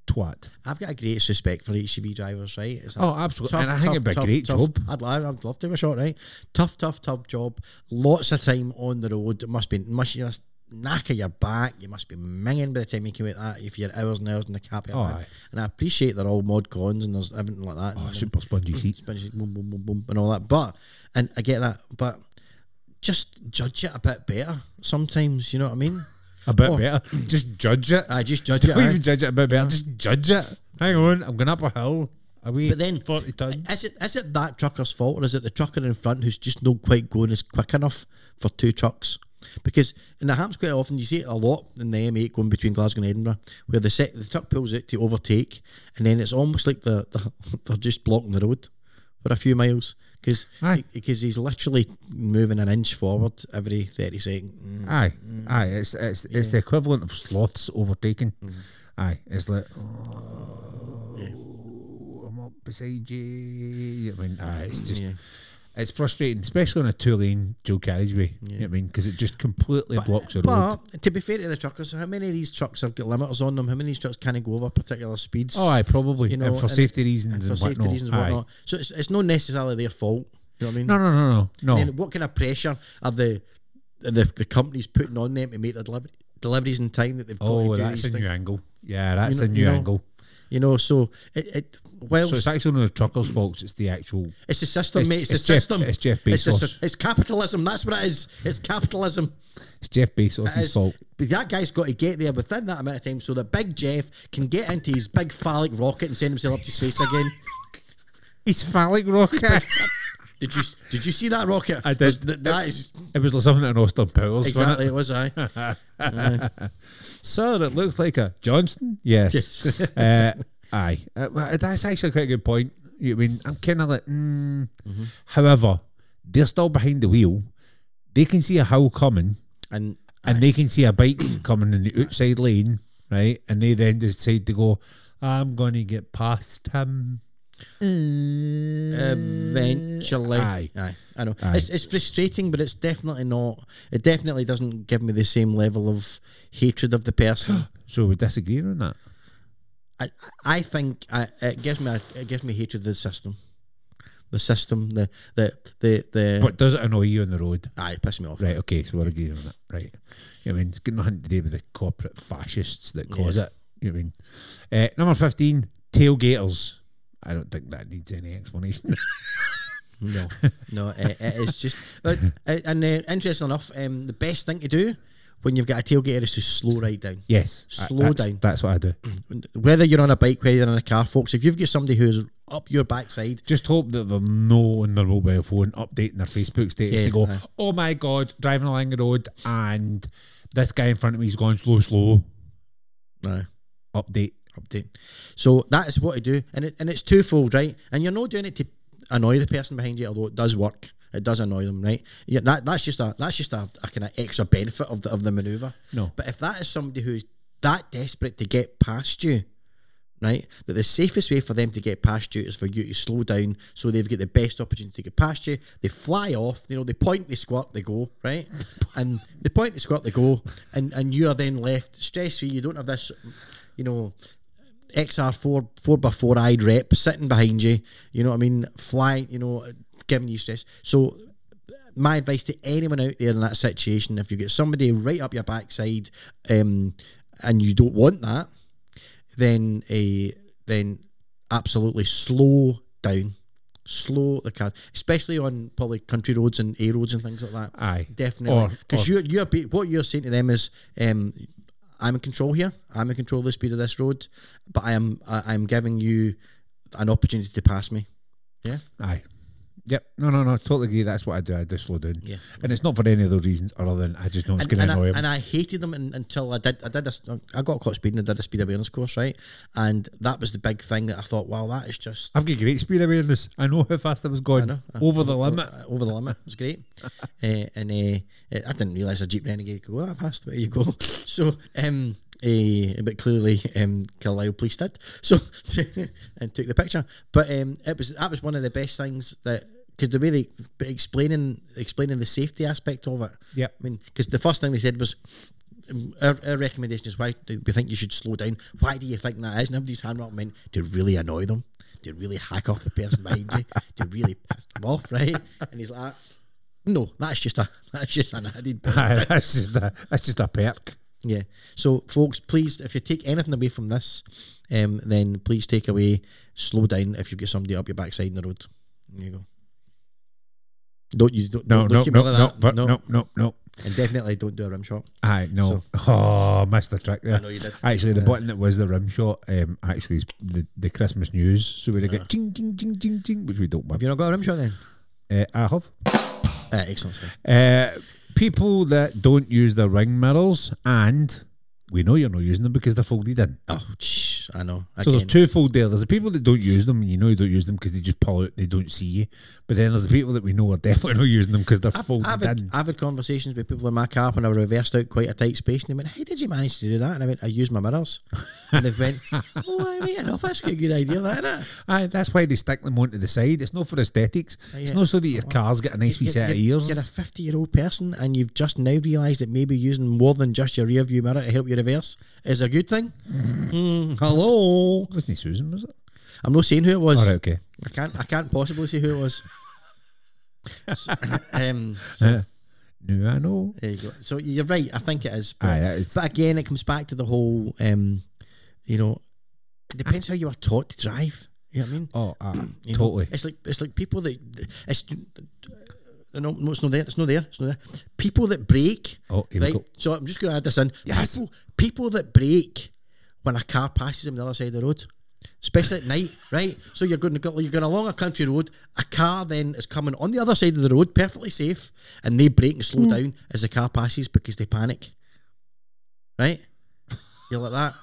Speaker 2: Twat.
Speaker 1: I've got a great respect for HCV drivers, right? It's a
Speaker 2: Oh, absolutely.
Speaker 1: tough,
Speaker 2: and I think
Speaker 1: tough,
Speaker 2: it'd be a
Speaker 1: tough,
Speaker 2: great
Speaker 1: tough-
Speaker 2: job.
Speaker 1: I'd, li- I'd love to have a shot, right? Tough, tough, tough job. Lots of time on the road. It must be must just knacker your back. You must be minging by the time you come out that if you're hours and hours in the cab.
Speaker 2: Oh, aye.
Speaker 1: And I appreciate they're all mod cons and there's everything like that.
Speaker 2: Oh,
Speaker 1: and
Speaker 2: super spongy seats.
Speaker 1: spongy, boom, boom, boom, boom, and all that. But and I get that, but just judge it a bit better sometimes. You know what I mean?
Speaker 2: A bit
Speaker 1: Oh.
Speaker 2: better. Just judge it.
Speaker 1: I just judge it.
Speaker 2: Don't
Speaker 1: aye.
Speaker 2: even judge it a bit better. Just judge it. Hang on, I'm going up a hill. Are we?
Speaker 1: But then,
Speaker 2: 40 tons.
Speaker 1: is it is it that trucker's fault, or is it the trucker in front who's just not quite going as quick enough for two trucks? Because and that happens quite often. You see it a lot in the M8 going between Glasgow and Edinburgh, where the set, the truck pulls out to overtake, and then it's almost like they're they're, they're just blocking the road for a few miles because
Speaker 2: Aye.
Speaker 1: because he's literally moving an inch forward every thirty seconds.
Speaker 2: Aye,
Speaker 1: Mm.
Speaker 2: aye. It's it's, it's the equivalent of sloths overtaking.
Speaker 1: Mm.
Speaker 2: Aye, it's like, oh, I'm up beside you. I mean, aye, it's just. It's frustrating, especially on a two-lane dual carriageway. You know what I mean? Because it just completely blocks the road.
Speaker 1: But to be fair to the truckers, how many of these trucks have got limiters on them? How many of these trucks can't go over particular speeds?
Speaker 2: Oh, aye, probably.
Speaker 1: you know,
Speaker 2: and for
Speaker 1: and-
Speaker 2: safety reasons and,
Speaker 1: for safety
Speaker 2: whatnot.
Speaker 1: reasons
Speaker 2: aye.
Speaker 1: and whatnot. So it's, it's not necessarily their fault. You know what I mean?
Speaker 2: No, no, no, no, no.
Speaker 1: And then what kind of pressure are the are the, the companies putting on them to make their deliver, deliveries in time that they've got
Speaker 2: Oh,
Speaker 1: to do
Speaker 2: that's
Speaker 1: these
Speaker 2: a
Speaker 1: things?
Speaker 2: new angle. Yeah, that's
Speaker 1: know-
Speaker 2: a new
Speaker 1: you know,
Speaker 2: angle.
Speaker 1: You know, so it, it well,
Speaker 2: So it's
Speaker 1: it's,
Speaker 2: actually not the truckers' fault. It's the actual.
Speaker 1: the system,
Speaker 2: it's-
Speaker 1: mate. It's,
Speaker 2: it's
Speaker 1: the
Speaker 2: Jeff-
Speaker 1: system.
Speaker 2: it's Jeff
Speaker 1: It's, the
Speaker 2: Bezos.
Speaker 1: sy- it's capitalism. That's what it is. It's capitalism.
Speaker 2: It's Jeff Bezos'
Speaker 1: It's-
Speaker 2: fault.
Speaker 1: But that guy's got to get there within that amount of time so that Big Jeff can get into his big phallic rocket and send himself up to space again.
Speaker 2: He's phallic rocket.
Speaker 1: Did you did you see that rocket?
Speaker 2: I did.
Speaker 1: That- that is
Speaker 2: It was like something in Austin Powers. Exactly.
Speaker 1: exactly it was I.
Speaker 2: Sir, it looks like a Johnston. Yes.
Speaker 1: Yes.
Speaker 2: uh, aye. Uh, well, that's actually quite a good point. You know what I mean, I'm kind of like, mm. however, they're still behind the wheel. They can see a howl coming
Speaker 1: And
Speaker 2: and they can see a bike coming in the outside lane, right? And they then decide to go, I'm going to get past him.
Speaker 1: Uh. eventually.
Speaker 2: Aye.
Speaker 1: aye I know.
Speaker 2: Aye.
Speaker 1: It's, it's frustrating, but it's definitely not. It definitely doesn't give me the same level of hatred of the person.
Speaker 2: So we disagree on that.
Speaker 1: I, I think I, it gives me a, it gives me hatred of the system, the system, the the the the.
Speaker 2: But does it annoy you on the road?
Speaker 1: aye, it pissed me off.
Speaker 2: Right, okay, so we're agreeing on that. Right. You know what I mean, it's got nothing to do with the corporate fascists that cause it. You know what I mean? Uh, number 15, tailgaters. I don't think that needs any explanation.
Speaker 1: No, no, it, it is just. But, uh, and uh, interesting enough, um, the best thing to do when you've got a tailgater is to slow right down.
Speaker 2: yes. I-
Speaker 1: Slow
Speaker 2: that's,
Speaker 1: down. Mm.
Speaker 2: That's what I do.
Speaker 1: Whether you're on a bike, whether you're in a car, folks, if you've got somebody who's up your backside,
Speaker 2: Just hope that they're no on their mobile phone updating their Facebook status
Speaker 1: Yeah,
Speaker 2: to go,
Speaker 1: aye.
Speaker 2: oh my God, driving along the road and this guy in front of me is going slow, slow.
Speaker 1: no.
Speaker 2: Update.
Speaker 1: update. So that is what I do, and it, and it's twofold, right? And you're not doing it to annoy the person behind you, although it does work. It does annoy them, right? Yeah, that that's just a that's just a, a kind of extra benefit of the of the maneuver.
Speaker 2: No.
Speaker 1: but if that is somebody who's that desperate to get past you, right? That the safest way for them to get past you is for you to slow down, so they've got the best opportunity to get past you. They fly off, you know, they point, they squirt, they go, right? And they point, they squirt, they go, and and you are then left stress free. You don't have this, you know. XR4 four by four eyed rep sitting behind you, you know what I mean, flying, you know, giving you stress. So my advice to anyone out there in that situation, if you get somebody right up your backside, um, and you don't want that, then a then absolutely slow down, slow the car, especially on probably country roads and A roads and things like that.
Speaker 2: Aye. Or-
Speaker 1: Definitely,
Speaker 2: or-
Speaker 1: because you you what you're saying to them is, um, I'm in control here. I'm in control of the speed of this road, but I am I, I'm giving you an opportunity to pass me.
Speaker 2: Aye. Yep. No, no, no. Totally agree. That's what I do. I do slow down.
Speaker 1: Yeah.
Speaker 2: And it's not for any of those reasons other than I just know it's
Speaker 1: and,
Speaker 2: going to
Speaker 1: and
Speaker 2: annoy
Speaker 1: I,
Speaker 2: him.
Speaker 1: and I hated them un- until I did. I did. A, s- I got caught speeding. I did a speed awareness course, right? And that was the big thing that I thought, wow, that is just
Speaker 2: I've got great speed awareness. I know how fast I was going. Over the limit.
Speaker 1: uh, over the limit. It was great. uh, and uh, uh, I didn't realise a Jeep Renegade could go that fast. There you go. So, um, eh, but clearly, um, Carlisle police did. So, and took the picture. But um, it was that was one of the best things that. Because the way they but explaining explaining the safety aspect of it,
Speaker 2: Yep.
Speaker 1: I mean, because the first thing they said was, um, our, our recommendation is why do we think you should slow down? Why do you think that is? Nobody's hand up meant to really annoy them, eh? to really hack off the person behind you, to really piss them off, right? And he's like, No, that's just a that's just an added.
Speaker 2: Aye,
Speaker 1: benefit.
Speaker 2: that's just a that's just a perk.
Speaker 1: Yeah. So, folks, please, if you take anything away from this, um, then please take away slow down if you get somebody up your backside in the road. There you go. Don't you don't
Speaker 2: No,
Speaker 1: don't
Speaker 2: no,
Speaker 1: keep
Speaker 2: no,
Speaker 1: it like
Speaker 2: no,
Speaker 1: that.
Speaker 2: but no, no, no,
Speaker 1: and definitely don't do a rim shot.
Speaker 2: Aye, no. oh, missed the trick there.
Speaker 1: know you did.
Speaker 2: Actually, the button that was the rim shot, um, actually is the, the Christmas news. So we
Speaker 1: Uh-huh.
Speaker 2: get ting ting ting ting ting, which we don't
Speaker 1: Have
Speaker 2: want.
Speaker 1: you not got a rim shot then?
Speaker 2: Uh, I have.
Speaker 1: Uh, excellent. Stuff.
Speaker 2: Uh, people that don't use their ring mirrors, and we know you're not using them because they're folded in.
Speaker 1: Oh, jeez, I know.
Speaker 2: So there's
Speaker 1: Again.
Speaker 2: twofold there. There's the people that don't use them, and you know you don't use them because they just pull out, they don't see you. But then there's the people that we know are definitely not using them because they're folded
Speaker 1: I've had,
Speaker 2: in.
Speaker 1: I've had conversations with people in my car when I reversed out quite a tight space, and they went, "How did you manage to do that?" And I went, "I used my mirrors." and they went, "Oh, I right enough. That's a good idea, that, innit?"
Speaker 2: Aye, that's why they stick them onto the side. It's not for aesthetics. It's
Speaker 1: yeah.
Speaker 2: not so that your car's got a nice wee
Speaker 1: you're,
Speaker 2: set of
Speaker 1: you're-
Speaker 2: ears.
Speaker 1: you're a 50 year old person and you've just now realised that maybe using more than just your rear view mirror to help you reverse is a good thing. Hmm, hello.
Speaker 2: Wasn't it Susan? Was it?
Speaker 1: I'm not saying who it was.
Speaker 2: All right, okay.
Speaker 1: I can't I can't possibly say who it was. So, um,
Speaker 2: Uh, no, I know.
Speaker 1: there you go. So you're right. I think it is. But,
Speaker 2: Aye, that is-
Speaker 1: but again, it comes back to the whole, um, you know, it depends how you are taught to drive. You know what I mean?
Speaker 2: Oh, ah,
Speaker 1: You know,
Speaker 2: totally.
Speaker 1: it's like it's like people that it's uh, no, no, it's not there. It's not there. It's not there. People that break.
Speaker 2: Oh, here we
Speaker 1: right.
Speaker 2: go.
Speaker 1: So I'm just going to add this in.
Speaker 2: Yes.
Speaker 1: People, people that break when a car passes them the other side of the road, especially at night, right? So you're going to go, you're going along a country road. A car then is coming on the other side of the road, perfectly safe, and they brake and slow down as the car passes because they panic. Right? You're like that.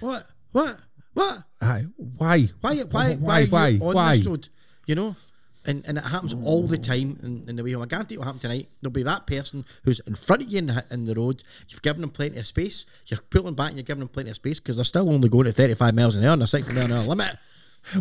Speaker 1: What? What? What?
Speaker 2: Aye, why?
Speaker 1: Why, why, why, why, are you on this road? You know, and, and it happens all the time in, in the way home. I guarantee it will happen tonight. There'll be that person who's in front of you in the, in the road. You've given them plenty of space. You're pulling back and you're giving them plenty of space because they're still only going at 35 miles an hour and a 60 mile an hour limit.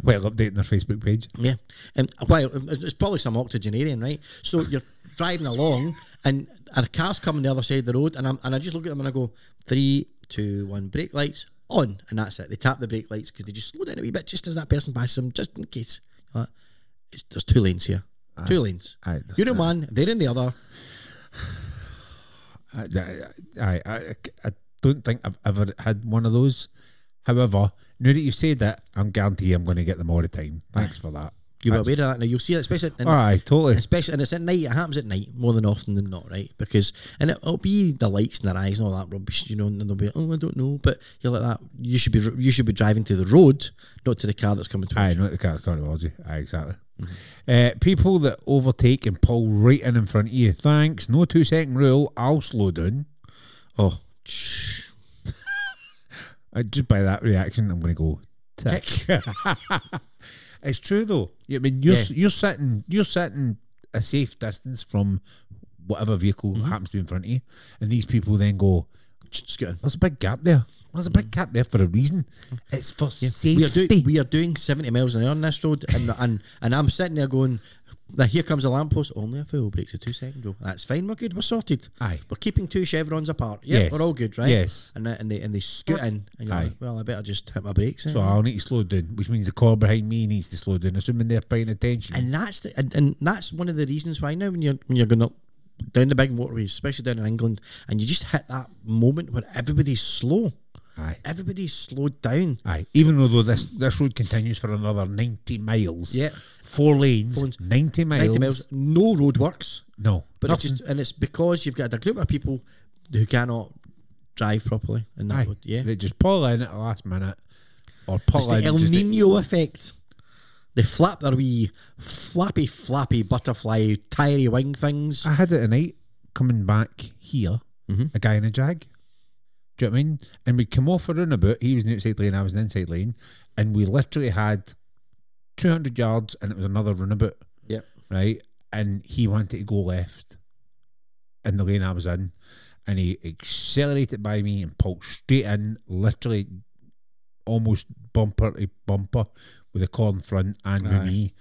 Speaker 2: Well, updating their Facebook page.
Speaker 1: Yeah, Um, and while uh, it's probably some octogenarian, right? So you're driving along, and a car's coming the other side of the road, and I'm and I just look at them and I go three, two, one, brake lights on, and that's it. They tap the brake lights because they just slow down a wee bit just as that person passes them, just in case. Like, it's, there's two lanes here, two lanes.
Speaker 2: aye, that's
Speaker 1: you're in
Speaker 2: that.
Speaker 1: one, they're in the other.
Speaker 2: I, I, I, I, I don't think I've ever had one of those. However, now that you've said that, I'm guarantee I'm going to get them all the time. Thanks for that.
Speaker 1: Ah. You were
Speaker 2: That's-
Speaker 1: aware of that now. You'll see it, especially in,
Speaker 2: Aye, totally.
Speaker 1: especially and it's at night. It happens at night more than often than not, right? Because and it, it'll be the lights in their eyes and all that rubbish, you know. And they'll be, oh, I don't know, but you're like that. You should be you should be driving to the road, not to the car that's coming
Speaker 2: Aye,
Speaker 1: towards you.
Speaker 2: not the car's going towards you. Aye, exactly.
Speaker 1: Mm-hmm.
Speaker 2: Uh, people that overtake and pull right in in front of you. Thanks. No two second rule. I'll slow down.
Speaker 1: Oh, shh.
Speaker 2: Uh, just by that reaction, I'm going to go tick. it's true though. I mean, you're
Speaker 1: Yeah.
Speaker 2: you're sitting you're sitting a safe distance from whatever vehicle
Speaker 1: Mm-hmm.
Speaker 2: happens to be in front of you, and these people then go,
Speaker 1: just getting.
Speaker 2: There's a big gap there. There's a big gap there for a reason. It's for safety.
Speaker 1: Mm-hmm. We are, do, we are doing 70 miles an hour on this road, and, and and I'm sitting there going, now here comes a lamppost, only a fool breaks a two second rule. That's fine, we're good, we're sorted.
Speaker 2: Aye.
Speaker 1: We're keeping two chevrons apart. Yeah,
Speaker 2: Yes.
Speaker 1: we're all good, right?
Speaker 2: Yes.
Speaker 1: And, they- and, they, and they scoot in, and you're
Speaker 2: Aye.
Speaker 1: like, well, I better just hit my brakes. eh?
Speaker 2: so I'll need to slow down, which means the car behind me needs to slow down, assuming they're paying attention.
Speaker 1: and that's the and, and that's one of the reasons why now when you're when you're going up down the big motorways, especially down in England, and you just hit that moment where everybody's slow,
Speaker 2: aye.
Speaker 1: everybody's slowed down.
Speaker 2: Aye. Even though this this road continues for another ninety miles.
Speaker 1: Yeah.
Speaker 2: Four lanes,
Speaker 1: Phones.
Speaker 2: ninety miles.
Speaker 1: Ninety miles, no roadworks,
Speaker 2: No.
Speaker 1: but it's
Speaker 2: nothing.
Speaker 1: just and it's because you've got a group of people who cannot drive properly in that
Speaker 2: Aye.
Speaker 1: road. Yeah,
Speaker 2: They just pull in at the last minute. Or
Speaker 1: it's
Speaker 2: pull
Speaker 1: the
Speaker 2: in
Speaker 1: El
Speaker 2: just at-
Speaker 1: Nino effect. They flap their wee flappy, flappy butterfly, tiry wing things. Mm-hmm.
Speaker 2: I had it tonight coming back here, a guy in a jag. Do you know what I mean? And we come off a runabout. He was in the outside lane, I was in the inside lane, and we literally had 200 yards, and it was another runabout,
Speaker 1: Yep.
Speaker 2: right? And he wanted to go left in the lane I was in, and he accelerated by me and pulled straight in, literally almost bumper to bumper with a car in front and with
Speaker 1: Aye.
Speaker 2: me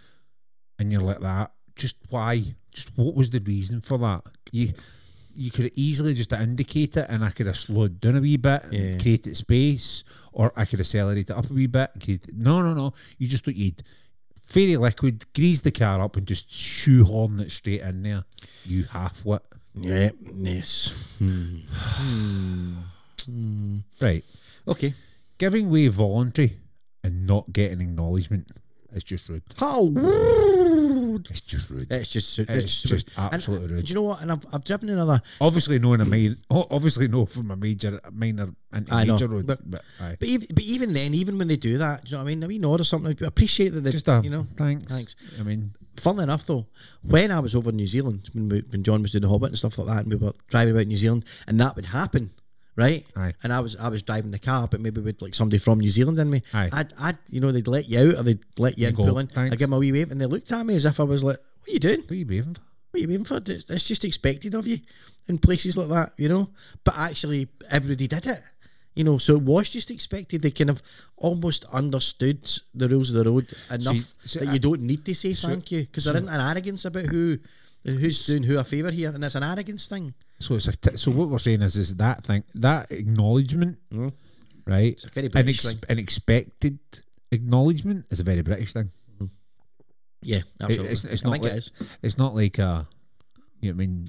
Speaker 2: and you're like that. Just why? Just what was the reason for that? You you could have easily just indicate it, and I could have slowed down a wee bit and
Speaker 1: Yeah.
Speaker 2: created space, or I could accelerate it up a wee bit. And created, no, no, no. You just don't. You'd Fairy liquid, grease the car up and just shoehorn it straight in there. You half wit.
Speaker 1: Yeah, yes.
Speaker 2: Right.
Speaker 1: Okay.
Speaker 2: Giving way voluntary and not getting acknowledgement is just rude. It's just rude.
Speaker 1: It's just, it's,
Speaker 2: It's just
Speaker 1: and-
Speaker 2: absolutely rude.
Speaker 1: Do you know what? And I've, I've driven another.
Speaker 2: obviously, knowing a main, o- obviously, no from a major, a minor, and
Speaker 1: I know,
Speaker 2: major road.
Speaker 1: but-
Speaker 2: But, aye.
Speaker 1: But even, but even then, even when they do that, do you know what I mean? A wee nod or something. I appreciate that they,
Speaker 2: just a
Speaker 1: you know.
Speaker 2: thanks.
Speaker 1: thanks.
Speaker 2: I mean,
Speaker 1: Funnily enough, though, when I was over in New Zealand, when, we, when John was doing the Hobbit and stuff like that, and we were driving about New Zealand, and that would happen, right?
Speaker 2: Aye.
Speaker 1: And I was I was driving the car, but maybe with like somebody from New Zealand in me.
Speaker 2: Aye.
Speaker 1: I'd, I'd you know they'd let you out or they'd let you in,
Speaker 2: go,
Speaker 1: pull in. I
Speaker 2: "Thanks."
Speaker 1: give them a wee wave, and they looked at me as if I was like, "What are you doing?
Speaker 2: what are you behaving for?
Speaker 1: What are you waving for? It's, it's just expected of you in places like that, you know." But actually, everybody did it. You know, so it was just expected. They kind of almost understood the rules of the road enough
Speaker 2: so
Speaker 1: that
Speaker 2: I-
Speaker 1: you don't need to say thank you because there isn't an arrogance about who who's doing who a favour here, and it's an arrogance thing.
Speaker 2: So it's a t- so what we're saying is is that thing that acknowledgement, right?
Speaker 1: Mm. a very British
Speaker 2: an,
Speaker 1: thing.
Speaker 2: an expected acknowledgement is a very British thing.
Speaker 1: Yeah,
Speaker 2: It-
Speaker 1: absolutely.
Speaker 2: it's, it's
Speaker 1: I
Speaker 2: not
Speaker 1: think
Speaker 2: like
Speaker 1: it is.
Speaker 2: it's not like a. You know what I mean?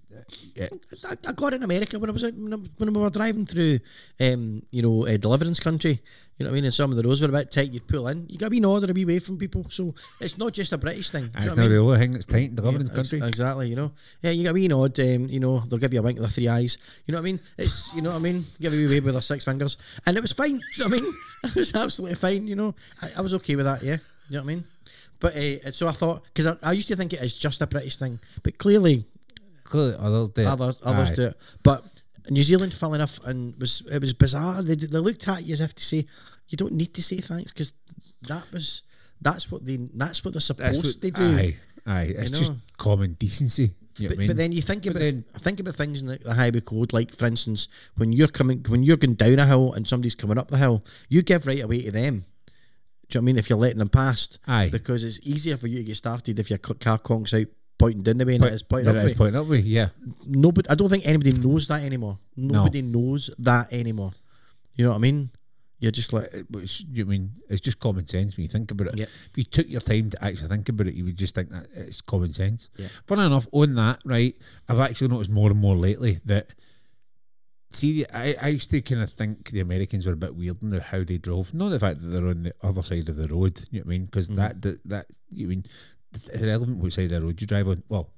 Speaker 2: It,
Speaker 1: I, I got it in America when I was out, when, I, when we were driving through, um, you know, uh, Deliverance Country. You know what I mean? And some of the roads were a bit tight. You'd pull in, you got a wee nod or a wee wave from people. So it's not just a British thing. Do you know
Speaker 2: it's
Speaker 1: what I
Speaker 2: not
Speaker 1: mean?
Speaker 2: the only thing that's tight in the
Speaker 1: Yeah,
Speaker 2: governing
Speaker 1: ex-
Speaker 2: country.
Speaker 1: Exactly, you know. Yeah, you got a wee nod, um, you know, they'll give you a wink with their three eyes. You know what I mean? It's you know what I mean? Give you a wee wave with their six fingers. And it was fine, do you know what I mean? It was absolutely fine, you know. I, I was okay with that, yeah. You know what I mean? But uh, so I thought, because I, I used to think it is just a British thing, but clearly
Speaker 2: Clearly, others do. it.
Speaker 1: others others
Speaker 2: Aye.
Speaker 1: do it. But New Zealand, funnily enough, and was it was bizarre. They, they looked at you as if to say, "You don't need to say thanks," because that was that's what they that's what they're
Speaker 2: That's
Speaker 1: supposed
Speaker 2: what
Speaker 1: to do.
Speaker 2: Aye, aye. It's just
Speaker 1: know?
Speaker 2: common decency. You know
Speaker 1: But,
Speaker 2: what I mean?
Speaker 1: but then you think about
Speaker 2: then-
Speaker 1: think about things in the, the highway code, like for instance, when you're coming when you're going down a hill and somebody's coming up the hill, you give right away to them. Do you know what I mean? If you're letting them past,
Speaker 2: Aye.
Speaker 1: because it's easier for you to get started if your c- car conks out pointing down the way and it is pointing
Speaker 2: That
Speaker 1: up.
Speaker 2: is
Speaker 1: way.
Speaker 2: pointing up way, Yeah.
Speaker 1: Nobody, I don't think anybody knows that anymore. Nobody knows that anymore. You know what I mean? You're just like,
Speaker 2: It was- you know what I mean it's just common sense when you think about it.
Speaker 1: Yep.
Speaker 2: If you took your time to actually think about it, you would just think that it's common sense.
Speaker 1: Yeah.
Speaker 2: Funny enough, on that right, I've actually noticed more and more lately that. See, I, I used to kind of think the Americans were a bit weird in their, how they drove. Not the fact that they're on the other side of the road, you know what I mean? Because
Speaker 1: Mm-hmm.
Speaker 2: that, that, that, you mean, it's irrelevant which side of the road you drive on. Well,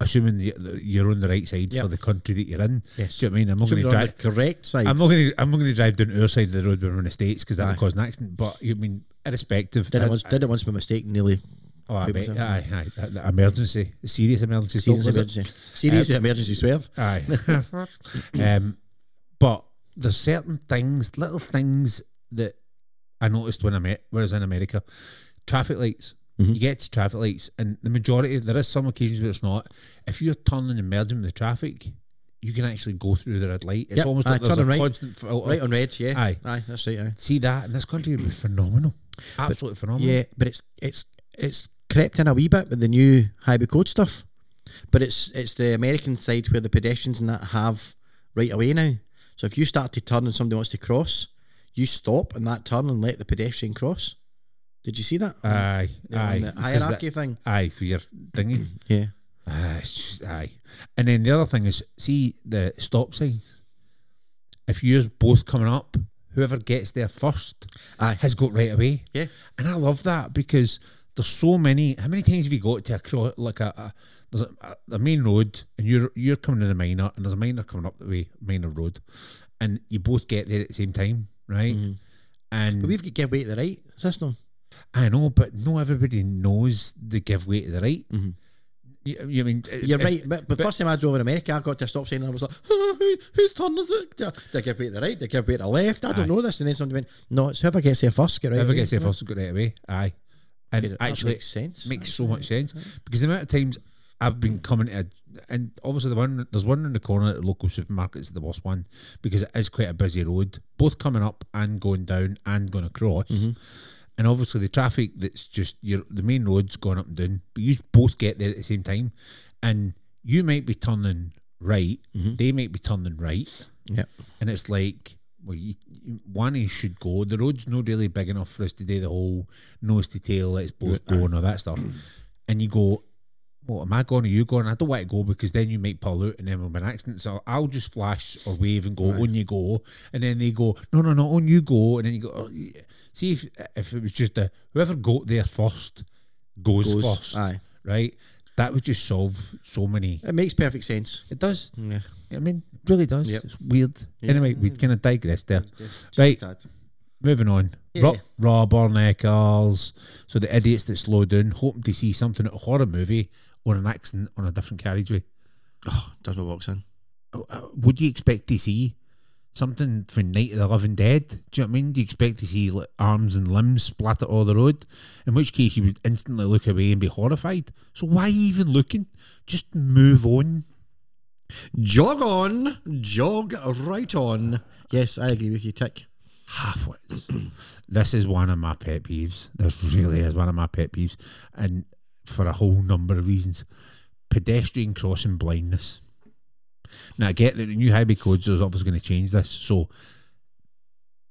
Speaker 2: assuming the, the, you're on the right side
Speaker 1: Yep.
Speaker 2: for the country that you're in.
Speaker 1: Yes.
Speaker 2: Do you know what I mean? I'm not
Speaker 1: so
Speaker 2: going
Speaker 1: we're
Speaker 2: to
Speaker 1: on
Speaker 2: drive.
Speaker 1: the correct side.
Speaker 2: I'm not going to. I'm not going to drive down our side of the road when we're in the states because that
Speaker 1: Aye.
Speaker 2: would cause an accident. But I mean, irrespective,
Speaker 1: did,
Speaker 2: I,
Speaker 1: it once, did it once by mistake, nearly.
Speaker 2: oh, I
Speaker 1: People
Speaker 2: bet.
Speaker 1: say-
Speaker 2: Aye, aye, that, that emergency, serious emergency,
Speaker 1: Serious
Speaker 2: don't
Speaker 1: emergency.
Speaker 2: Uh,
Speaker 1: Serious emergency swerve.
Speaker 2: look it. Aye, um, but there's certain things, little things that I noticed when I met when I was in America. Traffic lights.
Speaker 1: Mm-hmm.
Speaker 2: You get to traffic lights, and the majority there is some occasions where it's not. If you're turning and merging with the traffic, you can actually go through the red light. It's
Speaker 1: Yep,
Speaker 2: almost
Speaker 1: aye,
Speaker 2: like there's a
Speaker 1: turning right,
Speaker 2: constant filter.
Speaker 1: Right on red, yeah.
Speaker 2: Aye.
Speaker 1: Aye, that's right, aye.
Speaker 2: see that in this country would be phenomenal. Absolutely phenomenal.
Speaker 1: Yeah, but it's it's it's crept in a wee bit with the new highway code stuff. But it's it's the American side where the pedestrians and that have right away now. So if you start to turn and somebody wants to cross, you stop in that turn and let the pedestrian cross. Did you see that?
Speaker 2: Aye, aye.
Speaker 1: Yeah, on the
Speaker 2: because
Speaker 1: hierarchy thing.
Speaker 2: That, aye, for your thingy.
Speaker 1: Yeah.
Speaker 2: aye, sh- Ah, aye. And then the other thing is, see the stop signs. If you're both coming up, whoever gets there first
Speaker 1: Aye.
Speaker 2: has got right away.
Speaker 1: Yeah.
Speaker 2: And I love that because there's so many. How many times have you got to a cro- like a, a there's a, a, a main road and you're you're coming to the minor and there's a minor coming up the way minor road, and you both get there at the same time, right? And
Speaker 1: Mm-hmm. But we've got to give way to the right system.
Speaker 2: I know, but not everybody knows the give way to the right. Mm-hmm. You, you mean
Speaker 1: You're
Speaker 2: if-
Speaker 1: right. But, but, first time I drove in America, I got to a stop sign and I was like, "Ah, "Who- whose turn is it? They- They give way to the right, they give way to the left. I don't
Speaker 2: Aye.
Speaker 1: know this. And then somebody went, no, it's whoever gets there first, get right. eh?
Speaker 2: Whoever
Speaker 1: away."
Speaker 2: gets there first will go right away. Aye, and
Speaker 1: That
Speaker 2: actually
Speaker 1: makes sense.
Speaker 2: makes so much sense because the amount of times I've been coming to, a, and obviously the one there's one in the corner at the local supermarket's the worst one because it is quite a busy road, both coming up and going down and going across. And obviously the traffic that's just your the main road's going up and down, but you both get there at the same time, and you might be turning right, they might be turning right,
Speaker 1: Yep.
Speaker 2: and it's like well, you, you, one he should go. The road's not really big enough for us to do the whole nose to tail, let's both go and all that stuff. And you go, well, am I going or you going? I don't want to go because then you might pull out and then we'll be an accident. So I'll just flash or wave and go, on you go. And then they go, no, no, no, on you go. And then you go, oh, yeah. see if if it was just a, whoever got there first goes,
Speaker 1: Goes,
Speaker 2: first.
Speaker 1: aye.
Speaker 2: Right? That would just solve so many.
Speaker 1: It makes perfect sense.
Speaker 2: It does.
Speaker 1: Yeah.
Speaker 2: I mean, it really does.
Speaker 1: Yep.
Speaker 2: It's weird. Anyway, we kind of digress there.
Speaker 1: Right.
Speaker 2: Right, moving on. Ro- Raw Burneckers. So the idiots that slow down, hoping to see something at a horror movie or an accident on a different carriageway.
Speaker 1: Oh, Dudley walks in.
Speaker 2: Uh, uh, Would you expect to see something from Night of the Living Dead? Do you know what I mean? Do you expect to see like, arms and limbs splattered all the road? In which case, you would instantly look away and be horrified. So why even looking? Just move on.
Speaker 1: Jog on, jog right on. Yes, I agree with you, Tick.
Speaker 2: halfwits. this is one of my pet peeves. This really is one of my pet peeves, and for a whole number of reasons. Pedestrian crossing blindness. Now, I get that the new highway codes is obviously going to change this. So,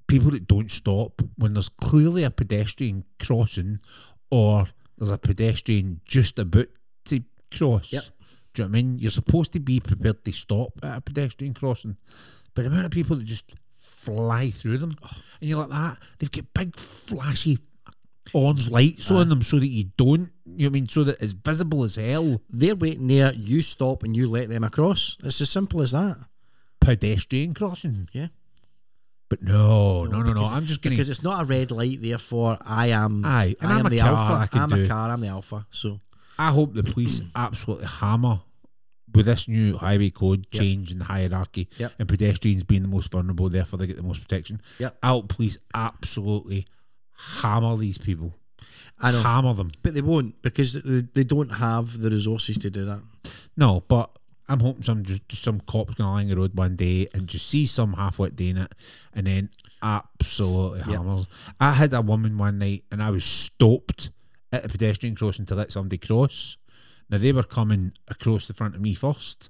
Speaker 2: people that don't stop when there's clearly a pedestrian crossing or there's a pedestrian just about to cross.
Speaker 1: Yep.
Speaker 2: Do you know what I mean? You're supposed to be prepared to stop at a pedestrian crossing. But the amount of people that just fly through them and you're like that, they've got big flashy orange lights on them so that you don't, you know what I mean? So that it's visible as hell.
Speaker 1: They're waiting there. You stop and you let them across. It's as simple as that.
Speaker 2: Pedestrian crossing.
Speaker 1: Yeah.
Speaker 2: But no, no, no, no.
Speaker 1: because-
Speaker 2: I'm just going to.
Speaker 1: Because it's not a red light, therefore I am.
Speaker 2: Aye, and
Speaker 1: I
Speaker 2: I'm
Speaker 1: am
Speaker 2: a
Speaker 1: the
Speaker 2: car,
Speaker 1: alpha.
Speaker 2: I can
Speaker 1: am
Speaker 2: do.
Speaker 1: a car. I'm the alpha. So
Speaker 2: I hope the police absolutely hammer with this new highway code change in the hierarchy
Speaker 1: Yep.
Speaker 2: and pedestrians being the most vulnerable, therefore they get the most protection.
Speaker 1: Yep.
Speaker 2: I hope police absolutely hammer these people.
Speaker 1: I know,
Speaker 2: Hammer them.
Speaker 1: but they won't because they, they don't have the resources to do that.
Speaker 2: No, but I'm hoping some just, just some cops gonna lie on the road one day and just see some halfwit doing it and then absolutely hammer. I had a woman one night and I was stopped at a pedestrian crossing to let somebody cross. Now they were coming across the front of me first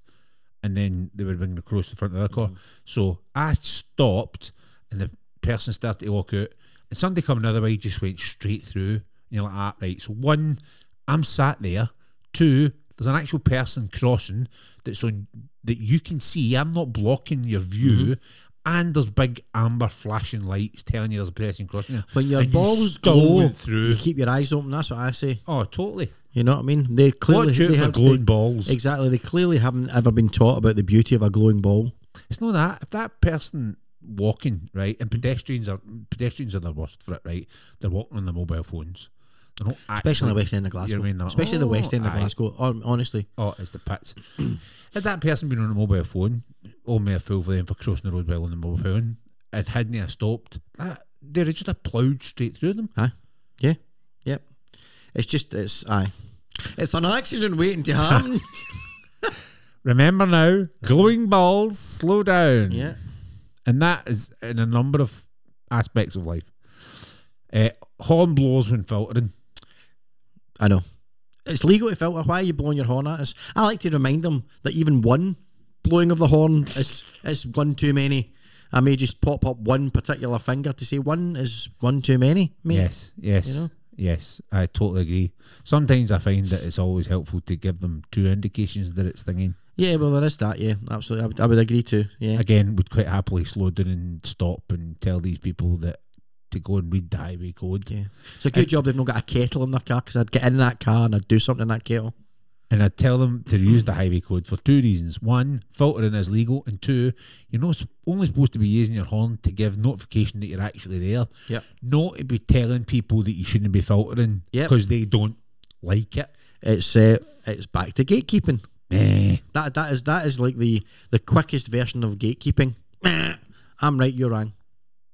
Speaker 2: and then they were bringing across the front of the car.
Speaker 1: Mm-hmm.
Speaker 2: So I stopped, and the person started to walk out, and somebody coming the other way just went straight through. And you're like, ah, right. So one, I'm sat there. Two, there's an actual person crossing that's on that you can see. I'm not blocking your view.
Speaker 1: Mm-hmm.
Speaker 2: And there's big amber flashing lights telling you there's a pedestrian crossing. there.
Speaker 1: When your
Speaker 2: And you
Speaker 1: balls
Speaker 2: still
Speaker 1: glow,
Speaker 2: went through.
Speaker 1: you keep your eyes open. That's what I say.
Speaker 2: Oh, totally.
Speaker 1: You know what I mean? They clearly
Speaker 2: Watch out
Speaker 1: they
Speaker 2: for
Speaker 1: have-
Speaker 2: glowing
Speaker 1: they-
Speaker 2: balls.
Speaker 1: Exactly. They clearly haven't ever been taught about the beauty of a glowing ball.
Speaker 2: It's not that. If that person walking, right, and pedestrians are pedestrians are the worst for it, right? They're walking on their mobile phones. They're not actually,
Speaker 1: Especially in the west end of Glasgow.
Speaker 2: You know what I mean? They're like,
Speaker 1: Especially the west end of
Speaker 2: "Oh, aye."
Speaker 1: Glasgow. hon- Honestly,
Speaker 2: Oh, it's the pits. Had that person been on a mobile phone, all may have fool for them for crossing the road while on the mobile phone, and hadn't they stopped, that they would just have ploughed straight through them.
Speaker 1: aye, yeah, yep. It's just it's aye. It's an accident waiting to happen.
Speaker 2: Remember now, glowing balls, slow down.
Speaker 1: yeah.
Speaker 2: And that is in a number of aspects of life. Uh, horn blows when filtering.
Speaker 1: I know. It's legal to filter. Why are you blowing your horn at us? I like to remind them that even one blowing of the horn is is one too many. I may just pop up one particular finger to say one is one too many. Mate.
Speaker 2: Yes, yes,
Speaker 1: know?
Speaker 2: yes. I totally agree. Sometimes I find that it's always helpful to give them two indications that it's stinging.
Speaker 1: Yeah. Well, there is that. Yeah. Absolutely. I would, I would agree to. Yeah.
Speaker 2: Again, would quite happily slow down and stop and tell these people that to go and read the highway code.
Speaker 1: yeah. It's a good job they've not got a kettle in their car because I'd get in that car and I'd do something in that kettle.
Speaker 2: And I tell them to use the highway code for two reasons. One, filtering is legal, and two, you're not s- only supposed to be using your horn to give notification that you're actually there.
Speaker 1: Yep.
Speaker 2: Not to be telling people that you shouldn't be filtering
Speaker 1: Yep.
Speaker 2: because they don't like it.
Speaker 1: It's uh, it's back to gatekeeping.
Speaker 2: Eh.
Speaker 1: That that is that is like the the quickest version of gatekeeping. I'm right. You're wrong.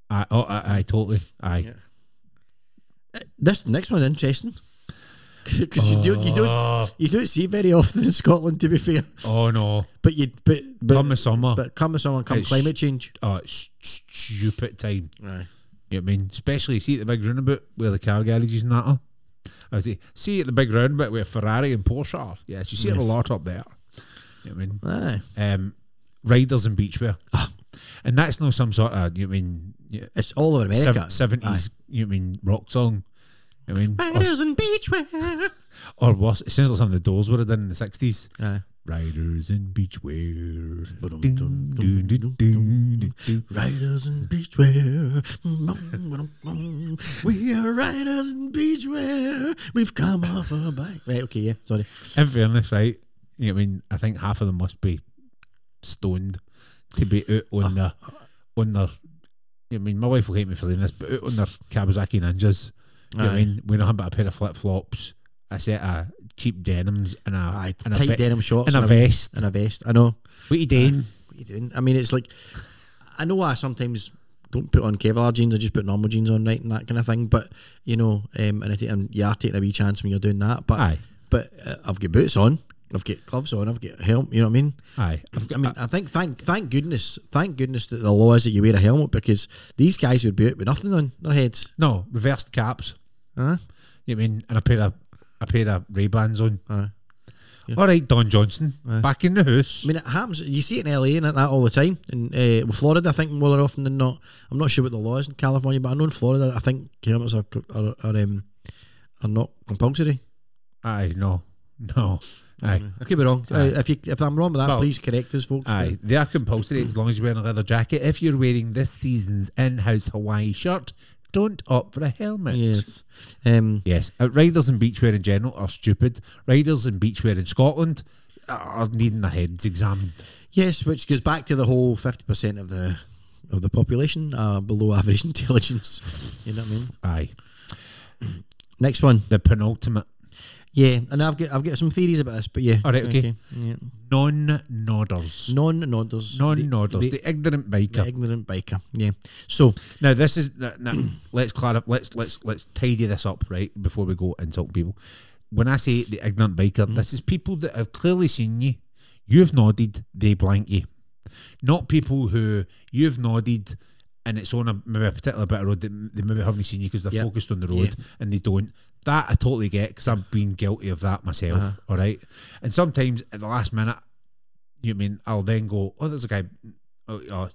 Speaker 2: I, oh, I, I totally. I.
Speaker 1: This next one interesting because you don't you
Speaker 2: Ah.
Speaker 1: don't you don't see very often in Scotland to be fair.
Speaker 2: Oh no!
Speaker 1: But you but but
Speaker 2: Come the summer,
Speaker 1: but come with someone come
Speaker 2: It's-
Speaker 1: climate change.
Speaker 2: oh, it's stupid time.
Speaker 1: Aye.
Speaker 2: You know what I mean? Especially see at the big roundabout where the car garages and that are. I was say, see at the big roundabout where Ferrari and Porsche are. Yes, you see it a lot up there. You know what I mean?
Speaker 1: Aye.
Speaker 2: Um, riders and beachwear. and that's not some sort of you mean yeah,
Speaker 1: It's all over America.
Speaker 2: seventies you mean rock song. I mean,
Speaker 1: Aye.
Speaker 2: or,
Speaker 1: Riders in beachwear.
Speaker 2: or worse, it sounds like something the Doors would have done in the sixties.
Speaker 1: Aye.
Speaker 2: Riders in beachwear.
Speaker 1: Ba-dum,
Speaker 2: Ding,
Speaker 1: dum,
Speaker 2: doo,
Speaker 1: dum,
Speaker 2: doo,
Speaker 1: dum,
Speaker 2: doo,
Speaker 1: dum.
Speaker 2: doo, doo.
Speaker 1: Riders in beachwear. We are riders in beachwear. We've come off a bike. Right, okay, yeah, sorry.
Speaker 2: In fairness, right? You know, what I mean, I think half of them must be stoned to be out
Speaker 1: Ah.
Speaker 2: on the on their. you know what I mean, my wife will hate me for saying this, but out on their Kawasaki ninjas. You know what I
Speaker 1: Aye.
Speaker 2: mean, we know about a pair of flip flops, a set of cheap denims, and a
Speaker 1: Aye,
Speaker 2: and
Speaker 1: tight
Speaker 2: a ve-
Speaker 1: denim shorts
Speaker 2: and a
Speaker 1: everything.
Speaker 2: vest.
Speaker 1: And a vest. I know.
Speaker 2: What you doing?
Speaker 1: What you doing? I mean, it's like, I know I sometimes don't put on Kevlar jeans. I just put normal jeans on, right, and that kind of thing. But you know, um, and, I take, and you are taking a wee chance when you're doing that. But
Speaker 2: Aye.
Speaker 1: but uh, I've got boots on. I've got gloves on. I've got helm. You know what I mean?
Speaker 2: Aye, Uh, I've
Speaker 1: I
Speaker 2: got,
Speaker 1: mean, I think thank thank goodness, thank goodness that the law is that you wear a helmet because these guys would be out with nothing on their heads.
Speaker 2: no reversed caps.
Speaker 1: Huh?
Speaker 2: You know what I mean, and a pair of a pair of Ray Bans on.
Speaker 1: Aye.
Speaker 2: All right, Don Johnson, back in the house.
Speaker 1: I mean, it happens. You see it in LA and that all the time. And uh, with Florida, I think more often than not. I'm not sure what the law is in California, but I know in Florida, I think helmets are are, are, um, are not compulsory.
Speaker 2: Aye, no, no, aye.
Speaker 1: I could be wrong. Uh, if you if I'm wrong with that,
Speaker 2: Well,
Speaker 1: please correct us, folks.
Speaker 2: Aye, they are compulsory as long as you're wearing a leather jacket. If you're wearing this season's in-house Hawaii shirt, don't opt for a helmet.
Speaker 1: Yes. Um,
Speaker 2: Yes, uh, riders in beachwear in general are stupid. Riders in beachwear in Scotland are needing their heads examined.
Speaker 1: yes, which goes back to the whole fifty percent of the of the population uh, below average intelligence. you know what I mean?
Speaker 2: Aye,
Speaker 1: Next one.
Speaker 2: the penultimate
Speaker 1: Yeah, and I've got I've got some theories about this, but yeah.
Speaker 2: All right, okay.
Speaker 1: Yeah.
Speaker 2: non-nodders.
Speaker 1: Non-nodders.
Speaker 2: Non-nodders, the,
Speaker 1: The, the,
Speaker 2: ignorant
Speaker 1: the
Speaker 2: biker.
Speaker 1: ignorant biker. Yeah. So
Speaker 2: Now this is now, now, let's clarify. Let's let's let's tidy this up right before we go insult people. When I say the ignorant biker, this is people that have clearly seen you. You've nodded, they blank you. Not people who you've nodded and it's on a maybe a particular bit of road that they maybe haven't seen you because they're
Speaker 1: Yeah.
Speaker 2: focused on the road and they don't. That I totally get because I've been guilty of that myself.
Speaker 1: Uh-huh.
Speaker 2: all right, and sometimes at the last minute, you know what I mean I'll then go, oh, there's a guy. Oh, oh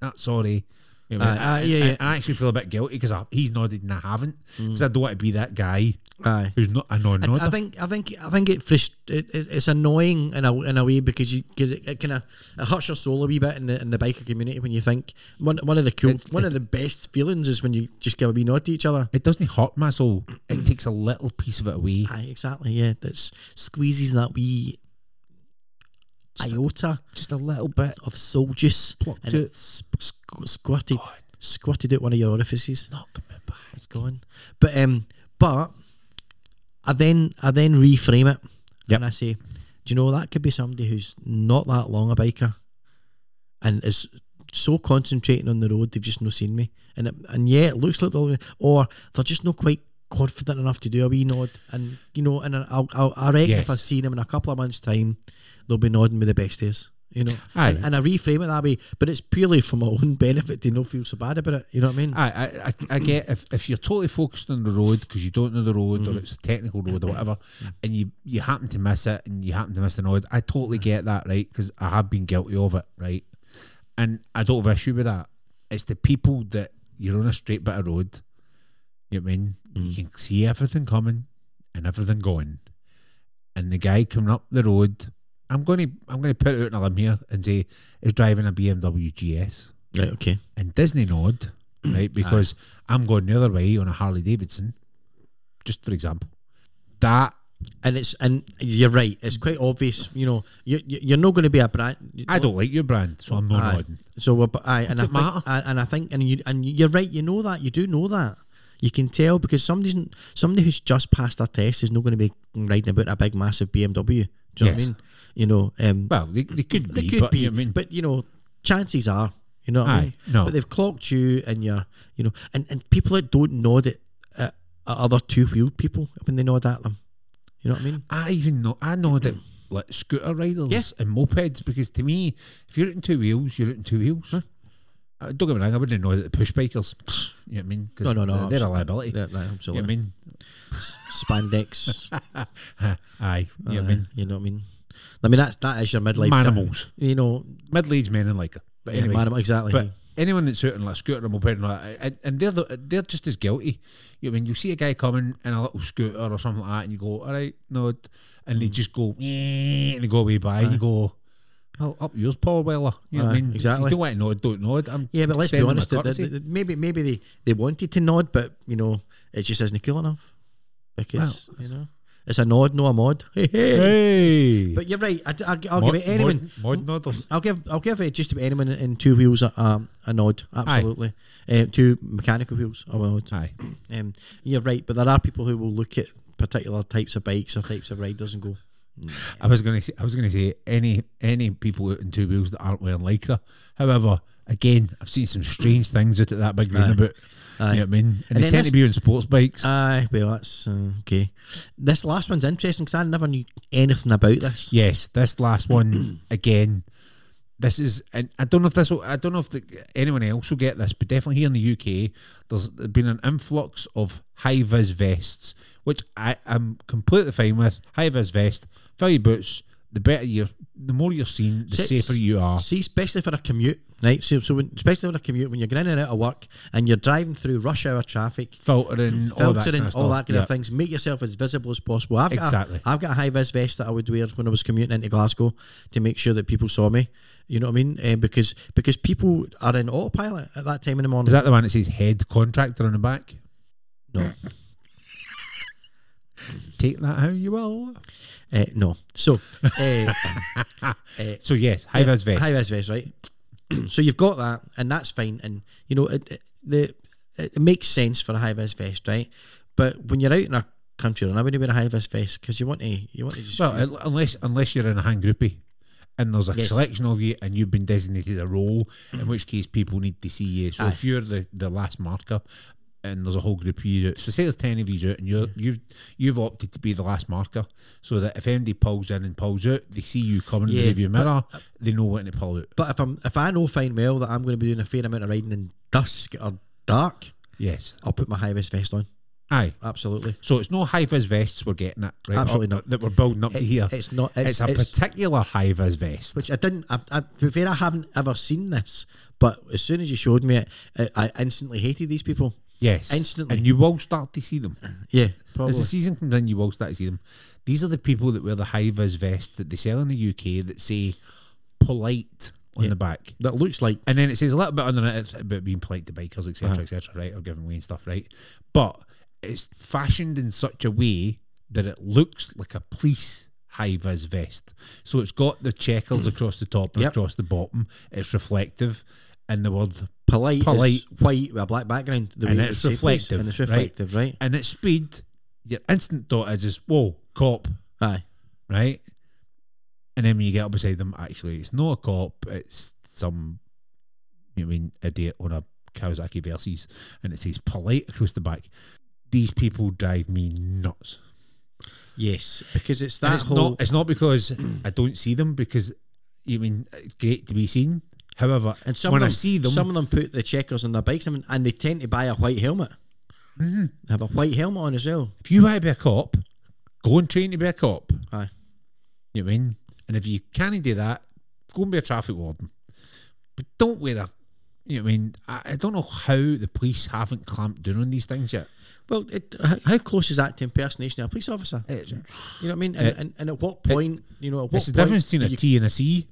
Speaker 2: not sorry. You know what I mean?
Speaker 1: Aye, aye,
Speaker 2: And-
Speaker 1: Uh, yeah,
Speaker 2: and-
Speaker 1: yeah.
Speaker 2: and I actually feel a bit guilty because he's nodded and I haven't because I don't want to be that guy
Speaker 1: aye.
Speaker 2: who's not a non
Speaker 1: I
Speaker 2: nodder.
Speaker 1: think I think I think it, frust- it, it it's annoying in a in a way because you because it, it kind of it hurts your soul a wee bit in the in the biker community when you think one one of the cool one of the best feelings is when you just give a wee nod to each other.
Speaker 2: It doesn't hurt my soul. It takes a little piece of it away.
Speaker 1: Aye, exactly. Yeah, that's squeezes that wee iota
Speaker 2: Just a little bit.
Speaker 1: of soul juice
Speaker 2: Plucked
Speaker 1: and
Speaker 2: it.
Speaker 1: it's squ- squirted squirted out one of your orifices.
Speaker 2: Not coming back.
Speaker 1: It's gone. But um, but I then I then reframe it
Speaker 2: Yep.
Speaker 1: and I say, do you know that could be somebody who's not that long a biker, and is so concentrating on the road they've just not seen me, and it, and yeah, it looks like they're or they're just not quite confident enough to do a wee nod, and you know, and I'll, I'll I reckon if I
Speaker 2: Yes.
Speaker 1: see them in a couple of months' time, they'll be nodding with the besties. You know,
Speaker 2: Aye.
Speaker 1: and, and I reframe it that way, but it's purely for my own benefit to not feel so bad about it. You know what I mean?
Speaker 2: I, I, I get if, if you're totally focused on the road because you don't know the road or it's a technical road or whatever, and you, you happen to miss it and you happen to miss the nod, I totally get that, right? Because I have been guilty of it, right? And I don't have an issue with that. It's the people that you're on a straight bit of road, you know what I mean? You can see everything coming and everything going. And the guy coming up the road, I'm gonna I'm gonna put it out on a limb here and say is driving a BMW GS
Speaker 1: Right. Okay.
Speaker 2: and Disney nod, right? Because I'm going the other way on a Harley Davidson, just for example. That
Speaker 1: and it's and you're right. It's quite obvious. You know, you, you you're not going to be a brand.
Speaker 2: I don't like your brand, so I'm not
Speaker 1: Aye.
Speaker 2: nodding.
Speaker 1: So we're, but aye, and I
Speaker 2: Does it
Speaker 1: think,
Speaker 2: matter?
Speaker 1: I, and I think, and you and you're right. You know that you do know that. You can tell because somebody's n- somebody who's just passed a test is not going to be riding about a big massive BMW. Do you know what I
Speaker 2: Yes.
Speaker 1: mean? You know, um,
Speaker 2: Well, they, they could
Speaker 1: they
Speaker 2: be,
Speaker 1: could
Speaker 2: but
Speaker 1: be,
Speaker 2: you know what I mean,
Speaker 1: but you know, chances are, you know what I
Speaker 2: Aye,
Speaker 1: mean.
Speaker 2: no.
Speaker 1: But they've clocked you, and you're, you know, and and people that don't nod at, at other two wheeled people when they nod at them. You know what I mean?
Speaker 2: I even know I know that like scooter riders
Speaker 1: Yeah.
Speaker 2: and mopeds because to me, if you're out in two wheels, you're out in two wheels. Uh, don't get me wrong, I wouldn't know that the push bikers. You know what I mean? 'Cause
Speaker 1: No, no, no.
Speaker 2: They're, they're a
Speaker 1: abso-
Speaker 2: liability.
Speaker 1: Yeah, no,
Speaker 2: you know what I
Speaker 1: absolutely.
Speaker 2: mean?
Speaker 1: Spandex.
Speaker 2: Aye. You know what I
Speaker 1: uh,
Speaker 2: mean?
Speaker 1: you know what I mean? I mean that's that is your midlife.
Speaker 2: Manimals.
Speaker 1: You know,
Speaker 2: Middle aged men and like
Speaker 1: But anyway, exactly.
Speaker 2: But anyone that's out on like scooter or moped and all that, and, and they're the, they're just as guilty. You know, when you see a guy coming in a little scooter or something like that, and you go, "All right, no," and
Speaker 1: Hmm.
Speaker 2: they just go, "Eh," and they go way by, and you go. Well, up yours, Paul Weller. You know what I
Speaker 1: Aye,
Speaker 2: mean? If
Speaker 1: exactly.
Speaker 2: you don't want to nod, don't nod. I'm
Speaker 1: yeah, but let's be
Speaker 2: extending my
Speaker 1: honest. that-
Speaker 2: courtesy.
Speaker 1: that- that maybe maybe they, they wanted to nod, but you know it just isn't cool enough because you know it's a nod, no a mod. Hey, hey.
Speaker 2: hey,
Speaker 1: But you're right. I, will
Speaker 2: Mod-
Speaker 1: give it anyone.
Speaker 2: mod, mod nodders.
Speaker 1: I'll give I'll give it just about anyone in two wheels a, um, a nod. Absolutely, Eh, two mechanical wheels a nod.
Speaker 2: Aye,
Speaker 1: Um, you're right, but there are people who will look at particular types of bikes or types of riders and go,
Speaker 2: I was going to say, I was going to say any any people out in two wheels that aren't wearing lycra. However, again, I've seen some strange things out at that big roundabout.
Speaker 1: Aye.
Speaker 2: You know what I mean? And,
Speaker 1: And
Speaker 2: they
Speaker 1: then
Speaker 2: tend
Speaker 1: this-
Speaker 2: to
Speaker 1: Uh,
Speaker 2: be on sports bikes.
Speaker 1: "Aye, well that's uh, okay." This last one's interesting because I never knew anything about this.
Speaker 2: Yes, this last one again. This is, and I don't know if this, will, I don't know if the, anyone else will get this, but definitely here in the UK, there's been an influx of high vis vests, which I am completely fine with. High vis vest, fill your boots. The better you, the more you're seen, the
Speaker 1: Six-
Speaker 2: safer you are.
Speaker 1: See, especially for a commute, right? So, so when, especially for a commute when you're going in and out of work and you're driving through rush hour traffic,
Speaker 2: Filtering, all that
Speaker 1: filtering,
Speaker 2: kind of stuff.
Speaker 1: all that kind
Speaker 2: Yeah.
Speaker 1: of things. Make yourself as visible as possible. I've
Speaker 2: Exactly.
Speaker 1: Got a, I've got a high vis vest that I would wear when I was commuting into Glasgow to make sure that people saw me. You know what I mean? Eh, because because people are in autopilot at that time in the morning.
Speaker 2: Is that the one that says head contractor on the back?
Speaker 1: no,
Speaker 2: Take that how you will.
Speaker 1: Eh, no. So eh,
Speaker 2: So yes, high vis vest.
Speaker 1: high vis vest, right? so you've got that, and that's fine. And you know, it, it, the it makes sense for a high vis vest, right? But when you're out in a country, and I wouldn't wear a high vis vest because you want to, you want to just
Speaker 2: Well, un- unless unless you're in a hand groupie and there's a
Speaker 1: Yes.
Speaker 2: selection of you and you've been designated a role, in which case people need to see you. So if you're the, the last marker and there's a whole group of you out, so say there's ten of you out and you're you've you've opted to be the last marker so that if MD pulls in and pulls out, they see you coming in
Speaker 1: Yeah, Uh,
Speaker 2: the rearview mirror, they know when to pull out.
Speaker 1: But if I'm if I know fine well that I'm going to be doing a fair amount of riding in dusk or dark,
Speaker 2: Yes.
Speaker 1: I'll put my high vis vest on.
Speaker 2: Aye.
Speaker 1: Absolutely.
Speaker 2: So it's no high vis vests we're getting at, right?
Speaker 1: Absolutely
Speaker 2: Or-
Speaker 1: not.
Speaker 2: That we're building up to
Speaker 1: It-
Speaker 2: here.
Speaker 1: it's not-
Speaker 2: It's,
Speaker 1: it's-
Speaker 2: a
Speaker 1: it's-
Speaker 2: particular high vis vest.
Speaker 1: Which I didn't. I, I, to be fair, I haven't ever seen this. But as soon as you showed me it, I, I instantly hated these people.
Speaker 2: yes.
Speaker 1: instantly.
Speaker 2: And you will start to see them.
Speaker 1: Yeah, probably.
Speaker 2: As the season comes in, you will start to see them. These are the people that wear the high vis vest that they sell in the UK that say polite on the back.
Speaker 1: that looks like
Speaker 2: And then it says a little bit underneath it about being polite to bikers, etc., etc., right? Or giving way and stuff, right? But it's fashioned in such a way that it looks like a police high vis vest. So it's got the checkers across the top and
Speaker 1: Yep.
Speaker 2: across the bottom. It's reflective. And the word
Speaker 1: polite, is
Speaker 2: Polite.
Speaker 1: white with a black background. The
Speaker 2: and
Speaker 1: it
Speaker 2: it's
Speaker 1: would say police,
Speaker 2: reflective.
Speaker 1: and it's reflective, right?
Speaker 2: And it's speed. Your instant thought is just, whoa, cop,
Speaker 1: Aye.
Speaker 2: right? And then when you get up beside them, actually, it's not a cop, it's some, you know what I mean, idiot on a Kawasaki Versys, and it says polite across the back. These people drive me nuts.
Speaker 1: Yes, because it's
Speaker 2: And
Speaker 1: that
Speaker 2: it's
Speaker 1: whole.
Speaker 2: not it's not because I don't see them, because, you know what I mean, it's great to be seen. However,
Speaker 1: and some
Speaker 2: when
Speaker 1: of
Speaker 2: I
Speaker 1: them,
Speaker 2: see them,
Speaker 1: some of them put the checkers on their bikes, and and they tend to buy a white helmet.
Speaker 2: Mm-hmm.
Speaker 1: They Have a white helmet on as well.
Speaker 2: if you want to be a cop, go and train to be a cop.
Speaker 1: Aye.
Speaker 2: You know what I mean? And if you can't do that, go and be a traffic warden. But don't wear a. You know what I mean? I, I don't know how the police haven't clamped down on these things yet.
Speaker 1: Well, it, how, how close is that to impersonation of a police officer?
Speaker 2: It's,
Speaker 1: You know what I mean? And, and, and at what point, you know, at what
Speaker 2: the
Speaker 1: point
Speaker 2: difference between
Speaker 1: do
Speaker 2: a
Speaker 1: you-
Speaker 2: T and a C.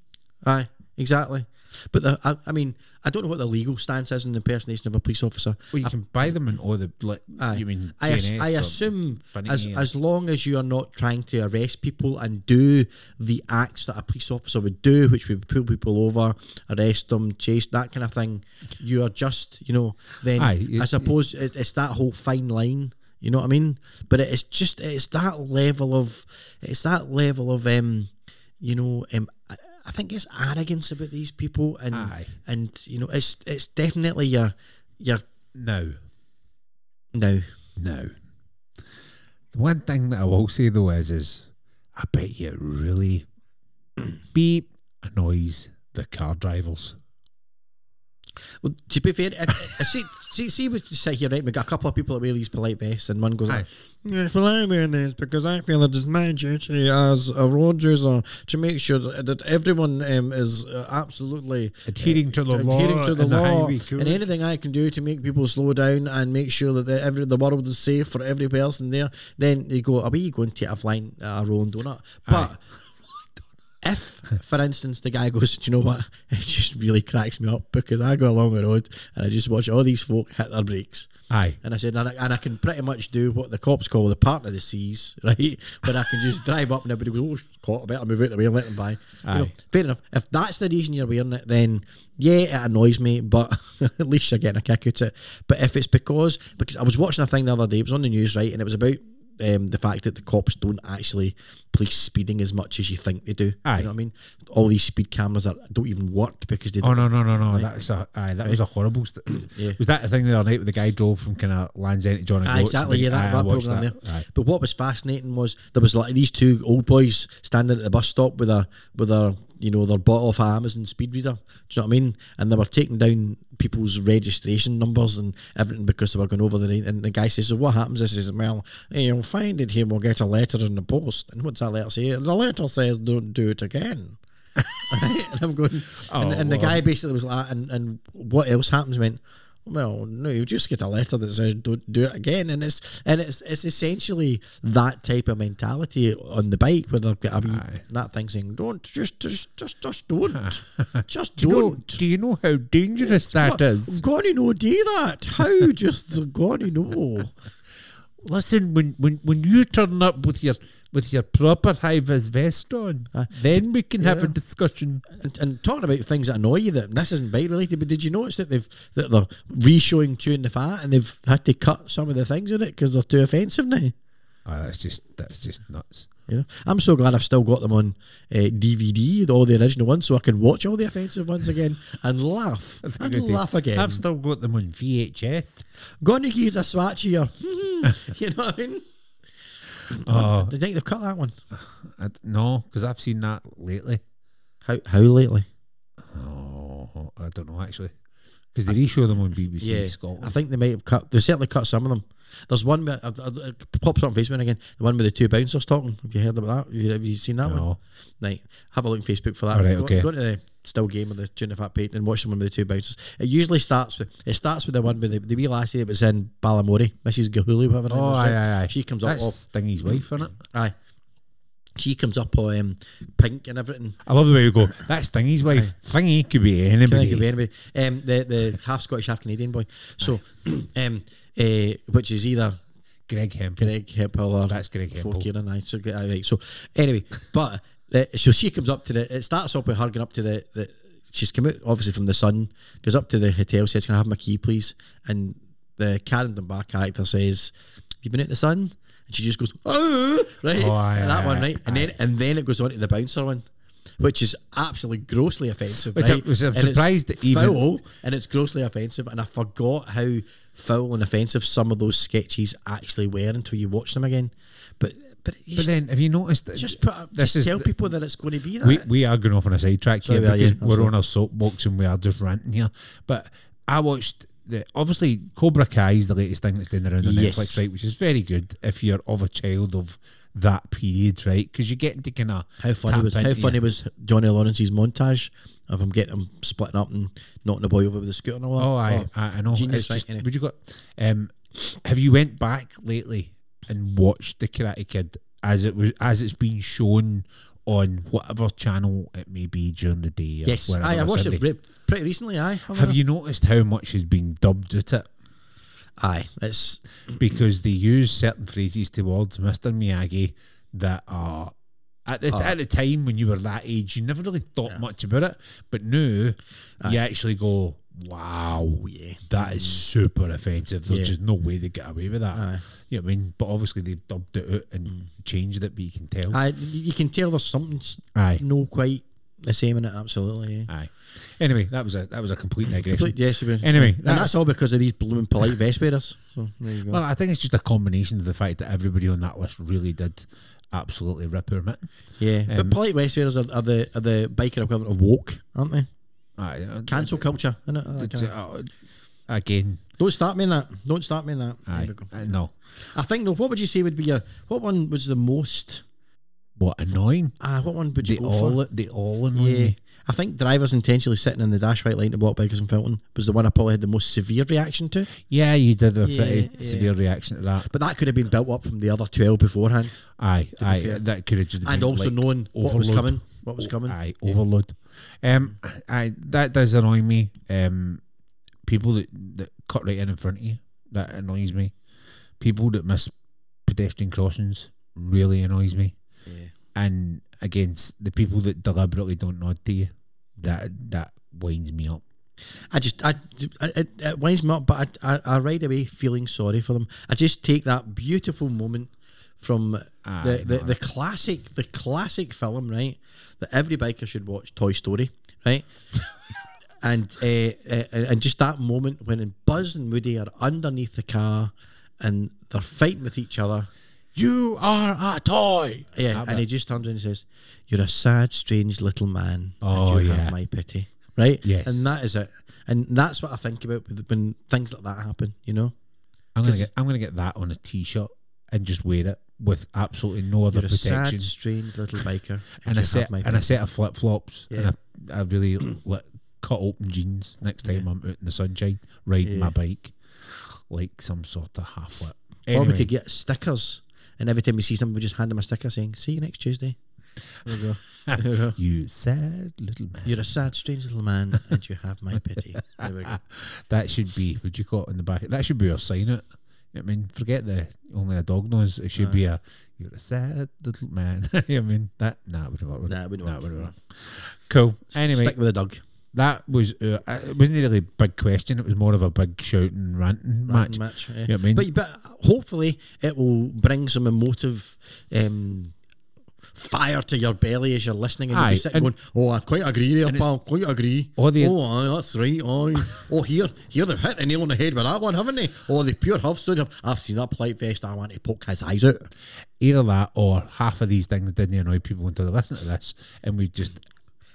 Speaker 1: Aye, exactly. But the, I, I mean, I don't know what the legal stance is on the impersonation of a police officer.
Speaker 2: Well, you can buy them in all the. Like,
Speaker 1: Uh, Aye.
Speaker 2: you mean
Speaker 1: I, as-
Speaker 2: DNS
Speaker 1: I
Speaker 2: or
Speaker 1: assume
Speaker 2: Finney
Speaker 1: as,
Speaker 2: and-
Speaker 1: as long as you are not trying to arrest people and do the acts that a police officer would do, which would pull people over, arrest them, chase that kind of thing, you are just you know. Then
Speaker 2: Aye, it-
Speaker 1: I suppose it, it's that whole fine line. You know what I mean? But it's just it's that level of it's that level of um you know um. I- I think it's arrogance about these people, and
Speaker 2: Aye.
Speaker 1: and you know it's it's definitely your your
Speaker 2: No,
Speaker 1: now.
Speaker 2: no. The one thing that I will say though is, is I bet you it really beep annoys the car drivers.
Speaker 1: Well, to be fair, if, if- see, see, see, we sit here, right? We got a couple of people that wear these polite vests, and one goes,
Speaker 2: Aye.
Speaker 1: like, "Yes, well, I'm wearing this because I feel it is my duty as a road user to make sure that that everyone um, is uh, absolutely
Speaker 2: Adhering to the
Speaker 1: adhering
Speaker 2: law
Speaker 1: to the
Speaker 2: and the
Speaker 1: law,
Speaker 2: highway code."
Speaker 1: and anything I can do to make people slow down and make sure that the, every the world is safe for every person there." Then they go, "Are we going to a flying uh, rolling donut?" But if, for instance, the guy goes, Do you know what? It just really cracks me up because I go along the road and I just watch all these folk hit their brakes.
Speaker 2: Aye.
Speaker 1: And I said, and I, and I can pretty much do what the cops call the partner of the seas, right? When I can just drive up and everybody goes, oh, caught, I better move out the way and let them by. You know,
Speaker 2: Aye.
Speaker 1: fair enough. If that's the reason you're wearing it, then yeah, it annoys me, but at least you're getting a kick out of it. But if it's because, because I was watching a thing the other day, it was on the news, right? And it was about um, the fact that the cops don't actually police speeding as much as you think they do.
Speaker 2: Aye.
Speaker 1: You know what I mean? All these speed cameras are, don't even work because they don't.
Speaker 2: Oh no no no no! That's a aye, that was a horrible. St- Was that the thing the other night where the guy drove from kind of Land's End to John
Speaker 1: Aye, exactly, yeah, that, that program there. But what was fascinating was there was like these two old boys standing at the bus stop with a with their you know their bought off Amazon speed reader. Do you know what I mean? And they were taking down people's registration numbers and everything because they were going over the line. And the guy says, "So what happens?" I says, "Well, hey, you'll find it here. We'll get a letter in the post." And what's that letter say? The letter says, "Don't do it again." and I'm going, and, and the
Speaker 2: well.
Speaker 1: guy basically was like, and, and what else happens? Meant, well, no, you just get a letter that says don't do it again, and it's and it's it's essentially that type of mentality on the bike where they've got a wee- that thing saying don't just just just just don't just
Speaker 2: Don't.
Speaker 1: don't.
Speaker 2: Do you know how dangerous that is?
Speaker 1: Gonna know do that? How just gonna know?
Speaker 2: Listen, when, when when you turn up with your with your proper high vis vest on, then we can have a discussion.
Speaker 1: and, and talking about things that annoy you that and this isn't bike related, but did you notice that they've that they're re-showing chewing the fat and they've had to cut some of the things in it because they're too offensive now.
Speaker 2: Oh, that's just that's just nuts.
Speaker 1: You know, I'm so glad I've still got them on uh, DVD, all the original ones, so I can watch all the offensive ones again and laugh and laugh again.
Speaker 2: I've still got them on VHS.
Speaker 1: Gonna use a swatch here. you know what I mean?
Speaker 2: Oh,
Speaker 1: Do you think they've cut that one?
Speaker 2: I, no, because I've seen that lately.
Speaker 1: How how lately?
Speaker 2: Oh, I don't know actually, because they re-show them on BBC
Speaker 1: I
Speaker 2: Scotland.
Speaker 1: think they might have cut. They certainly cut some of them. There's one where I've, I've, it pops up on Facebook again. The one with the two bouncers talking. Have you heard about that? Have you, have you seen that one?
Speaker 2: No.
Speaker 1: Right. Have a look on Facebook for that.
Speaker 2: All right,
Speaker 1: Go-
Speaker 2: okay.
Speaker 1: Go, to the still game of the tune of fat page and watch the one with the two bouncers. It usually starts with it starts with the one with the, the wee lassie that was in Balamori, Mrs. Gahulu, whatever. her name
Speaker 2: Oh,
Speaker 1: was,
Speaker 2: aye,
Speaker 1: right?
Speaker 2: aye, aye.
Speaker 1: She comes up.
Speaker 2: That's
Speaker 1: Off,
Speaker 2: Stingy's wife, isn't it?
Speaker 1: aye. She comes up all um, pink and everything.
Speaker 2: I love the way you go. That's Stingy's wife. Thingy could be
Speaker 1: Can I
Speaker 2: anybody.
Speaker 1: give you anybody? Um, the the half Scottish, half Canadian boy. So, um, uh, which is either
Speaker 2: Greg Hempel.
Speaker 1: Greg Hempel or
Speaker 2: Oh, That's Greg
Speaker 1: for
Speaker 2: Hempel.
Speaker 1: Kieran, aye, so, aye, right. so anyway, but uh, so she comes up to the. It starts off with her going up to the. the she's come out obviously from the sun, goes up to the hotel, says, "Can I have my key, please?" And the Karen Dunbar character says, "Have you been out in the sun?" And she just goes, "Oh, right."
Speaker 2: Oh, aye,
Speaker 1: and that
Speaker 2: aye,
Speaker 1: one,
Speaker 2: aye,
Speaker 1: right? And then and then it goes on to the bouncer one. Which is absolutely grossly offensive.
Speaker 2: Which I-
Speaker 1: right?
Speaker 2: which I'm
Speaker 1: And it's
Speaker 2: surprised that even-
Speaker 1: foul and it's grossly offensive. And I forgot how foul and offensive some of those sketches actually were until you watch them again. But but, you
Speaker 2: But then, have you noticed that
Speaker 1: just put a- just tell people that it's going to be that.
Speaker 2: we, we are going off on a sidetrack here
Speaker 1: Sorry, are you?
Speaker 2: because
Speaker 1: I'm
Speaker 2: we're
Speaker 1: sorry.
Speaker 2: on our soapbox and we are just ranting here. But I watched the obviously Cobra Kai is the latest thing that's doing around on
Speaker 1: Yes.
Speaker 2: Netflix, right? Which is very good if you're of a child of that period, right? Because you get into kind of
Speaker 1: how funny was how funny was Johnny Lawrence's montage of him getting him splitting up and knocking the boy over with a scooter and all that.
Speaker 2: Oh, I, I, I know.
Speaker 1: Genius,
Speaker 2: It's
Speaker 1: right,
Speaker 2: just-
Speaker 1: anyway.
Speaker 2: Would you got? Um, have you went back lately and watched the Karate Kid as it was as it's been shown on whatever channel it may be during the day? or
Speaker 1: yes,
Speaker 2: whenever
Speaker 1: aye, I
Speaker 2: on
Speaker 1: watched
Speaker 2: Sunday?
Speaker 1: it re- pretty recently. Aye,
Speaker 2: Have you noticed how much has been dubbed at it?
Speaker 1: Aye, it's
Speaker 2: Because they use certain phrases towards Mr. Miyagi that are. At
Speaker 1: Ah.
Speaker 2: the, at the time when you were that age, you never really thought much about it. But now, you actually go, wow,
Speaker 1: Oh, yeah. Mm.
Speaker 2: that is super offensive. There's
Speaker 1: Yeah.
Speaker 2: just no way they get away with that. You know what I mean? But obviously, they've dubbed it out and changed it, but you can tell.
Speaker 1: Mm. aye, you can tell there's something's
Speaker 2: Aye.
Speaker 1: no quite the same in it. Absolutely. Yeah.
Speaker 2: Aye. Anyway, that was a that was a complete digression.
Speaker 1: Complete- yes, you've been-
Speaker 2: Anyway,
Speaker 1: and that's all because of these blooming polite vest wearers. So there you go.
Speaker 2: Well, I think it's just a combination of the fact that everybody on that list really did absolutely rip her mitten.
Speaker 1: Yeah,
Speaker 2: Um,
Speaker 1: but polite West wearers are, are the are the biker equivalent of woke, aren't they?
Speaker 2: Aye, uh,
Speaker 1: Cancel culture. innit? That
Speaker 2: d-
Speaker 1: kind
Speaker 2: d-
Speaker 1: of-
Speaker 2: uh, again,
Speaker 1: uh, Don't start me in that. Don't start me in that. There
Speaker 2: aye,
Speaker 1: we go.
Speaker 2: uh, no.
Speaker 1: I think though, what would you say would be your what one was the most?
Speaker 2: What annoying?
Speaker 1: Ah, what one would you
Speaker 2: They
Speaker 1: go
Speaker 2: all,
Speaker 1: for?
Speaker 2: they all annoy
Speaker 1: Yeah,
Speaker 2: me.
Speaker 1: I think drivers intentionally sitting in the dash right line to block bikers in Felton was the one I probably had the most severe reaction to.
Speaker 2: Yeah, you did have a
Speaker 1: Yeah,
Speaker 2: pretty
Speaker 1: yeah.
Speaker 2: severe reaction to that.
Speaker 1: But that could have been built up from the other twelve beforehand,
Speaker 2: Aye, aye,
Speaker 1: fair.
Speaker 2: that could have just
Speaker 1: and
Speaker 2: been,
Speaker 1: also
Speaker 2: like,
Speaker 1: knowing what was
Speaker 2: overload.
Speaker 1: coming. What was coming?
Speaker 2: Aye, overload. Um, aye, that does annoy me. Um, people that, that cut right in in front of you that annoys me. People that miss pedestrian crossings really annoys me.
Speaker 1: Yeah.
Speaker 2: And against the people that deliberately don't nod to you, that that winds me up.
Speaker 1: I just, I, I it, it winds me up, but I, I, I ride away feeling sorry for them. I just take that beautiful moment from
Speaker 2: Aye,
Speaker 1: the, the,
Speaker 2: no.
Speaker 1: the classic, the classic film, right? That every biker should watch, Toy Story, right? and uh, uh, and just that moment when Buzz and Woody are underneath the car and they're fighting with each other.
Speaker 2: You are a toy.
Speaker 1: Yeah, and he just turns in and says, "You're a sad, strange little man.
Speaker 2: Oh,
Speaker 1: and you
Speaker 2: yeah.
Speaker 1: have my pity, right?
Speaker 2: Yes.
Speaker 1: and that is it. And that's what I think about with- when things like that happen. You know,
Speaker 2: I'm gonna
Speaker 1: 'Cause-
Speaker 2: get I'm gonna get that on a t-shirt and just wear it with absolutely no other
Speaker 1: you're a
Speaker 2: protection
Speaker 1: sad, strange little biker, and,
Speaker 2: and
Speaker 1: you
Speaker 2: a
Speaker 1: have
Speaker 2: set
Speaker 1: my
Speaker 2: and a
Speaker 1: pity.
Speaker 2: set of flip flops
Speaker 1: Yeah.
Speaker 2: and a, a really like cut open jeans. Next time I'm out in the sunshine riding my
Speaker 1: Yeah.
Speaker 2: bike like some sort of half whip.
Speaker 1: Or we
Speaker 2: Anyway,
Speaker 1: could get stickers, and every time we see somebody, we just hand them a sticker saying, "See you next Tuesday." There we go.
Speaker 2: you sad little man.
Speaker 1: You're a sad, strange little man, and you have my pity. There we go.
Speaker 2: That should be what you call it in the back. That should be our sign. It. I mean, forget the only a dog knows. It should be a you're a sad little man. I mean that. Nah, it wouldn't work. would it?
Speaker 1: Nah, it wouldn't work.
Speaker 2: Cool. Anyway,
Speaker 1: Stick with a dog.
Speaker 2: that was uh, it wasn't really a big question. It was more of a big shouting, ranting match.
Speaker 1: match. yeah.
Speaker 2: You know what I mean?
Speaker 1: But, but hopefully it will bring some emotive um, fire to your belly as you're listening and you'll
Speaker 2: Aye,
Speaker 1: be sitting
Speaker 2: and-
Speaker 1: going, oh, I quite agree there,
Speaker 2: and it's-
Speaker 1: pal, quite agree.
Speaker 2: Or the-
Speaker 1: oh, aye, that's right. Aye. oh, here, here they've hit the nail on the head with that one, haven't they? Oh, the pure huff stood up. I've seen that plight vest. I want to poke his eyes out.
Speaker 2: Either that or half of these things didn't annoy people until they listened to this, and we've just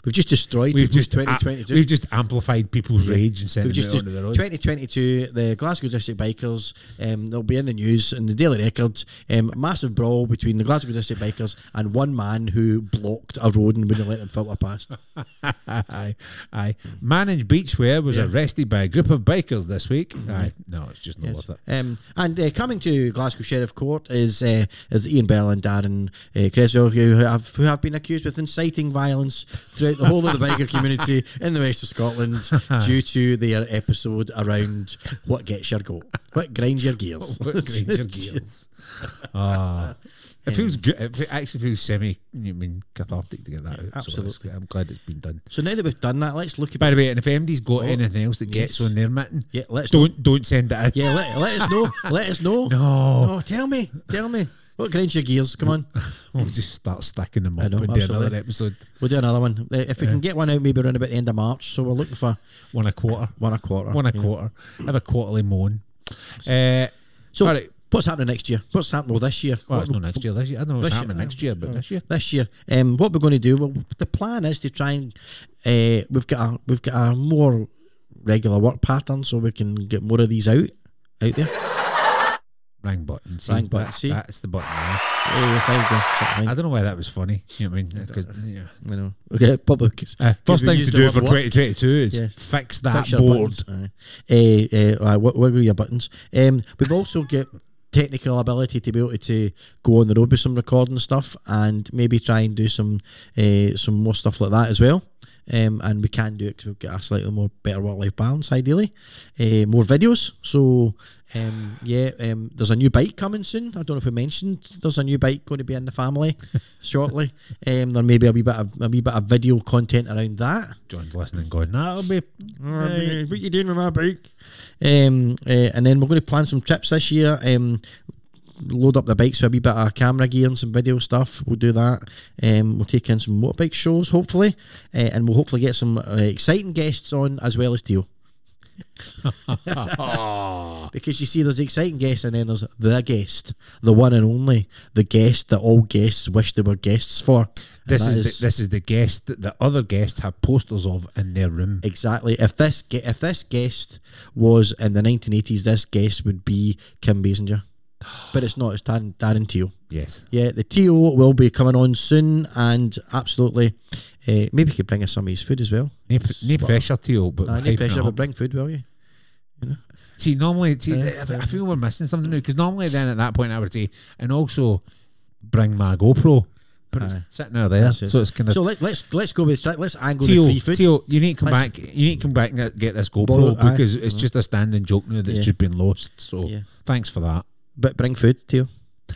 Speaker 1: We've just destroyed
Speaker 2: we've just a-
Speaker 1: 2022.
Speaker 2: we've just amplified people's rage and sent
Speaker 1: We've
Speaker 2: them
Speaker 1: just,
Speaker 2: out
Speaker 1: just
Speaker 2: onto the road.
Speaker 1: 2022, the Glasgow District Bikers, um, they'll be in the news in the Daily Record. Um, massive brawl between the Glasgow District Bikers and one man who blocked a road and wouldn't let them filter past.
Speaker 2: aye, aye. Manage Beachwear was arrested by a group of bikers this week.
Speaker 1: Mm-hmm.
Speaker 2: Aye, no, it's just not worth it.
Speaker 1: Um, and uh, coming to Glasgow Sheriff Court is uh, is Ian Bell and Darren uh, Creswell, who have who have been accused with inciting violence throughout the whole of the biker community in the west of Scotland due to their episode around what gets your goat, what grinds your gears.
Speaker 2: What Granger Gales. Ah, it feels good. It fe- actually feels semi. I mean, cathartic to get that out. So
Speaker 1: absolutely.
Speaker 2: it's- I'm glad it's been done.
Speaker 1: So now that we've done that, let's look about.
Speaker 2: By the way, and if MD's got anything else that
Speaker 1: Oh, yes.
Speaker 2: gets on their mitten,
Speaker 1: Yeah, let's
Speaker 2: don't don't send it in.
Speaker 1: Yeah, let, let us know. Let us know.
Speaker 2: No.
Speaker 1: No, tell me. Tell me. What grinds your gears? Come on.
Speaker 2: We'll just start stacking them up
Speaker 1: know,
Speaker 2: and do
Speaker 1: absolutely.
Speaker 2: another episode,
Speaker 1: We'll do another one. Uh, If we can get one out maybe around about the end of March. So we're looking for
Speaker 2: one a quarter,
Speaker 1: one a quarter.
Speaker 2: one a
Speaker 1: Yeah.
Speaker 2: quarter. Have a quarterly moan. Uh,
Speaker 1: So
Speaker 2: All right.
Speaker 1: what's happening next year? What's happening well, this year?
Speaker 2: well,
Speaker 1: What-
Speaker 2: it's not next year. This year, I don't know
Speaker 1: this
Speaker 2: what's
Speaker 1: year-
Speaker 2: happening next year, but this year,
Speaker 1: this year. Um, what we're going to do? Well, the plan is to try and uh, we've got a we've got a more regular work pattern, so we can get more of these out out there.
Speaker 2: rang button. See,
Speaker 1: Rang button,
Speaker 2: That-
Speaker 1: see?
Speaker 2: that's the button. there.
Speaker 1: Uh, thank you. Something.
Speaker 2: I don't know why that was funny. You know what I mean? 'Cause, yeah.
Speaker 1: you know, okay, public. 'cause-
Speaker 2: Uh, first
Speaker 1: 'cause we
Speaker 2: thing to
Speaker 1: used a
Speaker 2: do
Speaker 1: lot
Speaker 2: for
Speaker 1: of work.
Speaker 2: 2022 is
Speaker 1: Yes.
Speaker 2: fix that
Speaker 1: Fix your
Speaker 2: board.
Speaker 1: buttons, aye. Eh, eh, aye, wi- wiggle your buttons. Um, we've also got technical ability to be able to go on the road with some recording stuff and maybe try and do some uh, some more stuff like that as well. Um, and we can do it because we've got a slightly more better work life balance, ideally. Uh, more videos. So, um, yeah, um, there's a new bike coming soon. I don't know if we mentioned there's a new bike going to be in the family shortly. Um, there may be a wee bit of a wee bit of video content around that.
Speaker 2: John's listening, going, that'll be.
Speaker 1: Hey, what you doing with my bike? Um, uh, and then we're going to plan some trips this year. Um, load up the bikes with a wee bit of camera gear and some video stuff. We'll do that. Um, we'll take in some motorbike shows, hopefully, uh, and we'll hopefully get some uh, exciting guests on as well as Theo. because you see, there's the exciting guest, and then there's the guest, the one and only, the guest that all guests wish they were guests for. And
Speaker 2: This
Speaker 1: that
Speaker 2: is, the, this is the guest that the other guests have posters of in their room.
Speaker 1: exactly. If this ge- if this guest was in the 1980s, this guest would be Kim Basinger, but it's not. It's Darren, Darren Teal.
Speaker 2: Yes.
Speaker 1: Yeah, the TO will be coming on soon, and absolutely, uh, maybe he could bring us some of his food as well.
Speaker 2: No, pr- no pressure to you, but
Speaker 1: I need
Speaker 2: hyping it
Speaker 1: pressure,
Speaker 2: up.
Speaker 1: but bring food, will you?
Speaker 2: See, normally, see, I I feel we're missing something now because normally, then at that point, I would say, and also bring my GoPro, but it's sitting out there,
Speaker 1: Yes.
Speaker 2: so it's kind of.
Speaker 1: so let, let's let's go with let's angle
Speaker 2: Teo,
Speaker 1: the free food.
Speaker 2: Teo, you need to come back. You need to come back and get- get this GoPro
Speaker 1: Borrow- aye.
Speaker 2: because it's just a standing joke now that's
Speaker 1: Yeah.
Speaker 2: just been lost. So
Speaker 1: Yeah.
Speaker 2: thanks for that.
Speaker 1: but bring food to you.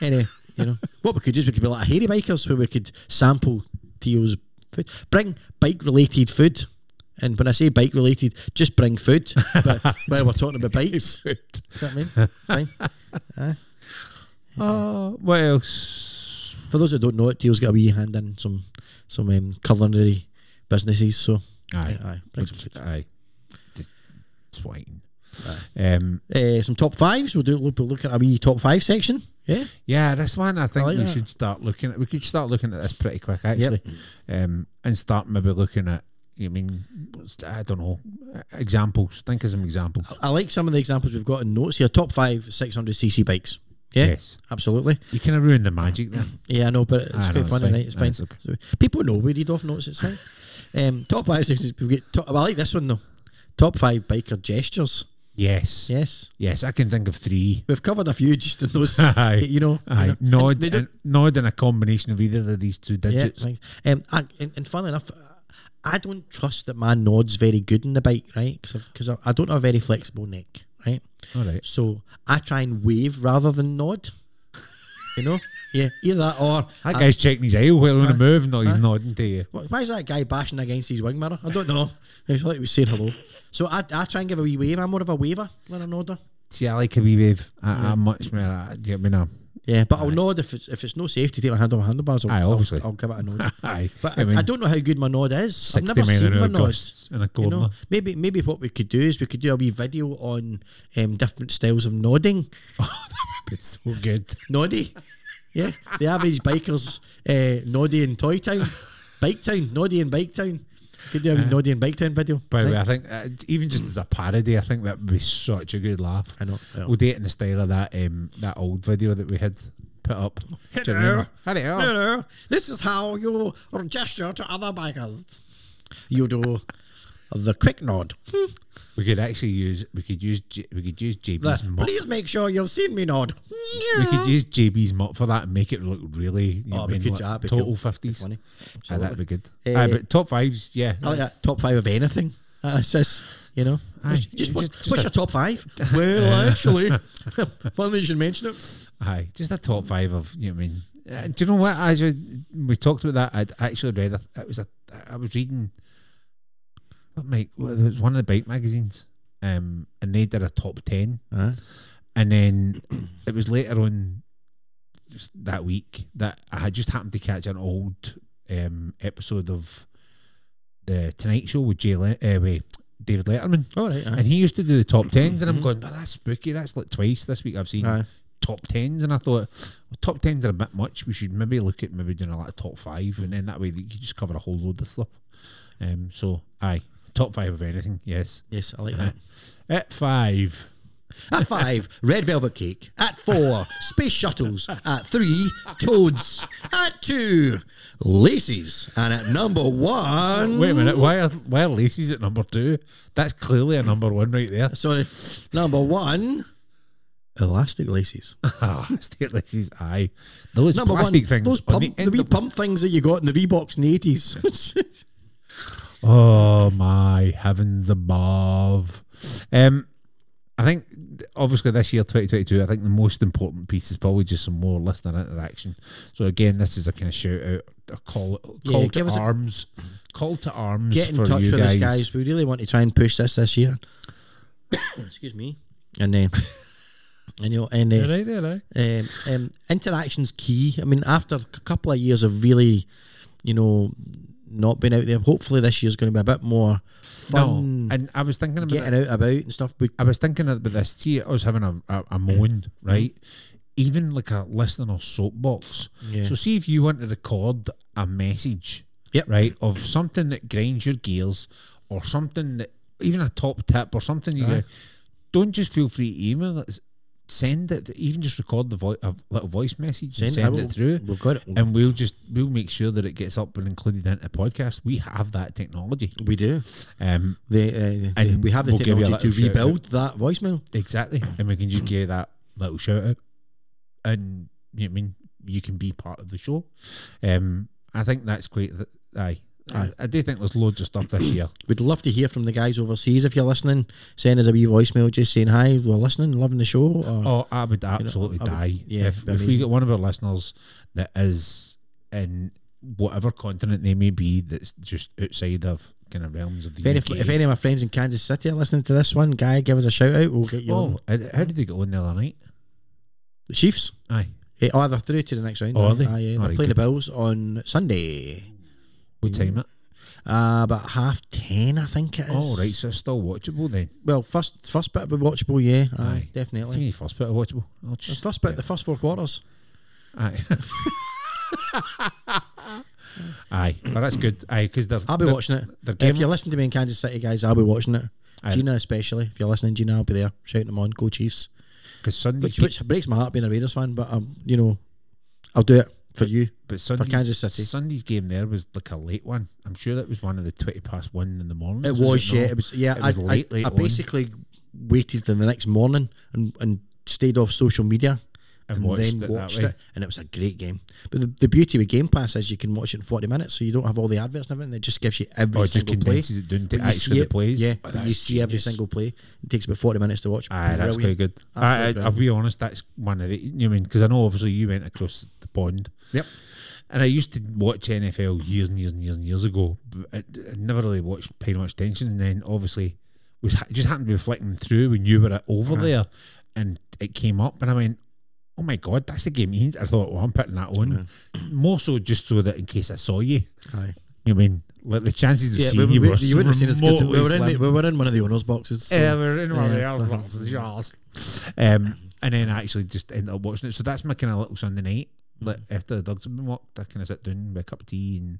Speaker 1: anyway, you know what we could do is we could be like Harry Bikers, where we could sample Theo's food. Bring bike-related food, and when I say bike-related, just bring food. But while we're talking about bikes, you know what I mean? Fine.
Speaker 2: Uh, what else?
Speaker 1: For those who don't know it, Theo's got a wee hand in some some um, culinary businesses, so
Speaker 2: Aye,
Speaker 1: aye, bring some food.
Speaker 2: aye. Just swine. Um,
Speaker 1: Uh, some top fives. We'll do. We'll look at a wee top five section. Yeah.
Speaker 2: yeah, this one I think
Speaker 1: like
Speaker 2: we
Speaker 1: that.
Speaker 2: should start looking at. We could start looking at this pretty quick actually, um, and start maybe looking at. I mean, I don't know examples. Think of some examples.
Speaker 1: I like some of the examples we've got in notes here. Top five 600cc bikes. Yeah,
Speaker 2: Yes.
Speaker 1: absolutely.
Speaker 2: You kind of ruined the magic there.
Speaker 1: Yeah, I know, but it's
Speaker 2: I know,
Speaker 1: quite
Speaker 2: it's
Speaker 1: fun,
Speaker 2: fine.
Speaker 1: right? It's
Speaker 2: Ah, No,
Speaker 1: fine.
Speaker 2: it's okay.
Speaker 1: So, people know we read off notes. It's fine. um, top five. 600 We've got top, I like this one though. Top five biker gestures.
Speaker 2: Yes.
Speaker 1: Yes,
Speaker 2: Yes, I can think of three.
Speaker 1: we've covered a few just in those.
Speaker 2: Aye.
Speaker 1: You know,
Speaker 2: Aye,
Speaker 1: You know.
Speaker 2: nod,
Speaker 1: They
Speaker 2: and,
Speaker 1: don't-
Speaker 2: nod, and a combination of either of these two
Speaker 1: Yeah,
Speaker 2: digits.
Speaker 1: like, um, I, and, and funnily enough, I don't trust that my nod's very good in the bike, right? Because I, I don't have a very flexible neck, right?
Speaker 2: All right.
Speaker 1: So I try and wave rather than nod. You know? yeah, either that or.
Speaker 2: That guy's checking his ale while
Speaker 1: uh,
Speaker 2: on a move, no, he's nodding to you.
Speaker 1: Wh- Why is that guy bashing against his wing mirror? I don't know. It's like he was saying hello. So I, I try and give a wee wave. I'm more of a waver than a nodder.
Speaker 2: See, I like a wee wave. I, I'm much more. I, do you know what I mean?
Speaker 1: Yeah, but I'll nod if it's if it's no safe to take my hand off my handlebars. I'll,
Speaker 2: Aye,
Speaker 1: I'll-
Speaker 2: obviously.
Speaker 1: I'll, give it a nod.
Speaker 2: I'm, aye.
Speaker 1: But I,
Speaker 2: I mean,
Speaker 1: I don't know how good my nod is. I've
Speaker 2: 60
Speaker 1: never
Speaker 2: mile an
Speaker 1: seen my
Speaker 2: hour
Speaker 1: nod.
Speaker 2: gusts in a
Speaker 1: You
Speaker 2: corner.
Speaker 1: know, maybe maybe what we could do is we could do a wee video on um, different styles of nodding.
Speaker 2: it's so good.
Speaker 1: Noddy. Yeah, the average biker's uh, Noddy in Toy Town, Bike Town, Noddy in Bike Town. Could do a wee Noddy in Bike Town video.
Speaker 2: By the way, I think uh, even just as a parody, I think that would be such a good laugh.
Speaker 1: I know, I know.
Speaker 2: We'll do it in the style of that um, that old video that we had put up. Do you remember? Hello.
Speaker 1: Hello. This is how you gesture to other bikers. You do the quick nod.
Speaker 2: We could actually use we could use J- we could use JB's
Speaker 1: The,
Speaker 2: mop.
Speaker 1: please make sure you've seen me nod.
Speaker 2: We could use JB's mop for that and make it look really you know,
Speaker 1: Oh,
Speaker 2: what I
Speaker 1: we
Speaker 2: mean,
Speaker 1: could,
Speaker 2: like
Speaker 1: yeah, be
Speaker 2: total
Speaker 1: cool.
Speaker 2: fifties.
Speaker 1: Funny.
Speaker 2: Aye, that'd be good.
Speaker 1: Eh, Oh,
Speaker 2: aye, but top fives, yeah.
Speaker 1: I like that.
Speaker 2: that's-
Speaker 1: Top five of anything. That's just, you know.
Speaker 2: Aye.
Speaker 1: just, just,
Speaker 2: Just-
Speaker 1: what's,
Speaker 2: just
Speaker 1: what's
Speaker 2: a-
Speaker 1: your top five? well, actually, funny you should mention it.
Speaker 2: Aye, just a top five of you know what I mean. Uh, do you know what? As you, we talked about that, I'd actually read. a- It was a. I was reading. What Mike? well, It was one of the bike magazines, um, and they did a top ten,
Speaker 1: Uh-huh.
Speaker 2: and then it was later on just that week that I had just happened to catch an old um episode of the Tonight Show with Jay Le- uh, with David Letterman.
Speaker 1: All right. aye. Mm-hmm.
Speaker 2: And he used to do the top tens, and I'm going, oh, that's spooky. That's like twice this week I've seen
Speaker 1: Aye.
Speaker 2: top tens, and I thought well, top tens are a bit much. We should maybe look at maybe doing a lot of top five, and then that way you could just cover a whole load of stuff. Um, so aye, top five of anything, yes.
Speaker 1: Yes, I like that.
Speaker 2: At five,
Speaker 1: At five, red velvet cake. At four, space shuttles. At three, toads. At two, laces. And at number one,
Speaker 2: wait a minute, why are why are laces at number two? That's clearly a number one right there.
Speaker 1: sorry, number one, elastic laces.
Speaker 2: Ah, state laces, aye. Those
Speaker 1: Number
Speaker 2: plastic
Speaker 1: one,
Speaker 2: things
Speaker 1: those
Speaker 2: on
Speaker 1: pump,
Speaker 2: the
Speaker 1: the,
Speaker 2: end
Speaker 1: wee
Speaker 2: of-
Speaker 1: pump things that you got in the V box in the eighties.
Speaker 2: Oh my heavens above! Um, I think obviously this year, twenty twenty two. I think the most important piece is probably just some more listener interaction. So again, this is a kind of shout out, a call, call
Speaker 1: Yeah,
Speaker 2: to
Speaker 1: give us a-
Speaker 2: arms, call to arms
Speaker 1: Get in
Speaker 2: for
Speaker 1: touch
Speaker 2: you
Speaker 1: with
Speaker 2: guys.
Speaker 1: us, guys. We really want to try and push this this year. Excuse me. And then, and you know, and uh,
Speaker 2: You right there, right?
Speaker 1: um, um, interaction's key. I mean, after a couple of years of really, you know, not being out there. Hopefully, this year's going to be a bit more fun,
Speaker 2: No, and I was thinking about that-
Speaker 1: getting out about and stuff. But
Speaker 2: I was thinking about this. See, I was having a, a, a moan, right? Even like a listener soapbox.
Speaker 1: Yeah.
Speaker 2: So, see if you want to record a message,
Speaker 1: Yep.
Speaker 2: right, of something that grinds your gears or something that, even a top tip or something, you go, don't just feel free to email it. Send it, even just record the vo- a little voice message
Speaker 1: Send
Speaker 2: and
Speaker 1: it.
Speaker 2: send
Speaker 1: I will-
Speaker 2: it through.
Speaker 1: we've got it.
Speaker 2: And we'll just, we'll make sure that it gets up and included into the podcast. We have that technology.
Speaker 1: we do.
Speaker 2: Um,
Speaker 1: They, uh, they-
Speaker 2: And
Speaker 1: we have the
Speaker 2: we'll give you a
Speaker 1: technology to
Speaker 2: little shout-out.
Speaker 1: rebuild that voicemail.
Speaker 2: Exactly. And we can just give that little shout out. And you know what I mean you can be part of the show. Um I think that's quite th- aye. I, I do think there's loads of stuff this year.
Speaker 1: We'd love to hear from the guys overseas if you're listening. Send us a wee voicemail just saying hi, we're listening, loving the show. Or,
Speaker 2: Oh, I would absolutely
Speaker 1: I would-
Speaker 2: die.
Speaker 1: yeah,
Speaker 2: if,
Speaker 1: be
Speaker 2: if we
Speaker 1: amazing.
Speaker 2: get one of our listeners that is in whatever continent they may be that's just outside of kind of realms of the
Speaker 1: if, any,
Speaker 2: UK.
Speaker 1: if any of my friends in Kansas City are listening to this one, guy, give us a shout out. We'll get you on.
Speaker 2: oh, and how did they get on the other night?
Speaker 1: The Chiefs.
Speaker 2: Aye.
Speaker 1: Eh, Oh, they're through to the next round.
Speaker 2: Oh, are they?
Speaker 1: Aye, yeah,
Speaker 2: All
Speaker 1: they're
Speaker 2: right,
Speaker 1: playing
Speaker 2: good.
Speaker 1: the Bills on Sunday.
Speaker 2: What time it?
Speaker 1: Uh, about half ten, I think it is.
Speaker 2: Oh right, so it's still watchable then.
Speaker 1: Well, first first bit will be watchable, yeah. Aye,
Speaker 2: Give
Speaker 1: definitely.
Speaker 2: me the first bit of watchable. I'll
Speaker 1: The
Speaker 2: just
Speaker 1: first bit, the first four quarters.
Speaker 2: Aye. Aye. Well, that's good. Aye, because there's.
Speaker 1: I'll be
Speaker 2: there-
Speaker 1: watching it.
Speaker 2: The
Speaker 1: If
Speaker 2: game.
Speaker 1: you're listening to me in Kansas City, guys, I'll be watching it. Gina, especially. If you're listening, Gina, I'll be there shouting them on. Go Chiefs.
Speaker 2: Because Sunday's.
Speaker 1: Which,
Speaker 2: ga-
Speaker 1: which breaks my heart being a Raiders fan, but um, you know, I'll do it for you.
Speaker 2: but Sunday's,
Speaker 1: Kansas City.
Speaker 2: Sunday's game there was like a late one. I'm sure that was one of the 20 past one in the morning.
Speaker 1: It
Speaker 2: was
Speaker 1: was, yeah.
Speaker 2: not?
Speaker 1: It was, yeah.
Speaker 2: It was
Speaker 1: I,
Speaker 2: late,
Speaker 1: I,
Speaker 2: late
Speaker 1: I
Speaker 2: on.
Speaker 1: basically waited till the next morning and, and stayed off social media
Speaker 2: And watched it that way.
Speaker 1: and it was a great game. But the, the beauty with Game Pass is you can watch it in forty minutes, so you don't have all the adverts and everything. It just gives you every
Speaker 2: Oh, it just
Speaker 1: single play.
Speaker 2: condenses it down to
Speaker 1: But you
Speaker 2: actually
Speaker 1: see
Speaker 2: the
Speaker 1: it-
Speaker 2: plays?
Speaker 1: Yeah,
Speaker 2: Oh,
Speaker 1: but
Speaker 2: that's
Speaker 1: you see every
Speaker 2: genius.
Speaker 1: single play. It takes about forty minutes to watch.
Speaker 2: Aye, that's quite
Speaker 1: Brilliant.
Speaker 2: good.
Speaker 1: Absolutely
Speaker 2: I, I, I'll
Speaker 1: brilliant.
Speaker 2: be honest, that's one of the. You know what I mean? Because I know obviously you went across the pond.
Speaker 1: Yep.
Speaker 2: And I used to watch NFL years and years and years and years ago. But I, I never really watched paid much attention, and then obviously was it just happened to be flicking through when you were at- over there, and it came up, and I went, "Oh my god, that's the game." He's. I thought, "Well, I'm putting that on." More so, just so that in case I saw you,
Speaker 1: Aye.
Speaker 2: you know what I mean like the chances of
Speaker 1: Yeah, we,
Speaker 2: seeing
Speaker 1: we,
Speaker 2: you
Speaker 1: we,
Speaker 2: were
Speaker 1: you wouldn't have seen us because we
Speaker 2: remotely
Speaker 1: were in the,
Speaker 2: slim.
Speaker 1: we were in one of the owners' boxes. so-
Speaker 2: Yeah, we're in one of the
Speaker 1: Yeah.
Speaker 2: house boxes, yours. Um, and then I actually just ended up watching it. So that's my kind of little Sunday night.
Speaker 1: Mm.
Speaker 2: Like after the dogs have been walked, I kind of sit down with a cup of tea and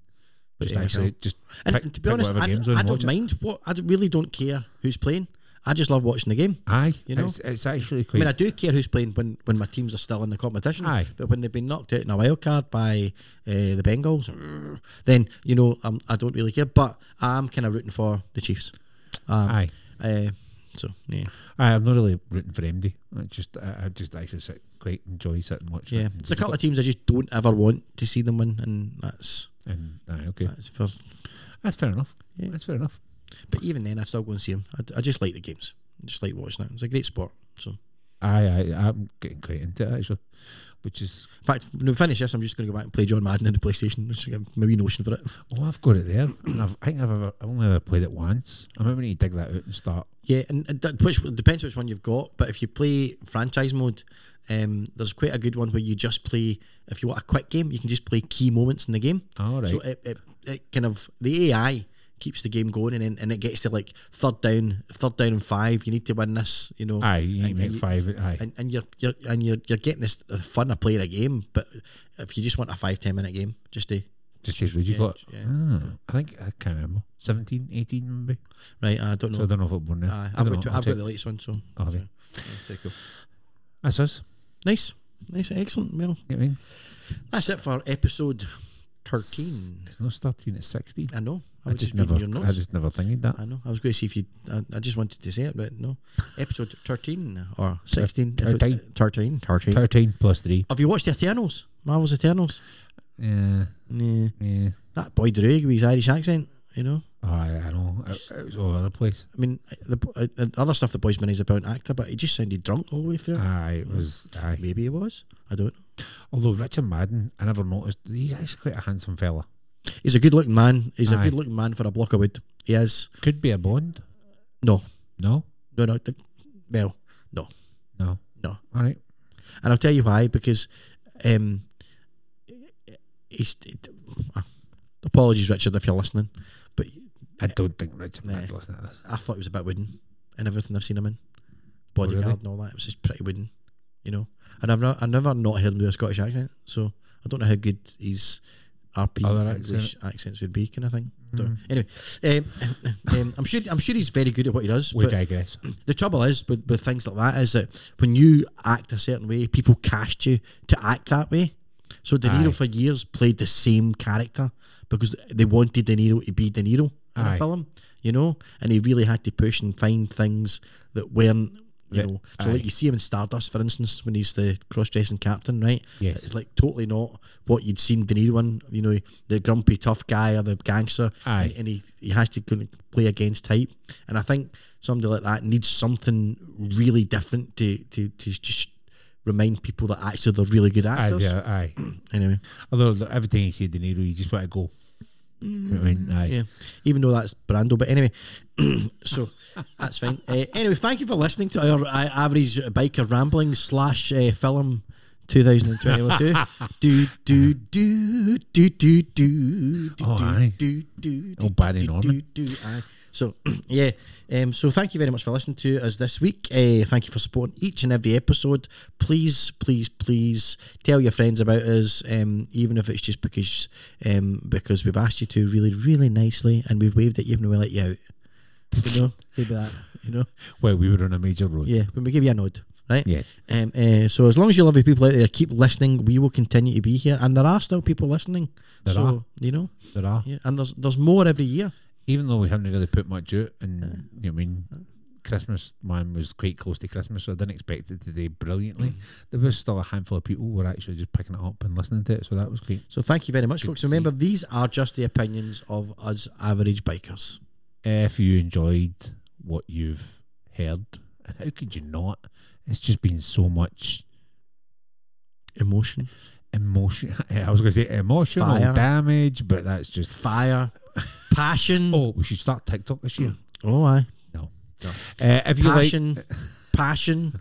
Speaker 2: just
Speaker 1: Yeah,
Speaker 2: actually
Speaker 1: so-
Speaker 2: just
Speaker 1: And
Speaker 2: pick,
Speaker 1: to be honest,
Speaker 2: pick
Speaker 1: I,
Speaker 2: whatever games
Speaker 1: d-
Speaker 2: on
Speaker 1: I
Speaker 2: and
Speaker 1: don't
Speaker 2: watch it.
Speaker 1: mind what I d- really don't care who's playing. I just love watching the game.
Speaker 2: Aye,
Speaker 1: you know?
Speaker 2: it's, it's actually
Speaker 1: I
Speaker 2: quite.
Speaker 1: mean, I do care who's playing when, when my teams are still in the competition.
Speaker 2: Aye.
Speaker 1: But when they've been knocked out in a wild card by uh, the Bengals, then you know um, I don't really care. But I'm kind of rooting for the Chiefs. Um,
Speaker 2: aye,
Speaker 1: Uh, so yeah,
Speaker 2: aye, I'm not really rooting for MD. I just, I, I just actually sit, quite enjoy sitting and watching.
Speaker 1: yeah.
Speaker 2: it.
Speaker 1: It's a couple of teams I just don't ever want to see them win, and that's
Speaker 2: And aye, okay,
Speaker 1: that's for.
Speaker 2: that's fair enough.
Speaker 1: Yeah.
Speaker 2: That's fair enough.
Speaker 1: But even then, I still go and see them. I, I just like the games. I just like watching it. It's a great sport. So.
Speaker 2: Aye, aye, I'm getting quite into it actually, which is
Speaker 1: In fact, when we finish this, I'm just going to go back and play John Madden in the PlayStation. Just get my wee notion for it.
Speaker 2: Oh, I've got it there. And I've, I think I've, ever, I've only ever played it once. I might need to dig that out and start.
Speaker 1: Yeah, and it d- which depends which one you've got. But if you play franchise mode, um, there's quite a good one where you just play. If you want a quick game, you can just play key moments in the game.
Speaker 2: All right.
Speaker 1: So uh, it, it, it kind of the AI keeps the game going, and then, and it gets to like third down, third down and five. You need to win this, you know.
Speaker 2: Aye, you need to
Speaker 1: and-
Speaker 2: make
Speaker 1: and you-
Speaker 2: five. Aye.
Speaker 1: And, and you're you're and you're you're getting this the fun of playing a game. But if you just want a five ten minute game, just to
Speaker 2: Just see what you got. Ah, I think, I can't remember. 17, 18 maybe.
Speaker 1: right, I don't know.
Speaker 2: So I don't know if it won now.
Speaker 1: Aye,
Speaker 2: I
Speaker 1: I've
Speaker 2: don't
Speaker 1: got,
Speaker 2: know.
Speaker 1: two,
Speaker 2: I'll
Speaker 1: I've got
Speaker 2: check.
Speaker 1: the latest one, so.
Speaker 2: Oh, have
Speaker 1: so,
Speaker 2: you?
Speaker 1: yeah, very cool.
Speaker 2: That's us.
Speaker 1: Nice, nice, excellent. Well,
Speaker 2: You know what I mean?
Speaker 1: that's it for episode thirteen.
Speaker 2: It's not 13, it's 16.
Speaker 1: I know. I
Speaker 2: I
Speaker 1: was
Speaker 2: just
Speaker 1: just
Speaker 2: never,
Speaker 1: reading your
Speaker 2: I
Speaker 1: notes. I,
Speaker 2: just never thinking that.
Speaker 1: know. I was going to see if you. I, I just wanted to say it, but no. Episode thirteen or sixteen. if it-
Speaker 2: 13.
Speaker 1: 13, 13.
Speaker 2: 13 plus 3.
Speaker 1: Have you watched Eternals? Marvel's Eternals.
Speaker 2: Yeah,
Speaker 1: Yeah.
Speaker 2: yeah.
Speaker 1: That boy Drake with his Irish accent. You know.
Speaker 2: Oh, I, I know. It, it was all over the place.
Speaker 1: I mean, the, uh, the other stuff the boy's been is a brilliant actor, but he just sounded drunk all the way through. it.
Speaker 2: Aye, it was. Aye.
Speaker 1: Maybe he was. I don't. know.
Speaker 2: Although Richard Madden, I never noticed. He's actually quite a handsome fella.
Speaker 1: He's a good-looking man. He's a
Speaker 2: Aye.
Speaker 1: good-looking man for a block of wood. He is.
Speaker 2: Could be a Bond.
Speaker 1: No,
Speaker 2: No,
Speaker 1: no, no. th- Well, no,
Speaker 2: no.
Speaker 1: no.
Speaker 2: All right.
Speaker 1: And I'll tell you why because um, he's. Apologies, Richard, if you're listening, but
Speaker 2: I don't think Richard Matt's listening to this.
Speaker 1: I thought it was a bit wooden and everything I've seen him in. Bodyguard
Speaker 2: Oh,
Speaker 1: and all that. It was just pretty wooden, you know. And I've never, I've never not heard him do a Scottish accent, so I don't know how good his RP
Speaker 2: Other Mm.
Speaker 1: English accents would be, kind of thing. Don't- Anyway, um, um, I'm sure I'm sure he's very good at what he does.
Speaker 2: We
Speaker 1: but
Speaker 2: digress.
Speaker 1: the trouble is with, with things like that is that when you act a certain way, people cast you to act that way. So De Niro
Speaker 2: Aye.
Speaker 1: for years played the same character because they wanted De Niro to be De Niro in
Speaker 2: Aye.
Speaker 1: a film, you know, and he really had to push and find things that weren't. You
Speaker 2: That-
Speaker 1: know, so like you see him in Stardust, for instance, when he's the cross-dressing captain, right?
Speaker 2: Yes.
Speaker 1: it's like totally not what you'd seen De Niro in. You know, the grumpy tough guy or the gangster,
Speaker 2: Aye.
Speaker 1: and, and he, he has to kind of play against type. And I think somebody like that needs something really different to to, to just remind people that actually they're really good
Speaker 2: Aye,
Speaker 1: actors.
Speaker 2: yeah, aye.
Speaker 1: Anyway,
Speaker 2: Although th- every time you see De Niro, you just want to go. You know what I mean, aye.
Speaker 1: yeah, even though that's Brando, but anyway, so that's fine. Uh, anyway, thank you for listening to our uh, average biker rambling slash uh, film. 2022. do do do do do do do
Speaker 2: Oh,
Speaker 1: do,
Speaker 2: aye.
Speaker 1: do do do
Speaker 2: Oh, Barry
Speaker 1: do,
Speaker 2: Norman.
Speaker 1: do, do, aye. So yeah, um, so thank you very much for listening to us this week. Uh, thank you for supporting each and every episode. Please, please, please tell your friends about us, um, even if it's just because um, because we've asked you to really, really nicely, and we've waved at you and we let you out. You know, maybe that. You know,
Speaker 2: Well, we were on a major road.
Speaker 1: yeah, when we give you a nod, right?
Speaker 2: Yes.
Speaker 1: Um, uh, so as long as you lovely people out there keep listening, we will continue to be here, and there are still people listening.
Speaker 2: There
Speaker 1: so
Speaker 2: are.
Speaker 1: you know,
Speaker 2: There are.
Speaker 1: yeah, and there's there's more every year.
Speaker 2: Even though we haven't really put much out, and you know what I mean, Christmas, mine was quite close to Christmas, so I didn't expect it to do brilliantly.
Speaker 1: Mm.
Speaker 2: There was still a handful of people who were actually just picking it up and listening to it, so that was great.
Speaker 1: So thank you very much, folks.
Speaker 2: to see
Speaker 1: Remember, these are just the opinions of us average bikers.
Speaker 2: if you enjoyed what you've heard, and how could you not? It's just been so much
Speaker 1: Emotion,
Speaker 2: emotion. I was going to say emotional
Speaker 1: Fire.
Speaker 2: damage, but that's just.
Speaker 1: fire, passion.
Speaker 2: Oh, we should start TikTok this year.
Speaker 1: Oh, aye.
Speaker 2: No. Uh, if you
Speaker 1: Passion, passion,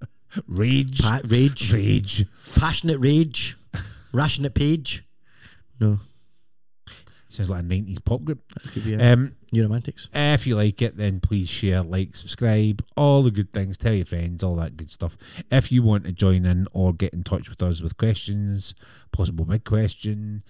Speaker 2: like rage,
Speaker 1: pa- rage,
Speaker 2: rage,
Speaker 1: passionate rage, rationate page. No,
Speaker 2: sounds like a nineties pop group.
Speaker 1: that could be a
Speaker 2: Um,
Speaker 1: new romantics.
Speaker 2: if you like it, then please share, like, subscribe, all the good things. Tell your friends, all that good stuff. If you want to join in or get in touch with us with questions, possible big question,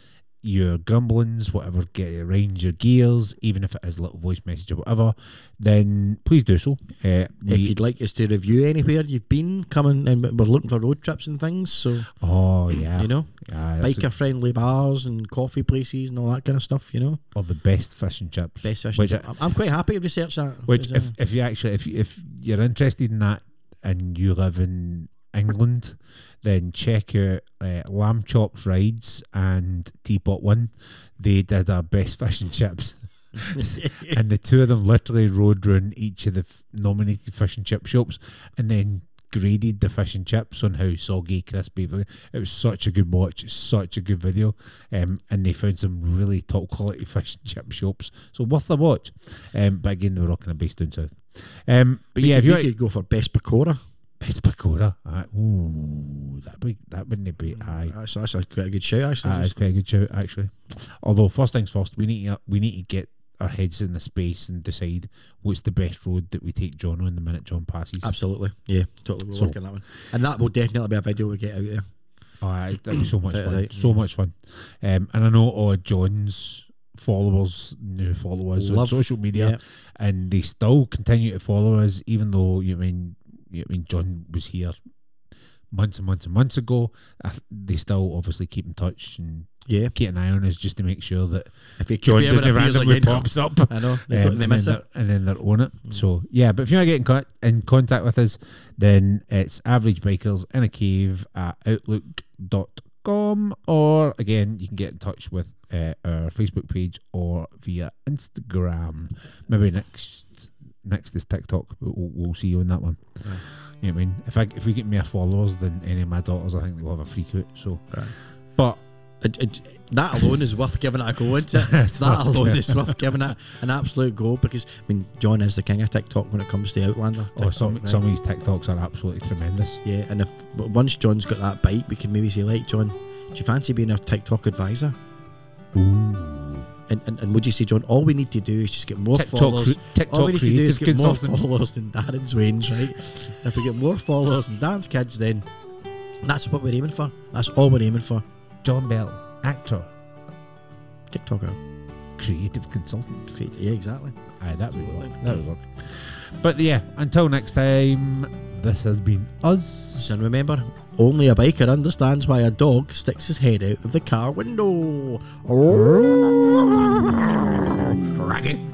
Speaker 2: your grumblings, whatever, get arrange your gears, even if it is a little voice message or whatever, then please do so. Uh,
Speaker 1: If
Speaker 2: we-
Speaker 1: you'd like us to review anywhere you've been coming, and we're looking for road trips and things, so
Speaker 2: oh yeah,
Speaker 1: you know,
Speaker 2: yeah, that's
Speaker 1: biker friendly bars and coffee places and all that kind of stuff. You know,
Speaker 2: or the best fish and chips.
Speaker 1: best fish.
Speaker 2: Which-
Speaker 1: and chip. I'm, I'm quite happy to research that.
Speaker 2: Which,
Speaker 1: It's, uh,
Speaker 2: if, if you actually, if you, if you're interested in that and you live in England, then check out uh, Lamb Chops Rides and Teapot One. They did our best fish and chips. and the two of them literally rode round each of the f- nominated fish and chip shops and then graded the fish and chips on how soggy, crispy. It was such a good watch, such a good video. Um, and they found some really top quality fish and chip shops. So worth a watch. Um, but again, they were rocking a base down south. Um, but
Speaker 1: we
Speaker 2: yeah, if
Speaker 1: could,
Speaker 2: you
Speaker 1: we
Speaker 2: like,
Speaker 1: could go for best pakora.
Speaker 2: Best Pagoda. Aye. Ooh, that be that wouldn't be
Speaker 1: Mm.
Speaker 2: aye.
Speaker 1: That's, that's a quite a good shout actually.
Speaker 2: That is
Speaker 1: Just-
Speaker 2: quite a good shout actually. Although first things first, we need to, we need to get our heads in the space and decide what's the best road that we take John on the minute John passes.
Speaker 1: Absolutely, yeah, totally. We'll
Speaker 2: So-
Speaker 1: work on that one, and that will definitely be a video we get out there. oh,
Speaker 2: Aye, that'd be so much
Speaker 1: Right,
Speaker 2: fun.
Speaker 1: right.
Speaker 2: So much fun. Um, and I know all John's followers, new followers
Speaker 1: Love-
Speaker 2: on social media,
Speaker 1: yeah.
Speaker 2: and they still continue to follow us, even though you mean you mean John was here months and months and months ago. I th- they still obviously keep in touch and
Speaker 1: Yeah,
Speaker 2: keep an eye on us just to make sure that
Speaker 1: if you
Speaker 2: John
Speaker 1: if you ever
Speaker 2: doesn't
Speaker 1: appears
Speaker 2: randomly
Speaker 1: again-
Speaker 2: pops up.
Speaker 1: I know
Speaker 2: Um,
Speaker 1: they, don't- they
Speaker 2: and,
Speaker 1: miss
Speaker 2: then
Speaker 1: it. Mm.
Speaker 2: they're- and then they're on it. So yeah, but if you want to get in, con- in contact with us, then it's average bikers in a cave at outlook.com or again you can get in touch with uh, our Facebook page or via Instagram. Maybe next next is TikTok. We'll, we'll see you on that one.
Speaker 1: Right.
Speaker 2: You know what I mean? If I if we get more followers than any of my daughters, I think they'll have a freak out. So,
Speaker 1: Right.
Speaker 2: but
Speaker 1: It- it- that alone is worth giving it a go, isn't it?
Speaker 2: It's
Speaker 1: that
Speaker 2: worth
Speaker 1: alone
Speaker 2: it.
Speaker 1: is worth giving it an absolute go because I mean, John is the king of TikTok when it comes to Outlander.
Speaker 2: oh,
Speaker 1: TikTok,
Speaker 2: some
Speaker 1: right?
Speaker 2: some of these TikToks are absolutely tremendous.
Speaker 1: yeah, and if but once John's got that bite, we can maybe say, like, John, do you fancy being our TikTok advisor?
Speaker 2: Ooh.
Speaker 1: And, and, and would you say, John? All we need to do is just get more
Speaker 2: TikTok
Speaker 1: followers.
Speaker 2: cre- TikTok
Speaker 1: all we need to do is
Speaker 2: creative
Speaker 1: get more
Speaker 2: consultant.
Speaker 1: followers than Darren's Wayne's, right? And if we get more followers than Darren's kids, then that's what we're aiming for. That's all we're aiming for.
Speaker 2: John Bell, actor,
Speaker 1: TikToker.
Speaker 2: creative consultant.
Speaker 1: Great. Yeah, exactly.
Speaker 2: Aye, that would work.
Speaker 1: Absolutely.
Speaker 2: That would work. But yeah, until next time, this has been us.
Speaker 1: And remember, only a biker understands why a dog sticks his Oh. head out of the car window. Raggy.